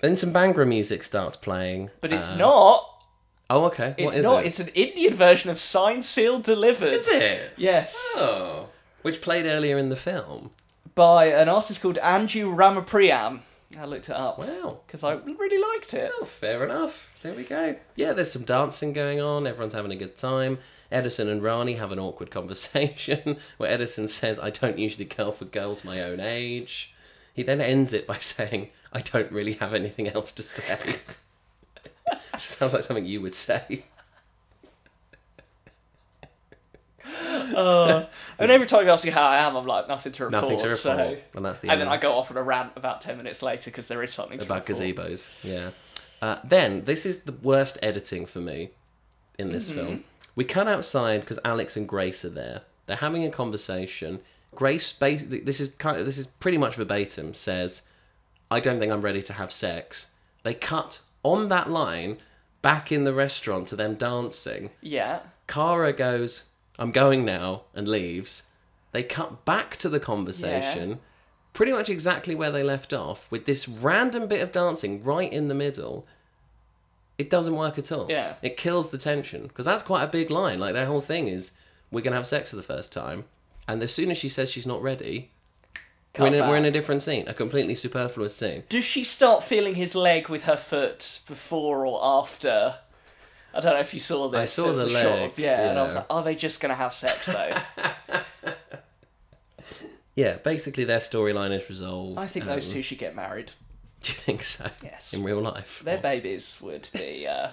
S1: Then some Bangra music starts playing.
S2: But it's
S1: Uh,
S2: not.
S1: Oh, okay.
S2: It's
S1: what is
S2: not.
S1: it?
S2: It's an Indian version of Signed Sealed Delivered.
S1: Is it?
S2: Yes.
S1: Oh. Which played earlier in the film.
S2: By an artist called Anju Ramapriam. I looked it up.
S1: Wow.
S2: Because I really liked it.
S1: Oh, fair enough. There we go. Yeah, there's some dancing going on. Everyone's having a good time. Edison and Rani have an awkward conversation where Edison says, I don't usually go for girls my own age. He then ends it by saying, I don't really have anything else to say. Which sounds like something you would say.
S2: Uh, and every time you ask me how I am, I'm like, nothing to report.
S1: Nothing to
S2: So,
S1: report. And that's the
S2: and then
S1: end.
S2: I go off on a rant about 10 minutes later because there is something to
S1: about
S2: report.
S1: gazebos. Yeah. Uh, then this is the worst editing for me in this
S2: Mhm.
S1: film. We cut outside because Alex and Grace are there. They're having a conversation. Grace, basically, this is kind of, this is pretty much verbatim. Says, "I don't think I'm ready to have sex." They cut on that line back in the restaurant to them dancing.
S2: Yeah.
S1: Kara goes, I'm going now, and leaves. They cut back to the conversation, pretty much exactly where they left off, with this random bit of dancing right in the middle. It doesn't work at all.
S2: Yeah.
S1: It kills the tension, because that's quite a big line. Like, their whole thing is, we're going to have sex for the first time, and as soon as she says she's not ready, we're
S2: Cut
S1: in, a, we're in a
S2: back.
S1: different scene, a completely superfluous scene.
S2: Does she start feeling his leg with her foot before or after? I don't know if you saw this.
S1: I saw
S2: There was
S1: the
S2: a shot
S1: leg,
S2: of- yeah, and I was
S1: yeah.
S2: like, are they just going to have sex though?
S1: Yeah, basically their storyline is resolved.
S2: I think those
S1: and-
S2: two should get married.
S1: Do you think so?
S2: Yes.
S1: In real life.
S2: Their babies would be. Uh...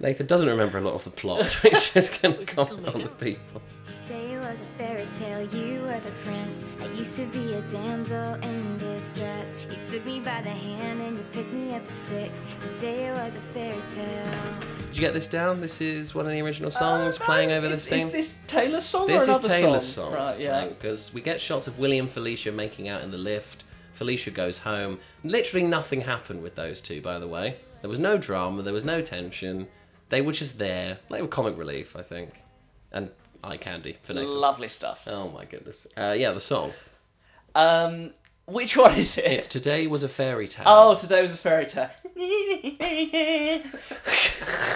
S1: Nathan doesn't remember a lot of the plot, so he's just going to comment on the people.
S16: Day was a fairy tale, you were the prince. I used to be a damsel in distress. You took me by the hand and you picked me up at six. Today was a fairy tale.
S1: Did you get this down? This is one of the original songs playing over the
S2: is-
S1: scene.
S2: is this Taylor's song or
S1: This
S2: another
S1: is Taylor's
S2: song?
S1: song,
S2: Right, yeah.
S1: Because we get shots of Willie and Felicia making out in the lift. Felicia goes home. Literally nothing happened with those two, by the way. There was no drama. There was no tension. They were just there. They were comic relief, I think, and eye candy for Nathan.
S2: Lovely stuff.
S1: Oh my goodness. Uh, yeah, the song.
S2: Um, which one is it?
S1: It's today was a fairy tale.
S2: Oh, today was a fairy tale.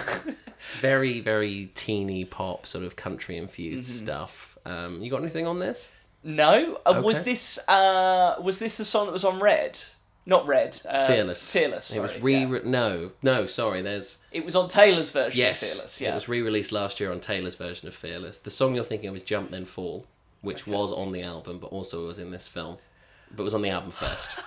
S1: very very teeny pop sort of country infused
S2: Mm-hmm.
S1: stuff um, you got anything on this
S2: No, uh, was
S1: Okay.
S2: this uh, was this the song that was on Red? Not Red. Uh,
S1: fearless
S2: Fearless.
S1: it was
S2: sorry.
S1: re no no sorry there's
S2: It was on Taylor's version
S1: yes
S2: of Fearless. Yeah.
S1: it was re-released last year on taylor's version of fearless the song you're thinking of is jump then fall which was on the album but also was in this film but was on the album first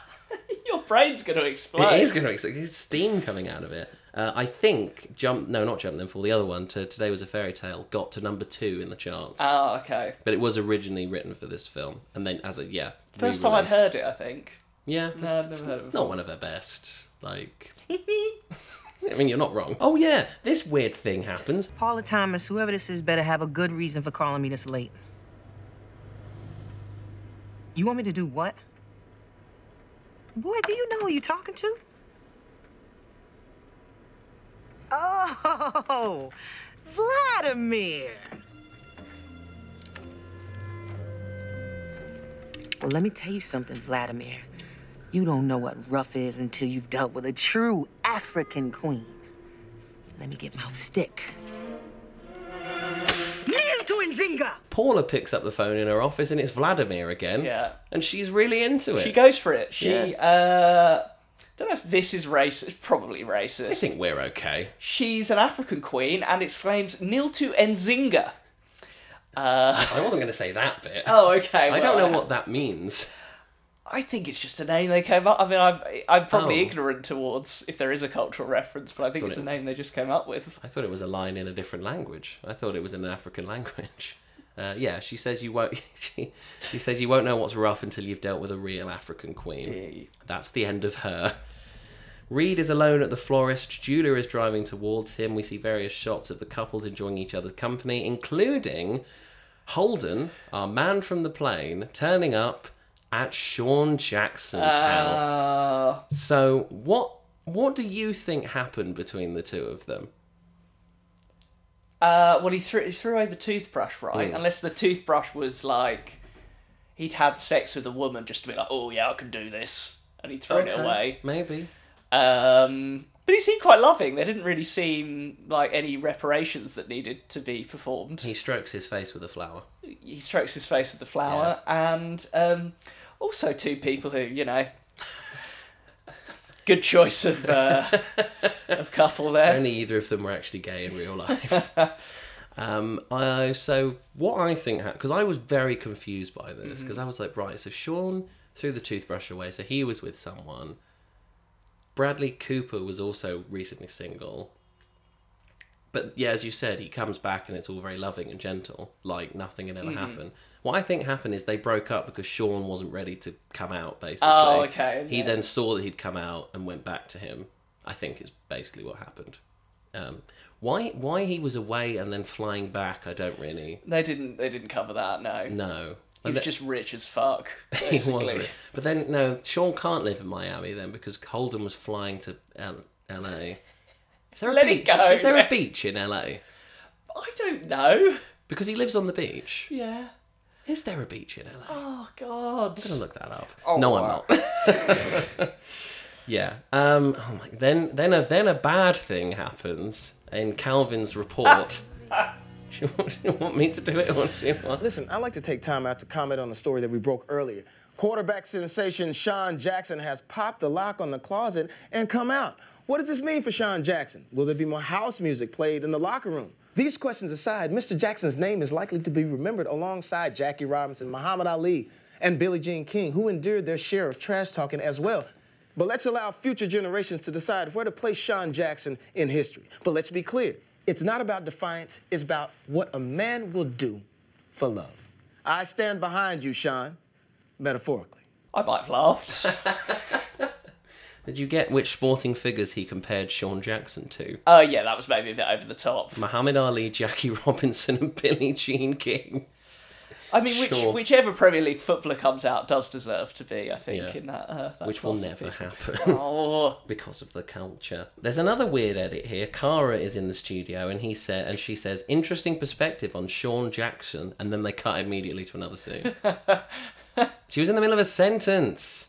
S2: Your brain's going to explode.
S1: It is going to explode. There's steam coming out of it. Uh, I think jump. No, not jump. Then fall. The other one. To, Today was a fairy tale. Got to number two in the charts.
S2: Oh, okay.
S1: But it was originally written for this film, and then as a yeah.
S2: First time I'd
S1: re-released.
S2: heard it, I think.
S1: Yeah,
S2: No,
S1: that's-
S2: I've
S1: that's
S2: never heard it before.
S1: Not one of her best. Like. I mean, you're not wrong. Oh yeah, this weird thing happens.
S17: Paula Thomas, whoever this is, better have a good reason for calling me this late. You want me to do what? Boy, do you know who you're talking to? Oh, Vladimir. Well, let me tell you something, Vladimir. You don't know what rough is until you've dealt with a true African queen. Let me get my stick. Kneel to Nzinga!
S1: Paula picks up the phone in her office, and it's Vladimir again.
S2: Yeah.
S1: And she's really into it.
S2: She goes for it. She
S1: Yeah.
S2: uh don't know if this is racist. Probably racist.
S1: I think we're okay.
S2: She's an African queen and exclaims "Kneel to Nzinga." Uh,
S1: I wasn't going to say that bit.
S2: Oh, okay.
S1: I don't
S2: well,
S1: know what that means.
S2: I think it's just a name they came up. I mean, I'm I'm probably
S1: Oh.
S2: ignorant towards if there is a cultural reference, but I think
S1: Thought
S2: it's
S1: it-
S2: a name they just came up with.
S1: I thought it was a line in a different language. I thought it was in an African language. Uh, yeah, she says you won't. She, she says you won't know what's rough until you've dealt with a real African queen. That's the end of her. Reed is alone at the florist. Julia is driving towards him. We see various shots of the couples enjoying each other's company, including Holden, our man from the plane, turning up at Sean Jackson's house.
S2: Uh,
S1: So what what do you think happened between the two of them?
S2: uh, well, he threw he threw away the toothbrush, right?
S1: Mm.
S2: Unless the toothbrush was like he'd had sex with a woman just to be like, oh yeah, I can do this, and he'd thrown it
S1: Okay,
S2: away.
S1: Maybe.
S2: Um, but he seemed quite loving. There didn't really seem like any reparations that needed to be performed.
S1: He strokes his face with a flower.
S2: He strokes his face with the flower, and um, also two people who, you know, good choice of uh, of couple there.
S1: Only either of them were actually gay in real life. um, I, so what I think happened, because I was very confused by this, because I was like, right, so Sean threw the toothbrush away, so he was with someone. Bradley Cooper was also recently single. But yeah, as you said, he comes back and it's all very loving and gentle, like nothing had ever
S2: Mhm.
S1: happened. What I think happened is they broke up because Sean wasn't ready to come out, basically.
S2: Oh, okay,
S1: He
S2: yeah.
S1: then saw that he'd come out and went back to him. I think is basically what happened. Um, why why he was away and then flying back, I don't really
S2: They didn't. They didn't cover that. No.
S1: know.
S2: He was just rich as fuck.
S1: he was.
S2: basically.
S1: really- But then no, Sean can't live in Miami then because Holden was flying to L- LA Is there a
S2: Let
S1: beach?
S2: it go.
S1: Is there a beach in LA?
S2: I don't know.
S1: Because he lives on the beach.
S2: Yeah.
S1: Is there a beach in LA?
S2: Oh God.
S1: I'm gonna look that up.
S2: Oh,
S1: no,
S2: wow.
S1: I'm not. yeah. Um. Oh my. Then then a then a bad thing happens in Calvin's report. do, you want, do you want me to do it or do you want?
S10: Listen, I'd like to take time out to comment on the story that we broke earlier. Quarterback sensation Sean Jackson has popped the lock on the closet and come out. What does this mean for Sean Jackson? Will there be more house music played in the locker room? These questions aside, Mr. Jackson's name is likely to be remembered alongside Jackie Robinson, Muhammad Ali, and Billie Jean King, who endured their share of trash talking as well. But let's allow future generations to decide where to place Sean Jackson in history. But let's be clear it's not about defiance, it's about what a man will do for love. I stand behind you, Sean, metaphorically.
S2: I might have laughed.
S1: Did you get which sporting figures he compared Sean Jackson to?
S2: Oh yeah, that was maybe a bit over the top.
S1: Muhammad Ali, Jackie Robinson, and Billie Jean King.
S2: I mean, which,
S1: Sure.
S2: whichever Premier League footballer comes out does deserve to be, I think,
S1: Yeah.
S2: in that. Uh, that
S1: Which will
S2: philosophy.
S1: never happen.
S2: Oh.
S1: because of the culture. There's another weird edit here. Kara is in the studio and he said and she says, interesting perspective on Sean Jackson, and then they cut immediately to another scene. she was in the middle of a sentence.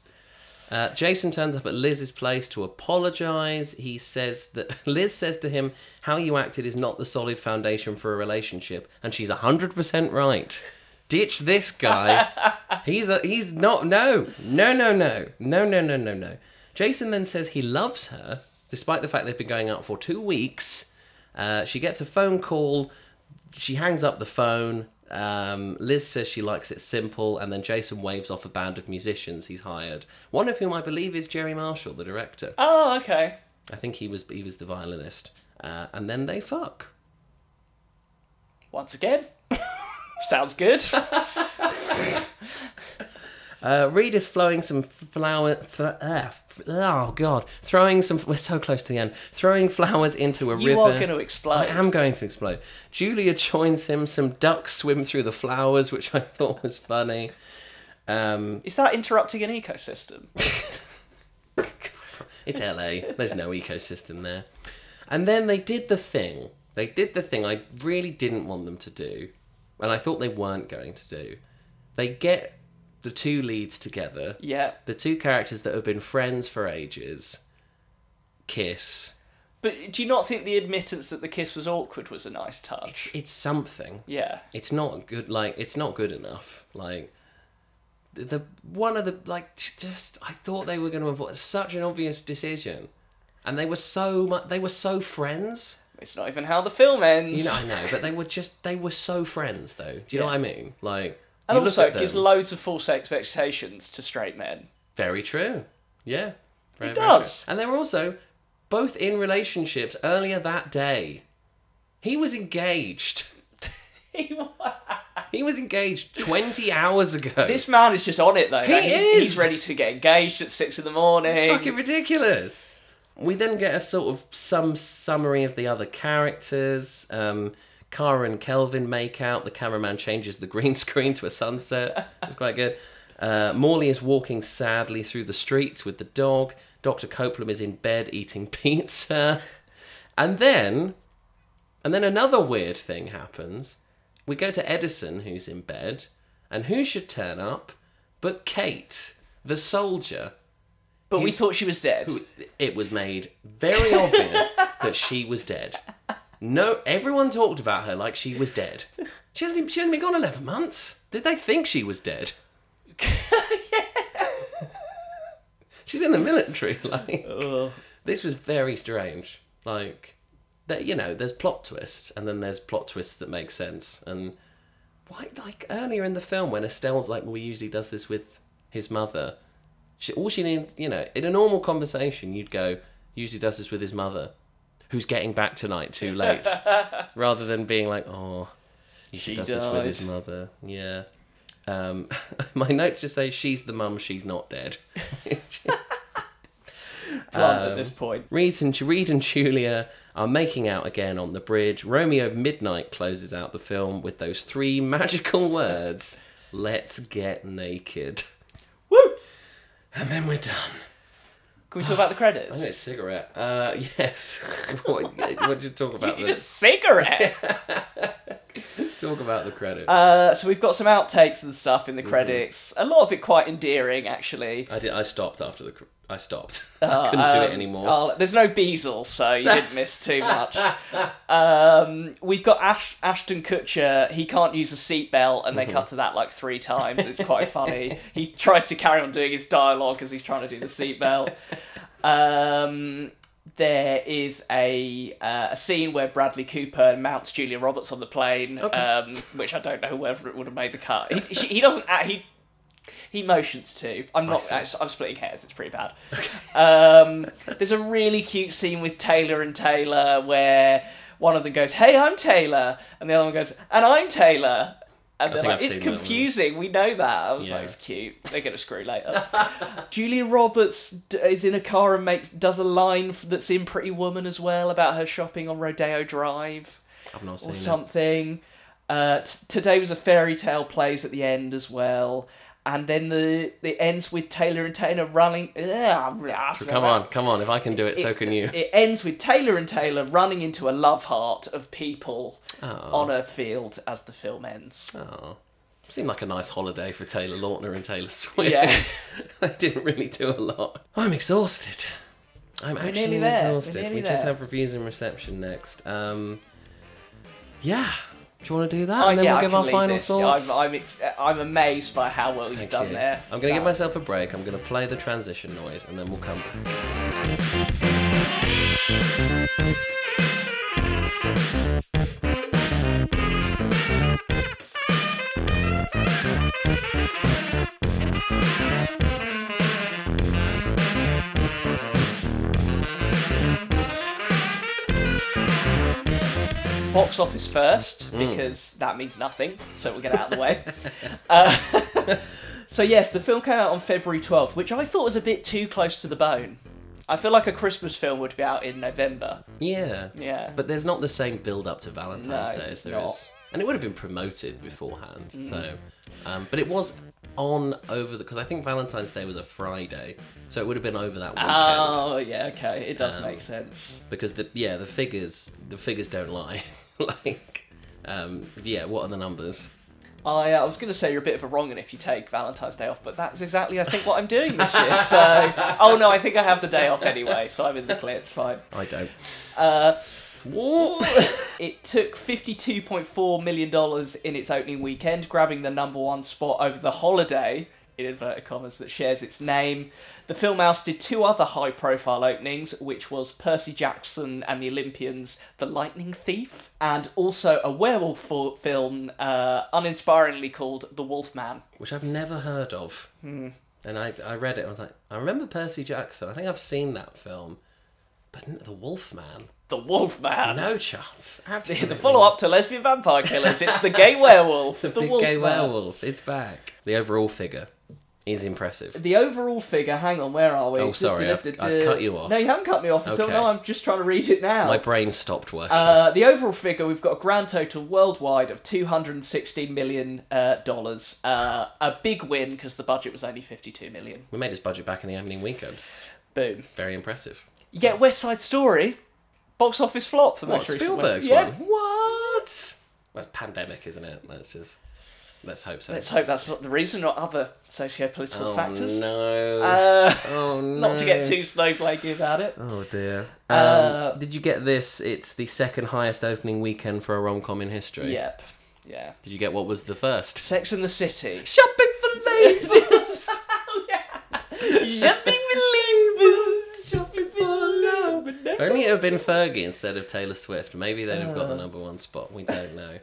S1: Uh, Jason turns up at Liz's place to apologize. He says that Liz says to him, "How you acted is not the solid foundation for a relationship," and she's hundred percent right. Ditch this guy. he's a, he's not. No, no, no, no, no, no, no, no, no. Jason then says he loves her, despite the fact they've been going out for two weeks. Uh, she gets a phone call. She hangs up the phone. Um, Liz says she likes it simple, and then Jason waves off a band of musicians he's hired, one of whom I believe is Jerry Marshall, the director.
S2: Oh, okay.
S1: I think he was he was the violinist. Uh, and then they fuck.
S2: Once again, sounds good.
S1: Uh, Reed is flowing some flower. F- uh, f- oh God! Throwing some. We're so close to the end. Throwing flowers into a
S2: You
S1: river.
S2: are gonna explode.
S1: I am going to explode. Julia joins him. Some ducks swim through the flowers, which I thought was funny. Um,
S2: Is that interrupting an ecosystem?
S1: It's LA. There's no ecosystem there. And then they did the thing. They did the thing I really didn't want them to do, and I thought they weren't going to do. They get the two leads together.
S2: Yeah.
S1: The two characters that have been friends for ages kiss.
S2: But do you not think the admittance that the kiss was awkward was a nice touch?
S1: It's something.
S2: Yeah.
S1: It's not good. Like it's not good enough. Like the, the one of the like just I thought they were going to avoid such an obvious decision, and they were so much. They were so friends.
S2: It's not even how the film ends.
S1: You know, I know, but they were just they were so friends though. Do you know
S2: Yeah.
S1: what I mean? Like,
S2: And
S1: you look
S2: also,
S1: at
S2: it gives
S1: them-
S2: loads of false expectations to straight men.
S1: very true. Yeah, very, very
S2: it does.
S1: true. And they were also both in relationships earlier that day. He was engaged. he was engaged twenty hours ago.
S2: This man is just on it though.
S1: He
S2: Like,
S1: is!
S2: He's ready to get engaged at six in the morning.
S1: It's fucking ridiculous. We then get a sort of some summary of the other characters. Um, Kara and Kelvin make out. The cameraman changes the green screen to a sunset. It's quite good. Uh, Morley is walking sadly through the streets with the dog. Dr. Copeland is in bed eating pizza. And then, and then another weird thing happens. We go to Edison, who's in bed, and who should turn up but Kate, the soldier.
S2: But we thought she was dead.
S1: It was made very obvious that she was dead. No, everyone talked about her like she was dead. She hasn't, she hasn't been gone 11 months. Did they think she was dead? She's in the military. Like this was very strange. Like that, you know, there's plot twists, and then there's plot twists that make sense. And why, like earlier in the film, when Estelle's like, "Well, he usually does this with his mother," she, all she needed, you know, in a normal conversation, you'd go, "Usually does this with his mother, who's getting back tonight too late," rather than being like, "Oh, usually
S2: She
S1: does this with his
S2: died.
S1: mother." Yeah. Um, my notes just say she's the mum, she's not dead.
S2: Blunt at this
S1: um,
S2: point.
S1: Reed and, Reed and Julia are making out again on the bridge. Romeo Midnight closes out the film with those three magical words Let's get naked. Woo! And then we're done.
S2: Can we talk about the
S1: I
S2: credits?
S1: need a cigarette. Uh, yes. what, what did you talk about?
S2: You
S1: the-
S2: need a cigarette.
S1: talk about the credits.
S2: Uh, so we've got some outtakes and stuff in the
S1: Mhm.
S2: credits. A lot of it quite endearing, actually.
S1: I did. I stopped after the. cr- I stopped.
S2: Uh,
S1: I couldn't do
S2: um,
S1: it anymore.
S2: oh, there's no Beazle, so you didn't miss too much. Um, we've got Ash- Ashton Kutcher. He can't use a seatbelt, and they cut to that like three times. It's quite funny. He tries to carry on doing his dialogue as he's trying to do the seatbelt. Um, there is a uh, a scene where Bradley Cooper mounts Julia Roberts on the plane, um, which I don't know whether it would have made the cut. He, she, he doesn't. act- He he motions to. I'm not.
S1: see.
S2: I am splitting hairs. It's pretty bad. Um, there's a really cute scene with Taylor and Taylor where one of them goes, "Hey, I'm Taylor," and the other one goes, "And I'm Taylor." And
S1: I
S2: they're
S1: think
S2: like,
S1: I've
S2: "It's
S1: seen that one.
S2: confusing. We know that." I was
S1: Yeah.
S2: like, "It's cute. They're gonna screw later." Julia Roberts d- is in a car and makes does a line f- that's in Pretty Woman as well about her shopping on Rodeo Drive
S1: I've not seen
S2: or
S1: it.
S2: something. Uh, t- Today was a fairy tale plays at the end as well, and then the it ends with Taylor and Taylor running.
S1: Come on, come on. If I can do it, so can you.
S2: It ends with Taylor and Taylor running into a love heart of people
S1: Aw.
S2: on a field as the film ends.
S1: Oh. Seemed like a nice holiday for Taylor Lautner and Taylor Swift.
S2: Yeah.
S1: they didn't really do a lot. I'm exhausted. I'm
S2: We're
S1: actually
S2: nearly there. We're
S1: exhausted.
S2: nearly
S1: we just
S2: there.
S1: have reviews and reception next. Um, yeah. Do you want to do that?
S2: Oh,
S1: and then
S2: yeah,
S1: we'll
S2: I
S1: give
S2: can
S1: our
S2: leave
S1: final
S2: this.
S1: thoughts.
S2: I'm, I'm, ex- I'm amazed by how well you've done
S1: Okay.
S2: there. Uh,
S1: I'm going to give
S2: That-
S1: myself a break. I'm going to play the transition noise and then we'll come back.
S2: box office first
S1: Mm.
S2: because that means nothing, so we'll get it out of the way. uh, so, yes, the film came out on February 12th, which I thought was a bit too close to the bone. I feel like a Christmas film would be out in November.
S1: Yeah.
S2: Yeah.
S1: But there's not the same build up to Valentine's
S2: No,
S1: Day as there is,
S2: not.
S1: And it would have been promoted beforehand.
S2: Mm.
S1: So, um, but it was on over the because I think Valentine's Day was a Friday, so it would have been over that weekend.
S2: Oh, yeah, okay, it does
S1: Um,
S2: make sense.
S1: Because the yeah the figures the figures don't lie. like, um, yeah, what are the numbers?
S2: I, uh, I was going to say you're a bit of a wrong if you take Valentine's Day off, but that's exactly, I think, what I'm doing this year. So, oh no, I think I have the day off anyway, so I'm in the clear, it's fine.
S1: I don't.
S2: Uh, it took $52.4 million in its opening weekend, grabbing the number one spot over the holiday, in inverted commas, that shares its name. The film ousted two other high profile openings, which was Percy Jackson and the Olympians, The Lightning Thief, and also a werewolf fo- film, uh, uninspiringly called The Wolfman.
S1: Which I've never heard of.
S2: Hmm.
S1: And I I read it. I was like, I remember Percy Jackson. I think I've seen that film, but n- the Wolfman.
S2: The Wolfman.
S1: No chance. Absolutely.
S2: the follow up to Lesbian Vampire Killers, it's The Gay Werewolf.
S1: the, big gay werewolf. It's back. The overall figure is impressive.
S2: The overall figure, hang on, where are we?
S1: Oh, sorry, I've- I've cut you off.
S2: No, you haven't cut me off until
S1: Okay.
S2: now, I'm just trying to read it now.
S1: My brain stopped working.
S2: Uh, the overall figure, we've got a grand total worldwide of $216 million. Uh, dollars. Uh, a big win because the budget was only $52 million.
S1: we made his budget back in the opening weekend.
S2: Boom.
S1: Very impressive.
S2: Yet West Side Story, box office flop for
S1: What,
S2: most recent
S1: Spielberg's
S2: yeah.
S1: one? What? That's pandemic, isn't it? Let's just let's hope so.
S2: Let's hope that's not the reason or other socio-political
S1: Oh,
S2: factors.
S1: no.
S2: Uh,
S1: Oh,
S2: Not to get
S1: no.
S2: too snowflakey about it.
S1: Oh dear. Um,
S2: Uh,
S1: did you get this? It's the second highest opening weekend for a rom com in history.
S2: Yep. Yeah.
S1: Did you get what was the first?
S2: Sex in the City. Oh,
S1: Shopping for ladies.
S2: Shopping for labels. Shopping for love. and
S1: If
S2: never-
S1: only it had been Fergie instead of Taylor Swift. Maybe they'd have got the
S2: Uh.
S1: number one spot. We don't know.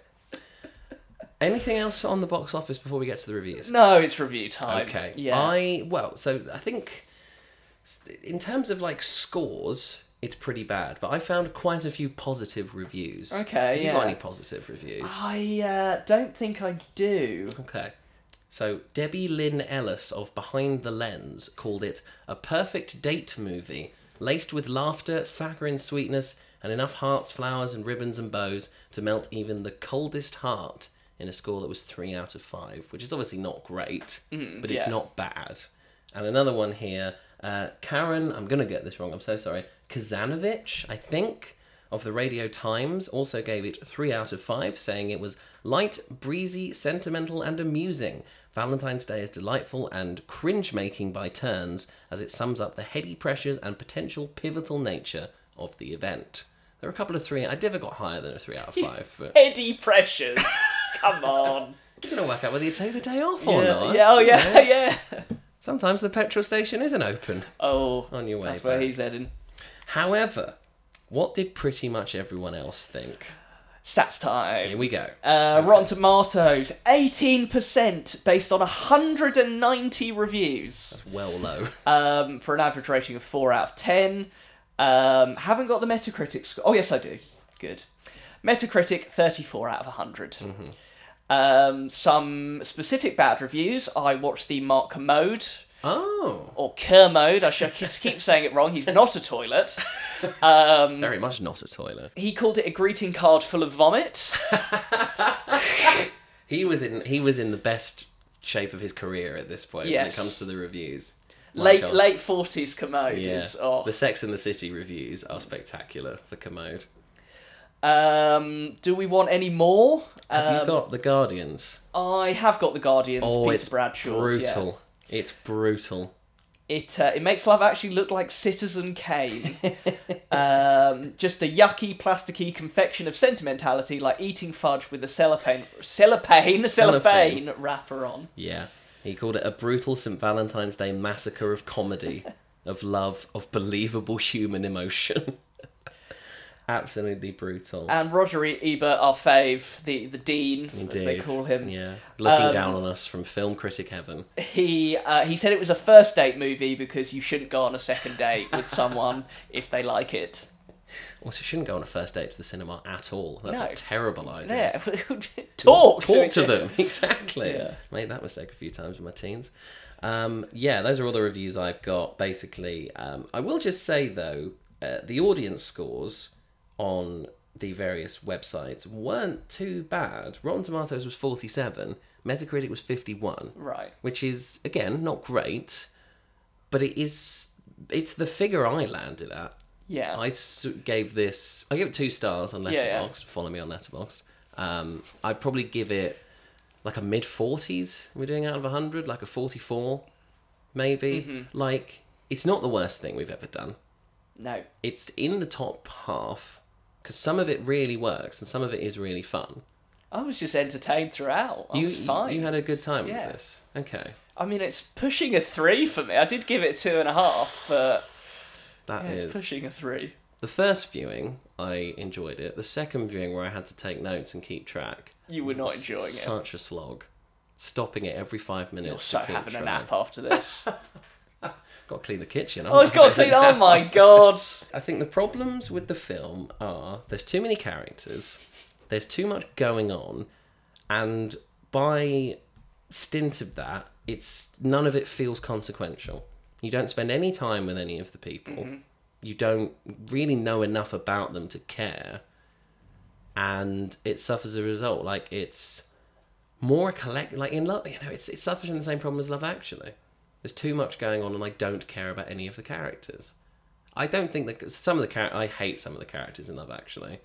S1: Anything else on the box office before we get to the reviews?
S2: No, it's review time.
S1: Okay.
S2: Yeah.
S1: I well, so I think s- in terms of like scores, it's pretty bad. But I found quite a few positive reviews.
S2: Okay,
S1: Have you got
S2: yeah.
S1: any positive reviews?
S2: I uh, don't think I do.
S1: Okay. So Debbie Lynn Ellis of Behind the Lens called it a perfect date movie, laced with laughter, saccharine sweetness, and enough hearts, flowers, and ribbons and bows to melt even the coldest heart in a score that was three out of five, which is obviously not great,
S2: Mm,
S1: but it's
S2: yeah.
S1: not bad. And another one here, Uh, Karen, I'm going to get this wrong, I'm so sorry. Kazanovich, I think, of the Radio Times, also gave it 3 out of 5, saying it was light, breezy, sentimental, and amusing. Valentine's Day is delightful and cringe making by turns as it sums up the heady pressures and potential pivotal nature of the event. There are a couple of three. I never got higher than a three out of five. But
S2: Eddie Precious. Come on.
S1: You're gonna work out whether you take the day off or
S2: Yeah,
S1: not.
S2: yeah, oh,
S1: you
S2: yeah,
S1: know.
S2: yeah.
S1: Sometimes the petrol station isn't open.
S2: Oh,
S1: on your way.
S2: that's where he's
S1: heading. However, what did pretty much everyone else think?
S2: Stats time.
S1: Here we go.
S2: Uh, Rotten Tomatoes, 18% based on 190 reviews.
S1: Well low.
S2: Um, for an average rating of 4 out of 10. Um, haven't got the Metacritic score. Oh, yes, I do. Good. Metacritic, 34 out of 100.
S1: Mm-hmm.
S2: Um, some specific bad reviews. I watched the Mark Commode.
S1: Oh.
S2: Or Kermode. I should keep saying it wrong. He's not a toilet. Um,
S1: Very much not a toilet.
S2: he called it a greeting card full of vomit.
S1: Oh He was in. He was in the best shape of his career at this point when it
S2: Yes.
S1: comes to the reviews.
S2: late
S1: Like, oh,
S2: late forties commode is oh.
S1: The Sex and the City reviews are spectacular for Commode.
S2: Um, do we want any more?
S1: Have you
S2: Um,
S1: got the Guardians?
S2: I have got the Guardians.
S1: Oh,
S2: Peter
S1: it's
S2: Bradshaw's, yeah.
S1: brutal. It's brutal.
S2: It uh, it makes love actually look like Citizen Kane. um, just a yucky, plasticky confection of sentimentality, like eating fudge with a cellophane,
S1: Cellophane.
S2: cellophane, cellophane wrapper on.
S1: Yeah. He called it a brutal St. Valentine's Day massacre of comedy, of love, of believable human emotion. Absolutely brutal.
S2: And Roger E- Ebert, our fave, the the dean, as they
S1: Indeed.
S2: call him.
S1: Yeah. Looking
S2: Um,
S1: down on us from film critic heaven.
S2: He uh, he said it was a first date movie because you shouldn't go on a second date with someone if they like it.
S1: Also, you shouldn't go on a first date to the cinema at all. That's
S2: No.
S1: a terrible idea.
S2: Yeah, talk
S1: talk
S2: it.
S1: to them exactly.
S2: Yeah.
S1: Made that mistake a few times in my teens. Um, yeah, those are all the reviews I've got. Basically, um, I will just say though, uh, the audience scores on the various websites weren't too bad. Rotten Tomatoes was forty-seven. Metacritic was fifty-one.
S2: Right.
S1: Which is again not great, but it is. It's the figure I landed at.
S2: Yeah.
S1: I s- gave this. I gave it two stars on
S2: Yeah, yeah.
S1: Letterboxd. Follow me on Letterboxd. Um, I'd probably give it like a mid forties. We're doing out of hundred, like a forty-four, maybe.
S2: Mhm.
S1: Like it's not the worst thing we've ever done.
S2: No.
S1: It's in the top half because some of it really works and some of it is really fun.
S2: I was just entertained throughout. I
S1: you,
S2: was Oh, fine.
S1: You had a good time
S2: Yeah.
S1: with this. Okay,
S2: I mean, it's pushing a three for me. I did give it two and a half, but
S1: that
S2: yeah,
S1: is.
S2: it's pushing a three.
S1: The first viewing, I enjoyed it. The second viewing, where I had to take notes and keep track,
S2: You were not
S1: was
S2: enjoying it.
S1: Such a slog. Stopping it every five minutes.
S2: You're
S1: to
S2: so
S1: keep
S2: having a
S1: track.
S2: nap after this.
S1: Got to clean the kitchen.
S2: Oh, it's got to clean. Oh my god.
S1: I think the problems with the film are there's too many characters, there's too much going on, and by stint of that, it's none of it feels consequential. You don't spend any time with any of the people.
S2: Mhm.
S1: You don't really know enough about them to care. And it suffers as a result. Like it's more collect like in love you know, it's it suffers from the same problem as love actually. There's too much going on and I don't care about any of the characters. I don't think that some of the character I hate some of the characters in Love Actually.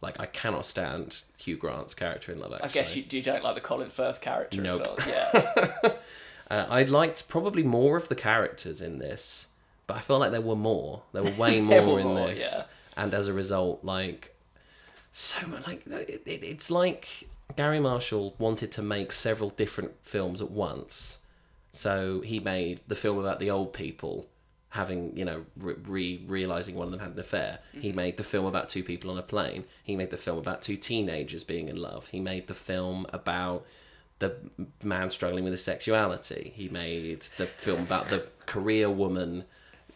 S1: Like I cannot stand Hugh Grant's character in Love Actually.
S2: I guess you, you don't like the Colin Firth character
S1: Nope.
S2: as well. Yeah.
S1: Uh, I liked probably more of the characters in this, but I felt like there were more. There were way
S2: There
S1: more
S2: were
S1: in
S2: more,
S1: this,
S2: yeah.
S1: and as a result, like so much. Like it, it, it's like Gary Marshall wanted to make several different films at once, so he made the film about the old people having you know re- re- realizing one of them had an affair he
S2: Mhm.
S1: made the film about two people on a plane he made the film about two teenagers being in love he made the film about the man struggling with his sexuality. He made the film about the career woman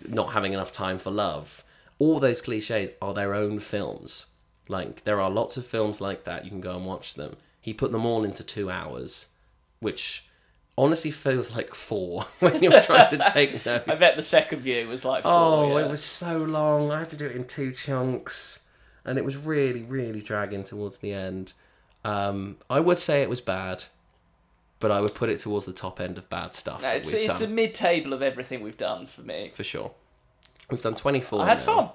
S1: not having enough time for love. All those cliches are their own films. Like, there are lots of films like that. You can go and watch them. He put them all into two hours, which honestly feels like four when you're trying to take notes.
S2: I bet the second view was like. Four,
S1: Oh,
S2: yeah.
S1: it was so long. I had to do it in two chunks, and it was really, really dragging towards the end. Um, I would say it was bad. but I would put it towards the top end of bad stuff.
S2: No,
S1: that
S2: it's
S1: we've
S2: it's
S1: done,
S2: a mid table of everything we've done for me.
S1: for sure. We've done 24.
S2: I had
S1: now.
S2: fun.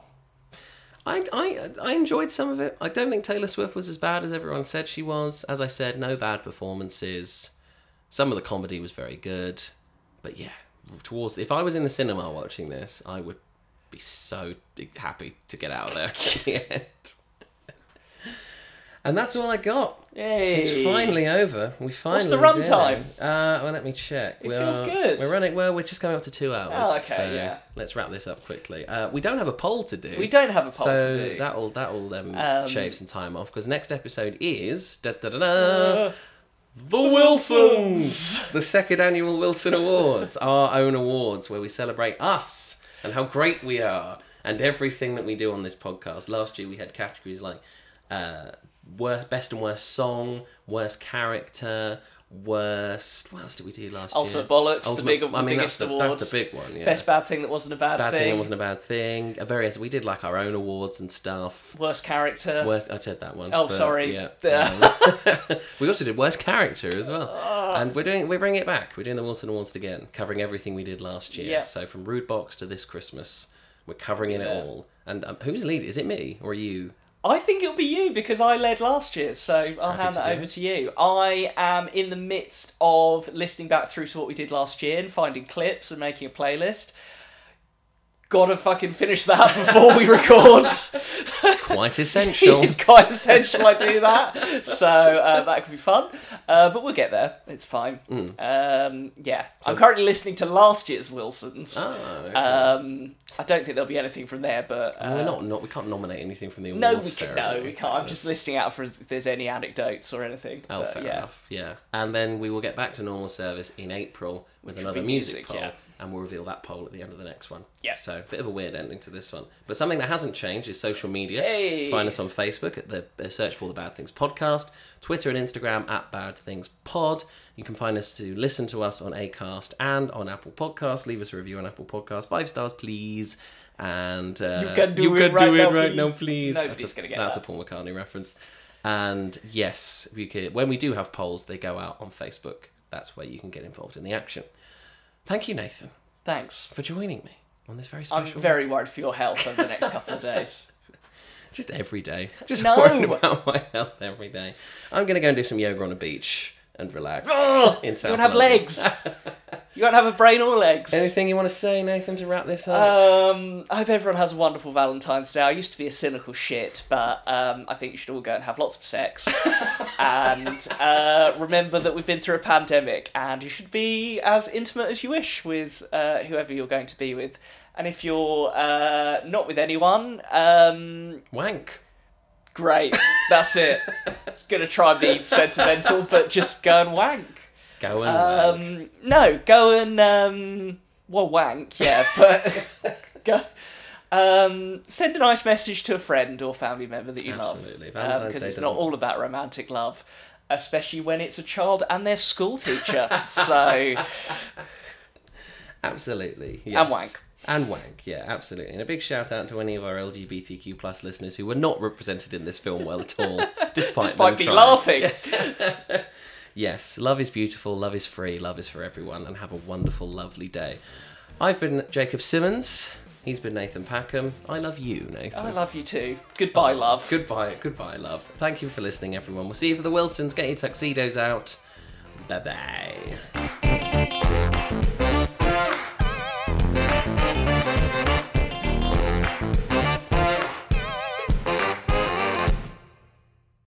S1: I, I, I enjoyed some of it. I don't think Taylor Swift was as bad as everyone said she was. As I said, no bad performances. Some of the comedy was very good. But yeah, towards if I was in the cinema watching this, I would be so happy to get out of there at the end. And that's all I got.
S2: Yay.
S1: It's finally over. We
S2: What's
S1: finally
S2: the
S1: did
S2: runtime?
S1: it. Uh, well, let me check. It
S2: feels good.
S1: We're running. Well, we're just going up to two hours.
S2: Oh, okay,
S1: so
S2: yeah.
S1: Let's wrap this up quickly. Uh, we don't have a poll to do.
S2: We don't have a poll
S1: so
S2: to do.
S1: That'll that'll um,
S2: Um,
S1: shave some time off because next episode is da da da
S2: Uh,
S1: da. The Wilsons! the second annual Wilson Awards, our own awards, where we celebrate us and how great we are and everything that we do on this podcast. Last year we had categories like uh, worst, best and worst song, worst character, worst. What else did we do last year?
S2: Ultimate Bollocks,
S1: Ultimate-
S2: the big,
S1: I mean,
S2: biggest
S1: that's the,
S2: award.
S1: that's the big one. Yeah.
S2: Best bad thing that wasn't a bad,
S1: Bad
S2: thing.
S1: thing that wasn't a bad thing. Uh, Various. We did like our own awards and stuff.
S2: Worst character.
S1: Worst, I said that one.
S2: Oh,
S1: but
S2: sorry.
S1: Yeah.
S2: Uh.
S1: Um, we also did worst character as well,
S2: Ah.
S1: and we're doing we're bringing it back. We're doing the Wilson Awards again, covering everything we did last year.
S2: Yeah.
S1: So from Rude Box to this Christmas, we're covering it
S2: Yeah.
S1: all. And um, who's leading? Is it me or are you?
S2: I think it'll be you because I led last year, so I'll hand
S1: to
S2: that
S1: do
S2: over
S1: it.
S2: to you. I am in the midst of listening back through to what we did last year and finding clips and making a playlist. Gotta fucking finish that before we record.
S1: Quite essential.
S2: it's quite essential I do that, so uh, that could be fun. Uh, but we'll get there. It's fine.
S1: Hmm.
S2: Um, yeah, I'm currently listening to last year's Wilsons.
S1: Oh, okay.
S2: um, I don't think there'll be anything from there, but uh,
S1: we're not, not. We can't nominate anything from the awards.
S2: no, we can,
S1: ceremony.
S2: no, we can't. I'm just
S1: That's-
S2: listing out for if there's any anecdotes or anything.
S1: Oh,
S2: but
S1: fair
S2: yeah.
S1: enough. Yeah. And then we will get back to normal service in April with
S2: Which will
S1: another
S2: be
S1: music,
S2: music,
S1: poll,
S2: yeah.
S1: and we'll reveal that poll at the end of the next one.
S2: Yeah.
S1: So, bit of a weird ending to this one. But something that hasn't changed is social media.
S2: Hey!
S1: Find us on Facebook at the uh, search for the Bad Things Podcast, Twitter and Instagram at Bad Things Pod. You can find us to listen to us on Acast and on Apple Podcasts. Leave us a review on Apple Podcasts, five stars, please. And uh,
S2: You can do it right now, please. Nobody's
S1: That's a-
S2: gonna get
S1: That's
S2: that.
S1: a Paul McCartney reference. And yes, we could, when we do have polls, they go out on Facebook. That's where you can get involved in the action. Thank you, Nathan,
S2: Thanks.
S1: for joining me on this very
S2: I'm
S1: special.
S2: very worried for your health over the next couple of days.
S1: Just every day. Just
S2: No!
S1: worried about my health every day. I'm going to go and do some yoga on a beach and relax.
S2: Ugh!
S1: in
S2: Oh! you
S1: South
S2: don't have
S1: London.
S2: legs. you don't have a brain or legs.
S1: Anything you want to say, Nathan, to wrap this up?
S2: Um, I hope everyone has a wonderful Valentine's Day. I used to be a cynical shit, but um, I think you should all go and have lots of sex. and uh, remember that we've been through a pandemic, and you should be as intimate as you wish with uh, whoever you're going to be with. And if you're uh, not with anyone, um,
S1: Wank.
S2: great. That's it. Gonna try and be sentimental, but just go and wank.
S1: Go and
S2: Um, No, go and um, well, wank, yeah, but go. Um, send a nice message to a friend or family member that you
S1: Absolutely.
S2: love. Um,
S1: Valentine's Day
S2: it's not
S1: doesn't-
S2: all about romantic love, especially when it's a child and their school teacher. so,
S1: Absolutely. Yes.
S2: And wank.
S1: And wank, yeah, absolutely. And a big shout out to any of our LGBTQ plus listeners who were not represented in this film well at all, despite
S2: despite
S1: them
S2: me
S1: trying.
S2: laughing,
S1: Yes, love is beautiful, love is free, love is for everyone, and have a wonderful, lovely day. I've been Jacob Simmons. He's been Nathan Packham. I love you, Nathan.
S2: I love you too. Goodbye, love.
S1: Goodbye, goodbye, love. Thank you for listening, everyone. We'll see you for the Wilsons. Get your tuxedos out. Bye bye.